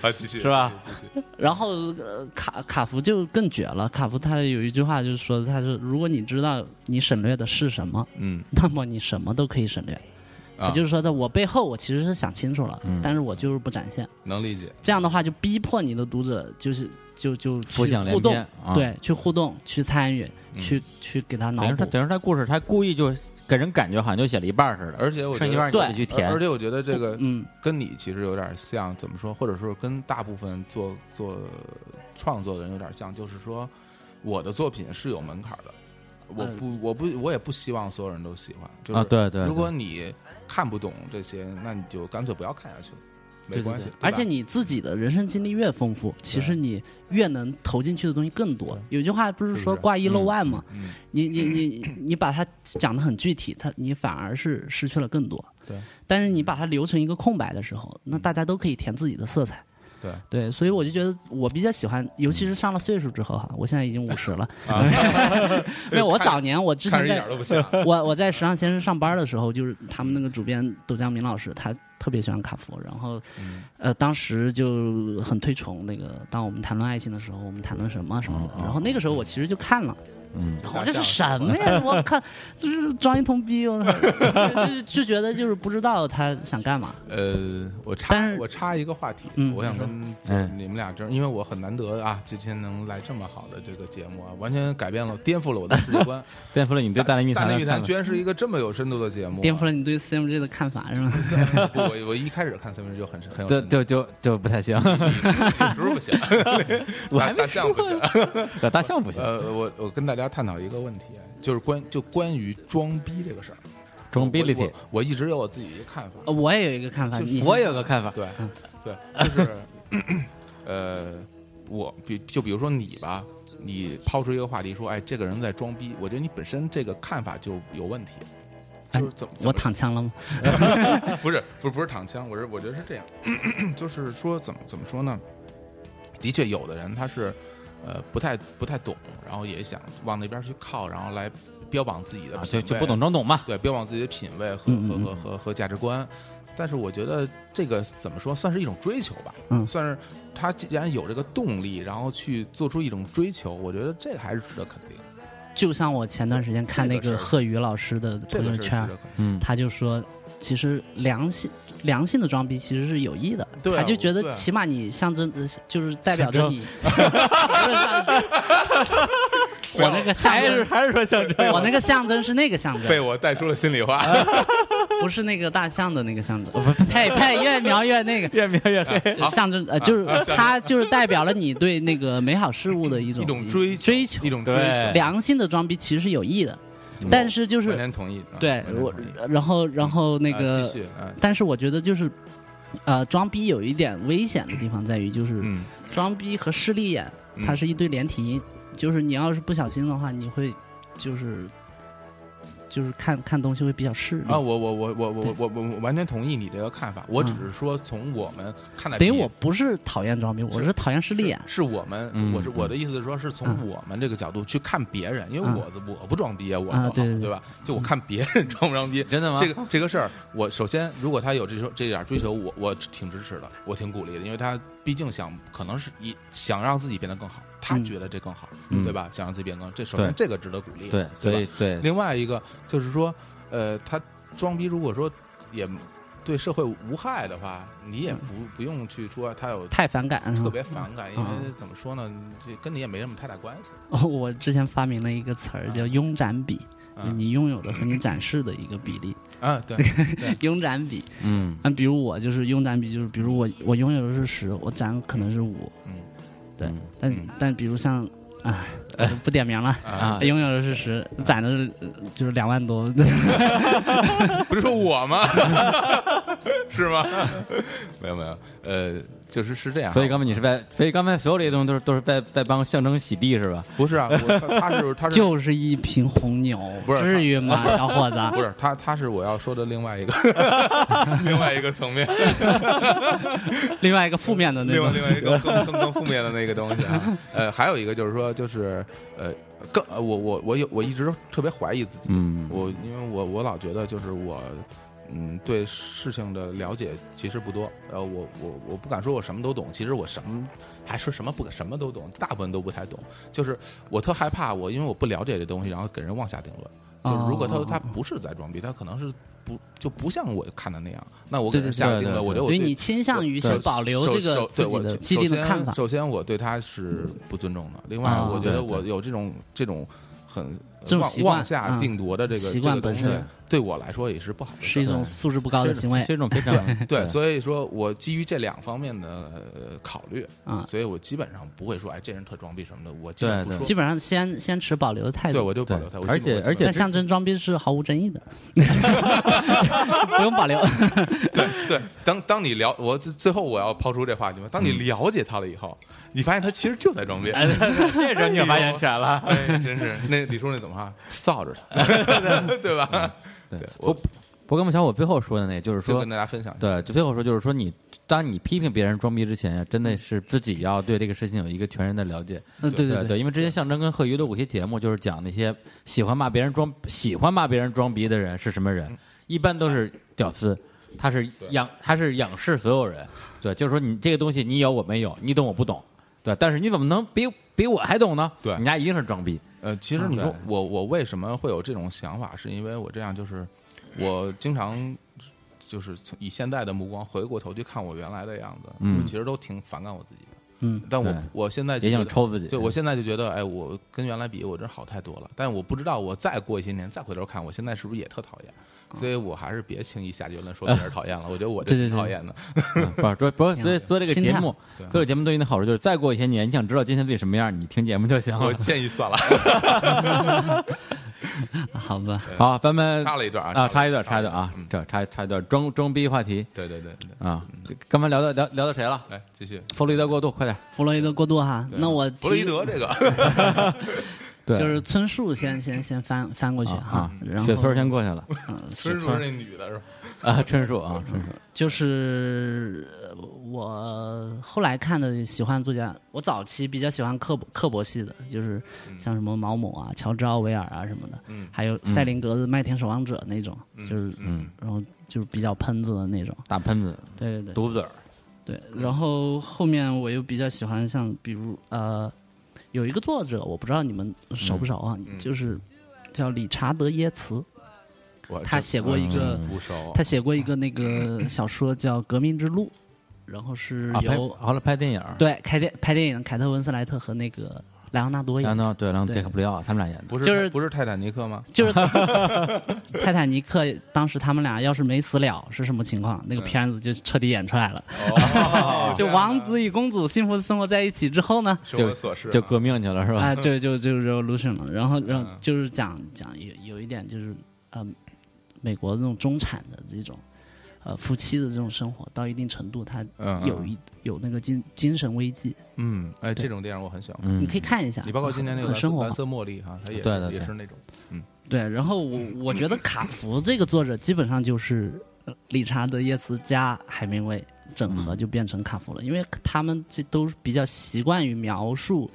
C: 啊，继续
A: 是吧？
C: 继续继续
B: [laughs] 然后、呃、卡卡福就更绝了，卡福他有一句话就是说，他是如果你知道你省略的是什么，
C: 嗯，
B: [laughs] 那么你什么都可以省略。
C: 啊
B: 也就是说，在我背后我其实是想清楚了，但是我就是不展现。
C: 能理解。
B: 这样的话，就逼迫你的读者就是就就去
A: 浮想联
B: 互动
A: 翩，啊
B: 对，去互动，去参与，去去给他脑
A: 等于说他
B: 补。
A: 等于说他故事，他故意就给人感觉好像就写了一半儿似的，
C: 而且我觉
A: 剩
C: 得
A: 一半儿你
B: 对
A: 自己去填
C: 而而。且我觉得这个
B: 嗯，
C: 跟你其实有点像，怎么说？或者说跟大部分做做创作的人有点像，就是说我的作品是有门槛的，我
B: 嗯啊
C: 不我不我也不希望所有人都喜欢。就是、
A: 啊，对对，
C: 如
A: 对
C: 果你看不懂这些，那你就干脆不要看下去了。没
B: 对对
C: 关系
B: 对
C: 对，吧
B: 而且你自己的人生经历越丰富，其实你越能投进去的东西更多。有句话不是
C: 是不
B: 说
C: 是
B: 挂一漏万吗？
C: 嗯
B: 你你你你把它讲的很具体，它你反而是失去了更多。
C: 对，嗯
B: 但是你把它留成一个空白的时候，那大家都可以填自己的色彩。
C: 对
B: 对，所以我就觉得我比较喜欢，尤其是上了岁数之后哈，我现在已经五十了。
C: [laughs]
B: 没有，我早年我之
C: 啊看
B: 前
C: 着一
B: 在
C: 点都不像，
B: 我我在时尚先生上班的时候，就是他们那个主编窦江明老师，他特别喜欢卡夫，然后，
C: 嗯
B: 呃，当时就很推崇那个。当我们谈论爱情的时候，我们谈论什么什么
C: 哦
B: 的。然后那个时候我其实就看了，
A: 嗯，
B: [laughs] 我这是什么
C: [laughs]
B: 呀？我看这是装一通逼，我操就就就觉得就是不知道他想干嘛。
C: 呃，我
B: 但
C: 插
B: 是
C: 我插一个话题，
B: 嗯
C: 我想跟
A: 嗯
C: 你们俩真，因为我很难得啊，今天能来这么好的这个节目啊，完全改变了、颠覆了我的世界观。
A: 颠覆了你对大内密
C: 大
A: 谈
C: 内
A: 的
C: 密
A: 看
C: 谈
A: 法
C: 居。然是一个这么有深度的节目啊，
B: 颠覆了你对 CMG 的看法是吗？ [laughs]
C: 了 [laughs] 我我一开始看三分之就很深，很有
A: 就
C: 深度
A: 就就就不太行，
C: 嗯有时候
A: [laughs]
C: 不行，
A: 我
C: 大
A: 还没
C: 大象不
A: [laughs]
C: 行。
A: 大象不行，
C: 呃，我我跟大家探讨一个问题，啊就是关就关于装逼这个事儿。
A: 中
C: 我
A: ability
C: 我。我一直有我自己一个看法，
A: 哦
B: 呃我也有一个看法，你
A: 我有个看法，
C: 对对，就是 [coughs] 呃，我比就比如说你吧，你抛出一个话题说，哎，这个人在装逼，我觉得你本身这个看法就有问题。
B: 哎
C: 就是怎么，
B: 我躺枪了吗？
C: 怎么 [laughs] 不是不是不是躺枪，我是我觉得是这样， [coughs] 就是说怎么怎么说呢？的确，有的人他是呃不太不太懂，然后也想往那边去靠，然后来标榜自己的
A: 啊，
C: 品
A: 就
C: 味、
A: 就不懂装懂嘛，
C: 对，标榜自己的品味和
B: 嗯
C: 和
B: 嗯
C: 和和和价值观。但是我觉得这个怎么说，算是一种追求吧，
B: 嗯
C: 算是他既然有这个动力，然后去做出一种追求，我觉得这个还是值得肯定，
B: 就像我前段时间看那
C: 这
B: 个
C: 个事儿
B: 贺宇老师的
C: 这
B: 朋
C: 个
B: 友
C: 是值
B: 圈
C: 得，肯定。
A: 嗯，
B: 他就说，其实良性良性的装逼其实是有益的。
C: 对啊
B: 他就觉
C: 我
B: 得
C: 对啊
B: 起码你象征的就是代表着
A: 象征
B: 你。 [laughs] 我那个象
A: 还是
B: 征，
A: 还是说象征，
B: 我那个象征是那个象征，
C: 被我带出了心里话，
B: 不是那个大象的那个象征。呃不呸呸，越描越那个。
A: 越描越黑。
B: 就象征
C: 啊
B: 呃，就是它就是代表了你对那个美好事物的一种
C: [laughs] 一种追
B: 追求
C: 一。种嗯追求
A: 对，
B: 良性的装逼其实是有益的，但是就
C: 完
B: 是
C: 全同意。啊
B: 对
C: 完全
B: 我
C: 同意，
B: 然后然后那
C: 啊
B: 个
C: 继续，嗯
B: 但是我觉得就是，呃，装逼有一点危险的地方在于，就是
C: 嗯，
B: 装逼和势利眼，
C: 嗯
B: 它是一对连体婴，就是你要是不小心的话，你会就是就是看看东西会比较势利
C: 啊，。我我我我我我我我完全同意你这个看法，我只是说从我们看待
B: 等于
C: 别人
B: 我不是讨厌装逼，我是讨厌势利眼。
C: 是我们，
A: 嗯
C: 我是我的意思是说，是从
B: 嗯
C: 我们这个角度去看别人，因为
B: 嗯
C: 我我不装逼啊，我
B: 啊
C: 我
B: 对对对
C: 吧？就我看别人装不装逼，
A: 真的吗
C: 这个这个事儿，我首先如果他有这种这点追求，我我挺支持的，我挺鼓励的，因为他毕竟想可能是一想让自己变得更好，他
B: 嗯
C: 觉得这更好，
A: 嗯
C: 对吧？想让自己变更好，这首先
A: 对
C: 这个值得鼓励，
A: 对，所
C: 吧
A: 以对，
C: 另外一个就是说，呃，他装逼如果说也对社会无害的话，你也
A: 嗯
C: 不不用去说他有
B: 太反感，是
C: 特
B: 吧
C: 别反感，因
A: 嗯
C: 为怎么说呢，这跟你也没什么太大关系。
B: [laughs] 我之前发明了一个词
C: 啊
B: 儿叫“拥展比”，就
C: 嗯
B: 你拥有的和你展示的一个比例。
C: 啊，
A: [laughs]
C: 对，
B: 拥展比，
A: 嗯，
B: 那比如我就是拥展比，就是比如我我拥有的是十，我展可能是五，
C: 嗯
B: 对
A: 嗯
B: 但
C: 嗯
B: 但比如像啊，
C: [laughs]
B: 我就不点名了，
A: 啊
B: 拥有的是十，
C: 啊
B: 攒的是呃就是两万多，
C: 不是说我吗？ [laughs] 是吗？ [laughs] 没有没有，呃，就是是这样。
A: 所以刚才你是在，所以刚才所有这些东西都是都是在在帮象征洗地是吧？
C: 不是啊，我他他是
A: [laughs]
C: 他是
B: 就是一瓶红牛，
C: 不是
B: 至于
C: [laughs]
B: 吗，小伙子？
C: 不是他他是我要说的另外
A: [laughs]
C: 一个另外一个层面。
B: 另外一个负面的那
C: 另外
B: 种，
C: 另外一个更更更负面的那个东西啊，呃，还有一个就是说，就是呃，更呃我我我有我一直特别怀疑自己，
A: 嗯，
C: 我因为我我老觉得就是我，嗯，对事情的了解其实不多，呃，我我我不敢说我什么都懂，其实我什么还说什么不什么都懂，大部分都不太懂，就是我特害怕我因为我不了解这东西，然后给人妄下定论。就是如果他
B: 哦
C: 他不是在装逼，他可能是不就不像我看的那样，那我给
B: 对
C: 人
B: 对
C: 下
A: 对
C: 定
A: 对
C: 论，我
A: 对
C: 觉得我
B: 所以
C: 对
B: 你倾向于
C: 对
B: 是保留
C: 首
B: 这个
C: 首
B: 自己
C: 对
B: 的
C: 我
B: 既定的看法，
C: 首先，首先我对他是不尊重的。另外，
B: 啊
C: 我觉得
A: 对对
C: 我有这种这种很
B: 这种
C: 妄
B: 习惯嗯
C: 妄下定夺的这个
B: 习惯本身
C: 这个东西对我来说也是不好的事儿，
B: 是一种素质不高的行为
A: 是一种非常
C: 对，所以说我基于这两方面的呃考虑
B: 啊
C: 所以我基本上不会说哎，这人特装逼什么的，我基
A: 对
C: 本不
A: 对
B: 基
C: 说，
B: 本上先先持保留的态
C: 对
B: 度。
C: 我就保留
A: 对
C: 它。我
A: 而
C: 基本
A: 且
C: 会
A: 而且
B: 但象征装逼是毫无争议的，不用保
C: [laughs]
B: 留。
C: [laughs]
B: [laughs]
C: 对，当当你了，我最最后我要抛出这话题嘛，当
B: 嗯
C: 你了解他了以后，你发现他其实就在装逼。
A: 哎，这时候你有发言权了。
C: 哎，真是那李叔那怎么话？臊着他， [laughs] 嗯对吧？
A: 对，
C: 我
A: 不 [laughs] 不跟小伙最后说的那个，就是
C: 就
A: 说
C: 跟，大家分享一下，
A: 对，就最后说，就是说你，当你批评别人装逼之前，真的是自己要对这个事情有一个全然的了解。
B: 嗯，对
A: 对
B: 对，
A: 因为之前象征跟贺鱼录过一些节目，就是讲那些喜欢骂别人装、喜欢骂别人装逼的人是什么
C: 嗯
A: 人，一般都是屌丝，他是仰他是仰视所有人，对，就是说你这个东西你有我没有，你懂我不懂，对，但是你怎么能比比我还懂呢？
C: 对
A: 你家一定是装逼，
C: 呃，其实你说
A: 对
C: 我我为什么会有这种想法，是因为我这样就是我经常就是从以现在的目光回过头去看我原来的样子，
A: 嗯
C: 我其实都挺反感我自己的。
B: 嗯，
C: 但我
A: 对
C: 我现在就
A: 也
C: 觉
A: 想
C: 得
A: 抽自己。嗯
C: 对，我现在就觉得，哎，我跟原来比，我真好太多了。但我不知道，我再过一些年，再回头看，我现在是不是也特讨厌？所以我还是别轻易下结论说别人讨厌了。我觉得我这
B: 对对
C: 挺
B: 对
C: 讨厌的。
A: 嗯不是不是不是，所以做这个
B: 心
A: 节
B: 态
A: 目，
C: 对
A: 做这个节目对你的好处就是，再过一些年，你想知道今天自己什么样，你听节目就行
C: 我
A: 了。
C: 建议
A: [laughs]
C: 算了，
B: 好吧，
A: 好，咱们
C: 插了一段啊
A: 啊，插
C: 插
A: 一
C: 一
A: 段，
C: 段
A: 插一段啊
C: 嗯，
A: 这插插一段装装逼话题
C: 对对对对，
A: 啊，这刚才聊到聊聊到谁了？
C: 来继续。
A: 弗洛伊德过渡，快点。
B: 弗洛伊德过渡哈，那我
C: 弗洛伊
B: 提
C: 德
A: [laughs]
C: 这个，
A: 对
B: 就是村树先 [laughs] 先先翻翻过去
A: 啊
B: 哈
A: 啊，，
B: 然后
A: 雪村先过去
B: [laughs]
A: 了
B: 嗯雪
C: 村
B: 村
C: 主是
B: 儿
C: 那女的是吧？
A: 啊，春树啊，春树
B: 就是呃我后来看的喜欢作家，我早期比较喜欢刻薄刻薄系的，就是像什么毛姆啊、乔治奥威尔啊什么的，
C: 嗯
B: 还有塞林格的《麦田守望者》那种，就是
A: 嗯，
B: 然后就是比较喷子的那种，
A: 大喷子，
B: 对对对。
A: 毒嘴儿，
B: 对，然后后面我又比较喜欢像比如呃，有一个作者我不知道你们熟不熟啊，
A: 嗯
B: 就是叫理查德耶茨，
A: 呃
C: 我
B: 他
C: 这嗯
B: 写过一个、
A: 嗯
C: 不熟
B: 他，写过一个那个小说叫《革命之路》，然后是
A: 啊，拍
B: 由、
A: 好了拍电影儿，
B: 对开电拍电影凯特温斯莱特和那个莱昂纳多演
A: 然
B: 的，
A: 后对，然后
B: 对
A: 杰克布里奥他们俩演的，
C: 不是
B: 就是
C: 不是泰坦尼克吗？
B: 就是 [laughs] 泰坦尼克当时他们俩要是没死了是什么情况？
A: 嗯
B: 那个片子就彻底演出来了，
C: 哦
B: 就王子与公主幸福生活在一起之后呢，
C: 生活琐事啊
A: 就革命去了是吧？
B: 啊，
C: [laughs]
B: 就就就是 revolution 了。然后，然后
C: 嗯
B: 就是讲讲有有一点就是，呃，美国这种中产的这种，呃，夫妻的这种生活到一定程度，它
C: 嗯嗯
B: 有一有那个精精神危机，
C: 嗯，哎，这种电影我很喜欢。
B: 你
A: 嗯，
B: 可以看一下。
C: 你包括今年那个
B: 很
C: 蓝
B: 生活
C: 蓝
B: 化
C: 色茉莉哈，它也
A: 对
C: 是
A: 对
C: 也
A: 对
C: 是那种
B: 对，然后我
C: 嗯
B: 我觉得卡福这个作者基本上就是呃理查德耶茨加海明威整
C: 嗯
B: 合就变成卡福了，因为他们这都比较习惯于描述，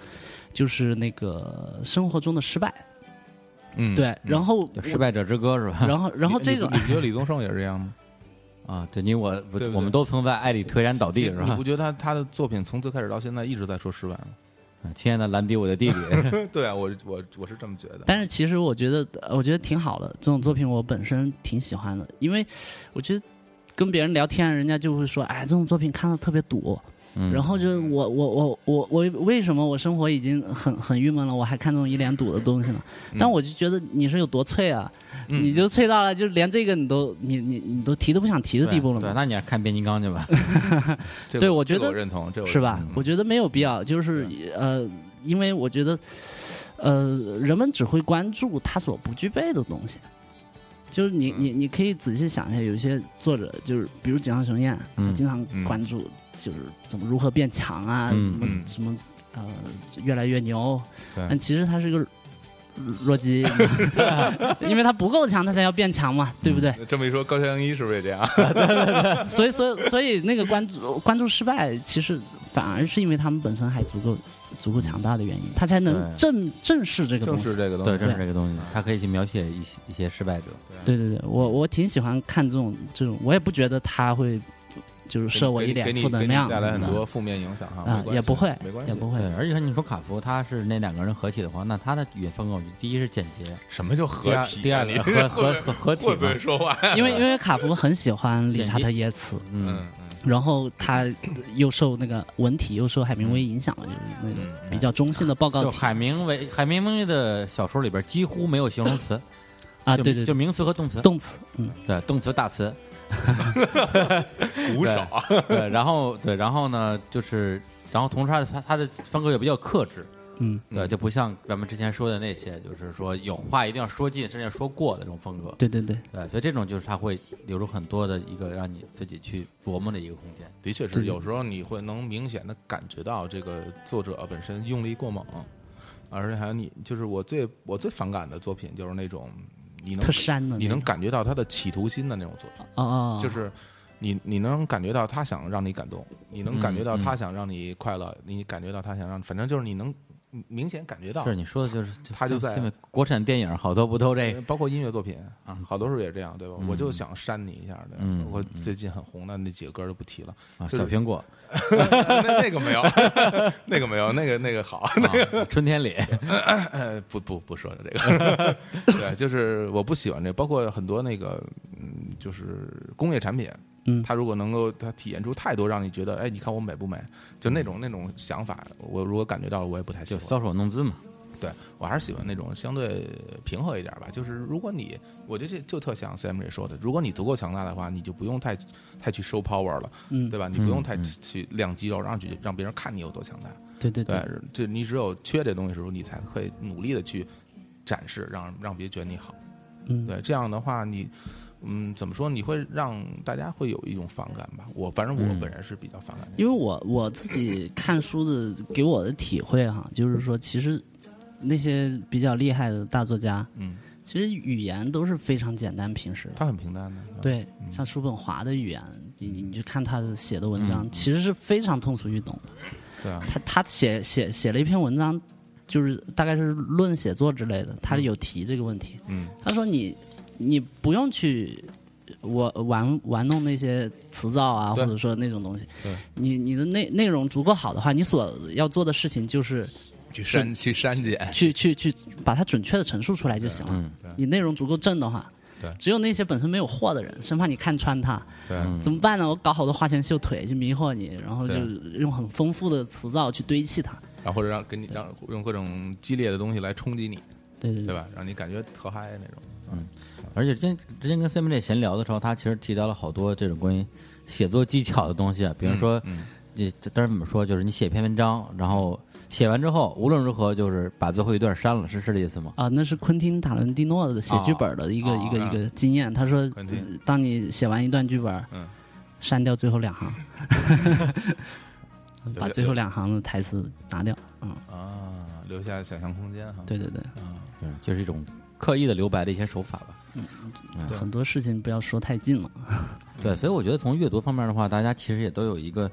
B: 就是那个生活中的失败。
C: 嗯哎
B: 对，然后
A: 就
B: 我
A: 失败者之歌是 [laughs] 吧？
B: 然后，然后这种
C: 你不觉得李宗盛也是这样吗？
A: 啊，对你我我
C: 对不对
A: 我们都曾在爱里颓然倒地
C: 其
A: 是
C: 实你
A: 吧
B: 啊
C: 不？觉得他他的作品从最开始到现在一直在说失败吗？
B: [laughs]
A: 啊亲爱的兰迪，我的弟弟，
C: 对啊，我我我是这么觉得。
B: 但是其实我觉得，呃我觉得挺好的。这种作品我本身挺喜欢的，因为我觉得跟别人聊天，人家就会说，哎，这种作品看的特别堵。
A: 嗯
B: 然后就是我我我我我为什么我生活已经很很郁闷了，我还看这种一脸堵的东西呢？但我就觉得你是有多脆啊，你就脆到了，就连这个你都你你你都提都不想提的
A: 对
B: 地步了
A: 对，
B: 嘛。
A: 那你还是看变形金刚去
B: [laughs]
A: 吧。
C: 这个
B: 对我
C: 这个
B: 觉得
C: 我认同，这个我嗯
B: 是吧
C: 认？同
B: 我觉得没有必要，就是呃，因为我觉得，呃，人们只会关注他所不具备的东西。就是你
C: 嗯
B: 你你可以仔细想一下，有一些作者就是，比如井上雄彦，
A: 嗯
B: 经常
C: 嗯
B: 关注就是怎么如何变强啊，
A: 嗯
B: 什么
C: 嗯
B: 什么呃越来越牛，
C: 对
B: 但其实他是个弱鸡， [laughs] 因为他不够强，他才要变强嘛，对不对？
C: [laughs] 这么一说，高桥阳一是不是也这样？
B: 所以，所以，所以那个关注关注失败，其实反而是因为他们本身还足够足够强大的原因，他才能
A: 对
B: 正正视这个
C: 正
B: 东西
C: 是。这个东
A: 对，
C: 西。
A: 正是这个东西，他可以去描写一些一些失败者。
B: 对对对，我我挺喜欢看这种这种，我也不觉得他会就是射我一
C: 给
B: 脸
C: 你
B: 负能
C: 给你
B: 量
C: 带来很
B: 嗯
C: 多负面影响哈，没
B: 啊，
C: 关系
B: 也不会
C: 没关，系
B: 也。不会
A: 对，。而且你说卡夫他是那两个人合体的话，那他的语言风格，我觉得第一是简洁，
C: 什么叫
A: 第
C: 合
A: 二
C: 体啊？
A: 第二
C: 你
A: 个合合合合体
C: [laughs] 会不
A: 嘛
C: 会，说话？
B: 因为因为卡夫很喜欢理
A: 剪
B: 查
A: 辑
B: 德耶茨，
A: 嗯
C: 嗯，嗯
B: 然后他又受那个文体又受海明威影响了，就是那个
C: 嗯
B: 比较中性的报告
A: 就
B: 体。
A: 海明威海明威的小说里边几乎没有形容词，
B: 啊，
A: 就
B: 对对
A: 就
B: 对，
A: 名词和动词，
B: 动词，嗯，
A: 对动词大词，
C: 鼓手啊， [laughs]
B: [laughs]
A: 对，然后对，然后呢，就是然后同时他的他他的风格也比较克制，
B: 嗯，
A: 对，就不像咱们之前说的那些，就是说有话一定要说尽，甚至要说过的这种风格，
B: 对对对，
A: 对，所以这种就是他会留出很多的一个让你自己去琢磨的一个空间，
C: 的确是，有时候你会能明显的感觉到这个作者本身用力过猛，而且还有你，就是我最我最反感的作品就是那种你能
B: 特煽的那种，
C: 你能感觉到他的企图心的那种作品，
B: 哦
A: 啊
B: 哦，
C: 就是你你能感觉到他想让你感动，你能感觉到
A: 嗯嗯
C: 他想让你快乐，你感觉到他想让，反正就是你能嗯明显感觉到，
A: 是你说的就是
C: 他就在
A: 现在国产电影好多不都这
C: 呃
A: 个，
C: 包括音乐作品
A: 啊
C: 好多时候也这样，对吧？我就想扇你一下，对吧？
A: 嗯
C: 我最近很红的那几个歌就不提
A: [laughs]
C: 了，
A: 啊，
C: 就是
A: 小苹果，
C: 那那个没有， [laughs] 那个没有，那个那个好，
A: 啊、春天 [laughs] 里，
C: 呃， [laughs] 不不不说这个， [laughs] 对，就是我不喜欢这，包括很多那个，嗯，就是工业产品，
B: 嗯
C: 它如果能够它体现出太多让你觉得，哎，你看我美不美，就那
B: 嗯
C: 种那种想法，我如果感觉到了，我也不太喜
A: 就
C: 欢。
A: 搔首弄姿嘛，
C: 对我还是喜欢那种相对平和一点吧。就是如果你，我觉得这就特像 Sam 也说的，如果你足够强大的话，你就不用太太去 show power 了，
B: 嗯
C: 对吧？你不用太
A: 嗯嗯
C: 去亮肌肉，让去让别人看你有多强大。
B: 对对
C: 对，就你只有缺这东西的时候，你才会努力的去展示，让让别人觉得你好。
B: 嗯，
C: 对，这样的话你。嗯，怎么说？你会让大家会有一种反感吧？我反正我
A: 嗯
C: 本人是比较反感的。
B: 因为我我自己看书的给我的体会哈，就是说其实那些比较厉害的大作家，
C: 嗯，
B: 其实语言都是非常简单平实的。
C: 他嗯很平淡的。吧，
B: 对，像叔本华的语言，你
C: 嗯
B: 你去看他的写的文章，
A: 嗯
B: 其实是非常通俗易懂的。
C: 对啊，
B: 他他写写写了一篇文章，就是大概是论写作之类的，他有提这个问题。
C: 嗯，
B: 他说你你不用去我玩玩弄那些词藻啊，
C: 对
B: 或者说那种东西
C: 对。
B: 你你的内内容足够好的话，你所要做的事情就是
C: 去删去删减，
B: 去去去把它准确的陈述出来就行了
A: 嗯。
B: 你内容足够正的话
C: 对。
B: 只有那些本身没有货的人，生怕你看穿他，
C: 对
A: 嗯
B: 怎么办呢？我搞好多花拳绣腿去迷惑你，然后就
C: 对
B: 用很丰富的词藻去堆砌它。
C: 然后或者让给你让用各种激烈的东西来冲击你，
B: 对对
C: 对
B: 对，
C: 吧？让你感觉特嗨那种。
A: 而且之前之前跟 Sam 姐闲聊的时候，他其实提到了好多这种关于写作技巧的东西啊，比如说，你当时怎么说，就是你写篇文章，然后写完之后，无论如何就是把最后一段删了，是是这意思吗？
B: 啊，那是昆汀·塔伦蒂诺的写剧本的一个、
C: 哦
B: 一个、
C: 嗯
B: 一个经验。他说
C: 昆汀，
B: 当你写完一段剧本，
C: 嗯
B: 删掉最后两
C: [laughs]
B: 行，
C: 留
B: 把
C: 下
B: 最后两行的台词拿掉。嗯，
C: 啊，留下想象空间哈。
B: 对对对，
A: 对，就是一种刻意的留白的一些手法吧。
C: 嗯
A: 对
B: 很多事情不要说太近了。啊
A: 对，所以我觉得从阅读方面的话，大家其实也都有一个，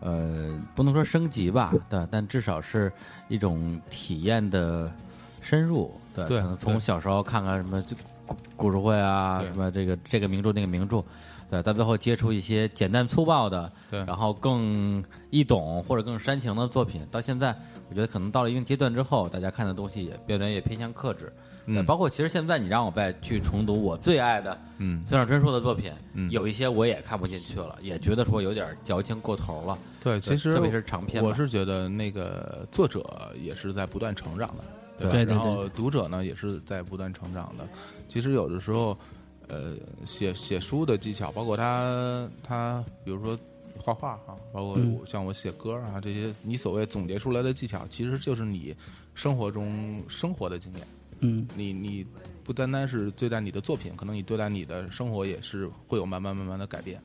A: 呃，不能说升级吧，对，但至少是一种体验的深入，对，
C: 对
A: 可能从
C: 对
A: 小时候看看什么就故故事会啊，
C: 对
A: 什么这个这个名著那个名著，对，到最后接触一些简单粗暴的，
C: 对
A: 然后更易懂或者更煽情的作品，到现在我觉得可能到了一定阶段之后，大家看的东西也越来越偏向克制，对
C: 嗯
A: 包括其实现在你让我再去重读我最爱的。
C: 嗯，
A: 村上春树的作品，
C: 嗯
A: 有一些我也看不进去了，也觉得说有点矫情过头了。
C: 对，其实
A: 特别是长篇吧
C: 我是觉得那个作者也是在不断成长的，吧？
B: 对对对
C: 然后读者呢也是在不断成长的。其实有的时候，呃，写写书的技巧，包括他他，比如说。画画啊，包括
B: 嗯
C: 我像我写歌啊，这些你所谓总结出来的技巧，其实就是你生活中生活的经验。
B: 嗯，
C: 你你不单单是对待你的作品，可能你对待你的生活也是会有慢慢慢慢的改变。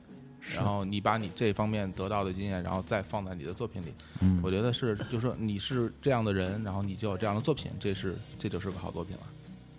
C: 然后你把你这方面得到的经验，然后再放在你的作品里，
A: 嗯
C: 我觉得是，就是说你是这样的人，然后你就有这样的作品，这是这就是个好作品了，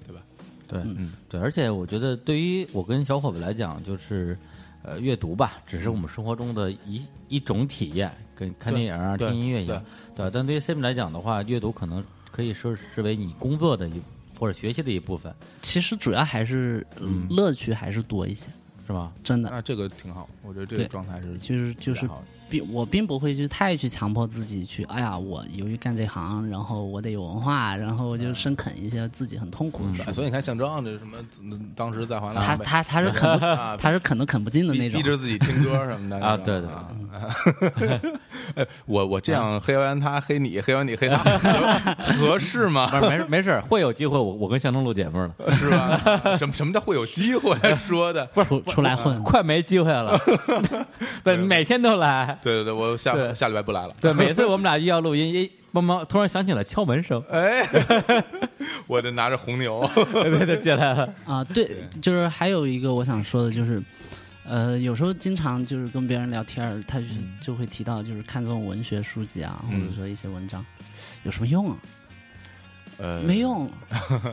C: 对吧？
A: 对，
C: 嗯
A: 对，而且我觉得对于我跟小伙子来讲，就是呃，阅读吧，只是我们生活中的一一种体验，跟看电影啊、
C: 对
A: 听音乐一样。对，但对于 Sam 来讲的话，阅读可能可以说视为你工作的一或者学习的一部分，
B: 其实主要还是
C: 嗯
B: 乐趣还是多一些，
A: 是吗？
B: 真的。
C: 那这个挺好，我觉得这个
B: 对
C: 状态是
B: 就是就是
C: 嗯好的
B: 并我并不会去太去强迫自己去，哎呀，我由于干这行，然后我得有文化，然后
C: 嗯
B: 就深啃一些自己很痛苦的
C: 哎
B: 书。
C: 所以你看象征这什么，嗯当时在华南
B: 他
C: 呗
B: 他他是啃
C: 啊
B: 不，他是啃都啃不尽的
C: 逼
B: 那种
C: 逼。着自己听歌什么的
A: 啊
C: 那种
A: 对
C: 啊 [laughs] 哎，我我这样黑完他黑你，黑完你黑他， [laughs] 合适吗？
A: [laughs] 不是没事没事儿，会有机会我我跟向东录节目了，
C: [laughs] 是吧？什么什么叫会有机会说的？
B: 出出来混，
A: 快没机会 [laughs] 了。嗯对，每天都来。
C: 对对对，我
A: 对
C: 下下礼拜不来了。
A: 对，每次我们俩一要录音，一帮忙突然响起了敲门声，
C: 哎， [laughs] 我这拿着红牛，
A: 对对，进来了。
B: 啊，对，就是还有一个我想说的就是，呃，有时候经常就是跟别人聊天儿，他就就会提到就是看这种文学书籍啊，或
C: 嗯
B: 者说一些文章，有什么用啊？
C: 呃
B: 没用，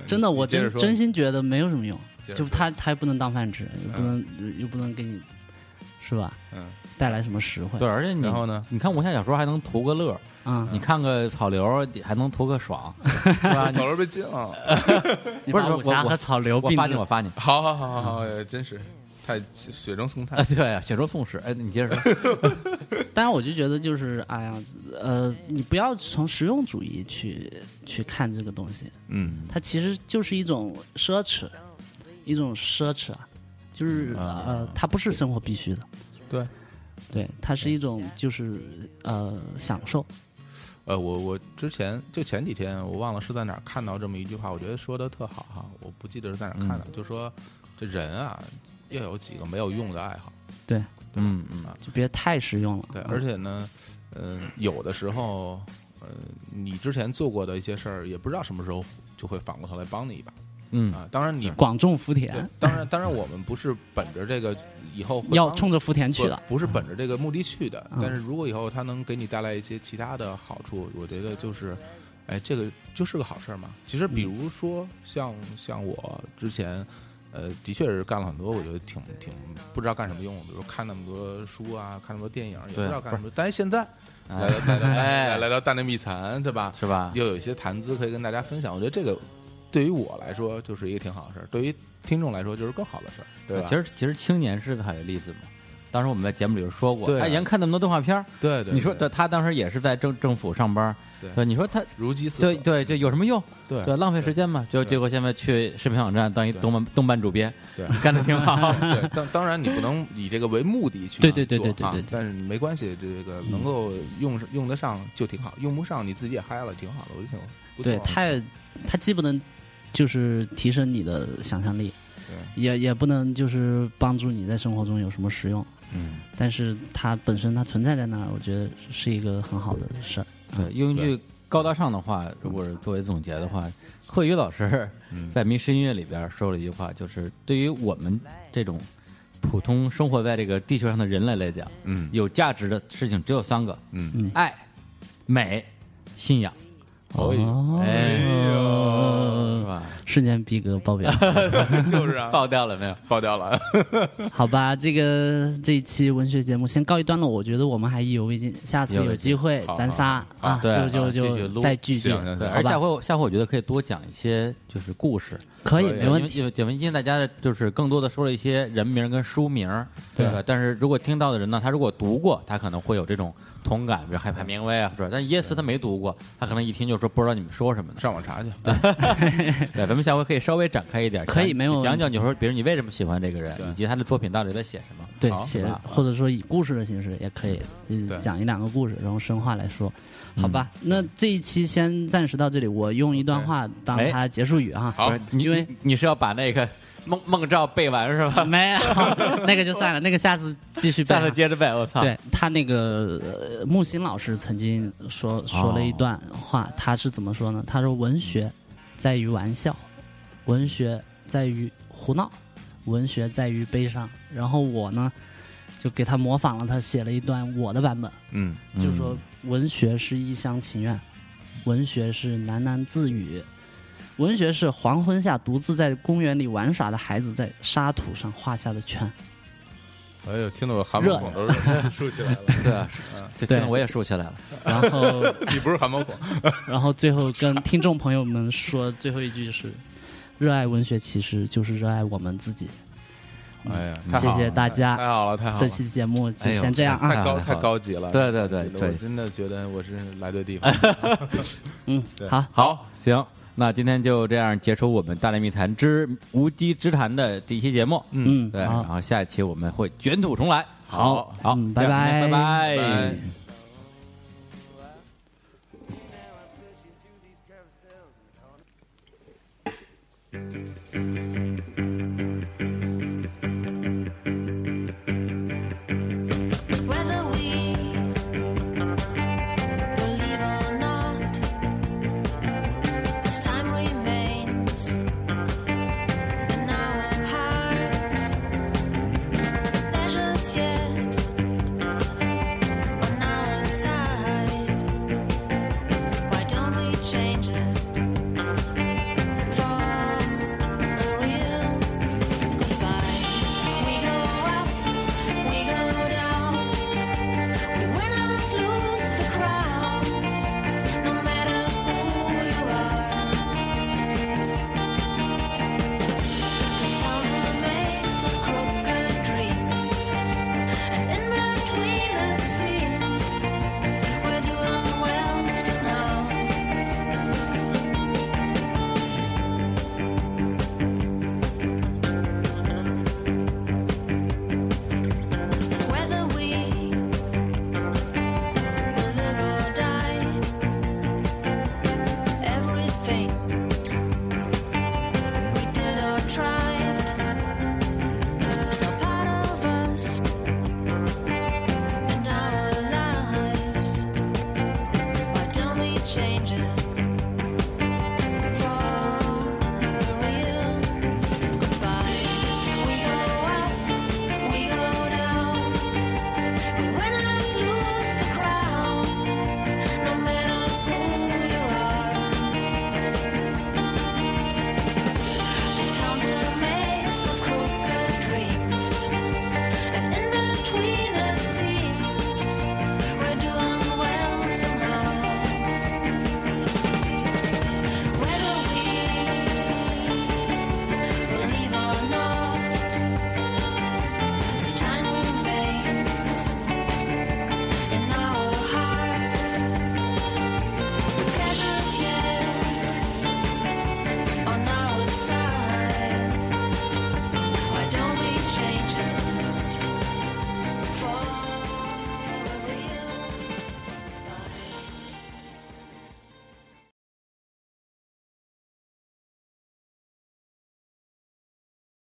B: 真的，我
C: 接着
B: 真
C: 说
B: 真心觉得没有什么用，
C: 接着
B: 就
C: 说
B: 他他又不能当饭吃，又不能又不能给你，是吧？
C: 嗯，
B: 带来什么实惠？
A: 对，而且你
C: 然后呢？
A: 你看武侠小说还能图个乐儿，
B: 啊，
A: 你看个草榴还能图个爽，是吧？你
C: 早就被禁了。
B: 你
A: 不是
B: 把
A: 我
B: 武侠
A: 我
B: 和草榴
A: 我
B: 并
A: 发你，
B: 置
A: 我发你。
C: 好好好好好，哎真是太雪中送炭
A: 啊，。对啊，雪中送死。哎，你接着说。
B: 当然，我就觉得就是，哎呀，呃，你不要从实用主义去去看这个东西，
C: 嗯，
B: 它其实就是一种奢侈，一种奢侈啊，就是
C: 啊
B: 呃，它不是生活必须的，
C: 对。
B: 对，它是一种就是呃享受，
C: 呃，我我之前就前几天我忘了是在哪儿看到这么一句话，我觉得说的特好哈，我不记得是在哪儿看的，就说这人啊要有几个没有用的爱好，啊
B: 对，
A: 嗯嗯，
B: 就别太实用了。
C: 对，而且呢，呃，有的时候，呃，你之前做过的一些事儿，也不知道什么时候就会反过头来帮你一把，
A: 嗯
C: 啊，当然你
B: 广种福
C: 对
B: 田，，
C: 当然当然我们不是本着这个以后会
B: 要
C: 帮
B: 冲着福田去啊
C: 不
B: 了。
C: 不是本着这个目的去的。
B: 嗯
C: 但是如果以后它能给你带来一些其他的好处，我觉得就是，哎，这个就是个好事儿嘛。其实比如说像像我之前。呃，的确是干了很多，我觉得挺挺不知道干什么用的，比如看那么多书啊，看那么多电影，也不知道干什么。但是现在来到来到来来到大内密谈，对吧？
A: 哎是吧？
C: 又有一些谈资可以跟大家分享。我觉得这个对于我来说就是一个挺好的事儿，对于听众来说就是更好的事儿，对吧？
A: 其实其实青年是还有例子嘛。当时我们在节目里就说过，
C: 对啊
A: 他以前看那么多动画片儿，
C: 对对，
A: 你说对，
C: 对
A: 他当时也是在政政府上班，
C: 对
A: 对，你说他
C: 如饥似渴，
A: 对对对有什么用？
C: 对
A: 对，浪费时间嘛。就
C: 对
A: 结果现在去视频网站当一
C: 对
A: 动漫动漫主编，
C: 对
A: [laughs] 干的挺
C: [laughs]
A: 好。
B: [laughs]
C: 对，当当然你不能以这个为目的去
B: 对对对
C: 做
B: 对对
C: 啊
B: 对对
C: 但是没关系，这个能够用上用得上就挺好，用不上你自己也嗨了，挺好的，我觉得挺不错
B: 对，
C: 的。
B: 它也它既不能就是提升你的想象力，也也不能就是帮助你在生活中有什么实用，
A: 嗯，
B: 但是它本身它存在在那儿，我觉得是一个很好的事儿。
A: 对，用一句高大上的话，如果是作为总结的
C: 嗯
A: 话，贺宇老师在《迷失音乐》里边说了一句话，就是对于我们这种普通生活在这个地球上的人类来讲，
C: 嗯
A: 有价值的事情只有三个：
C: 嗯，
A: 爱、美、信仰。
B: 哦，
A: 哎哎是吧？
B: 呃瞬间逼格爆表。
C: 就是啊，
A: 爆掉了没有？
C: 爆掉了，
B: 好吧，这个这一期文学节目先告一段落，我觉得我们还意犹未尽，下次
A: 意犹未
B: 有
A: 尽
B: 机会
C: 好
B: 咱
C: 好
B: 仨
C: 好
B: 啊，
A: 对
B: 就
A: 好
B: 就
A: 继续
B: 就
A: 录
B: 再聚聚，
C: 行行行
A: 对，
B: 好
A: 而下
B: 吧？
A: 回我下回我觉得可以多讲一些就是故事，
B: 可以，
C: 可以
B: 没问
A: 因为
B: 题。
A: 因为因为现在大家就是更多的说了一些人名跟书名，
B: 对
A: 吧？但是如果听到的人呢，他如果读过，他可能会有这种同感，比如海派明威啊，是吧？但耶斯他没读过，他可能一听就说不知道你们说什么呢。
C: 上网查去。啊
A: 对，咱们下回可以稍微展开一点，
B: 可以
A: 讲
B: 没有问题
A: 讲讲，你说，比如你为什么喜欢这个人，以及他的作品到底在写什么。
B: 对
C: 好，
B: 写
A: 好吧
B: 或者说以故事的形式也可以，就是
C: 对
B: 讲一两个故事，然后深化来说，好吧？
A: 嗯
B: 那这一期先暂时到这里，我用一段话当
A: 哎
B: 它结束语啊哈。
C: 好
A: 不是你
B: 因为啊
A: 你你是要把那个梦梦照背完是吧？
B: [laughs] 没有那个就算了，那个下次继续背
A: 下
B: 啊。
A: 次接着背，我操！
B: 对他那个、呃木心老师曾经
A: 哦
B: 说说了一段话，他是怎么说呢？他说：“文学在于玩笑，文学在于胡闹，文学在于悲伤。”然后我呢，就给他模仿了，他写了一段我的版本，
C: 嗯，
A: 嗯
B: 就说文学是一厢情愿，文学是喃喃自语，文学是黄昏下独自在公园里玩耍的孩子在沙土上画下的圈。 [laughs]
C: 哎呦，听得我汗毛孔都是竖起来了。
A: 对啊，是这听
B: 对
A: 得我也竖起来了。
B: 然后。
C: 你不是汗毛孔，
B: 然后最后跟听众朋友们说最后一句是：热爱文学其实就是热爱我们自己。
C: [laughs] 哎呀，太
B: 谢
C: 好
B: 谢
C: 了
B: 大
C: 太
B: 家，
C: 好了，太好了，
B: 这期节目就
A: 哎呦
B: 先这样啊。
C: 太高
A: 太好
C: 太
A: 了
C: 高级了，
A: 对对对
C: 我
A: 对
C: 真的觉得我是来
B: [laughs]
C: 对地方了。
B: 嗯
C: 对，
B: 好，
A: 好，行，那今天就这样结束我们《大内密谈之无稽之谈》的第一期节目。
B: 嗯，
A: 对，
B: 好
A: 然后下一期我们会卷土重来。
B: 好
A: 好，
B: 嗯
A: 这样
B: 拜拜
A: 拜
C: 拜
A: 拜。
D: Now I'm searching through these carousels and corners.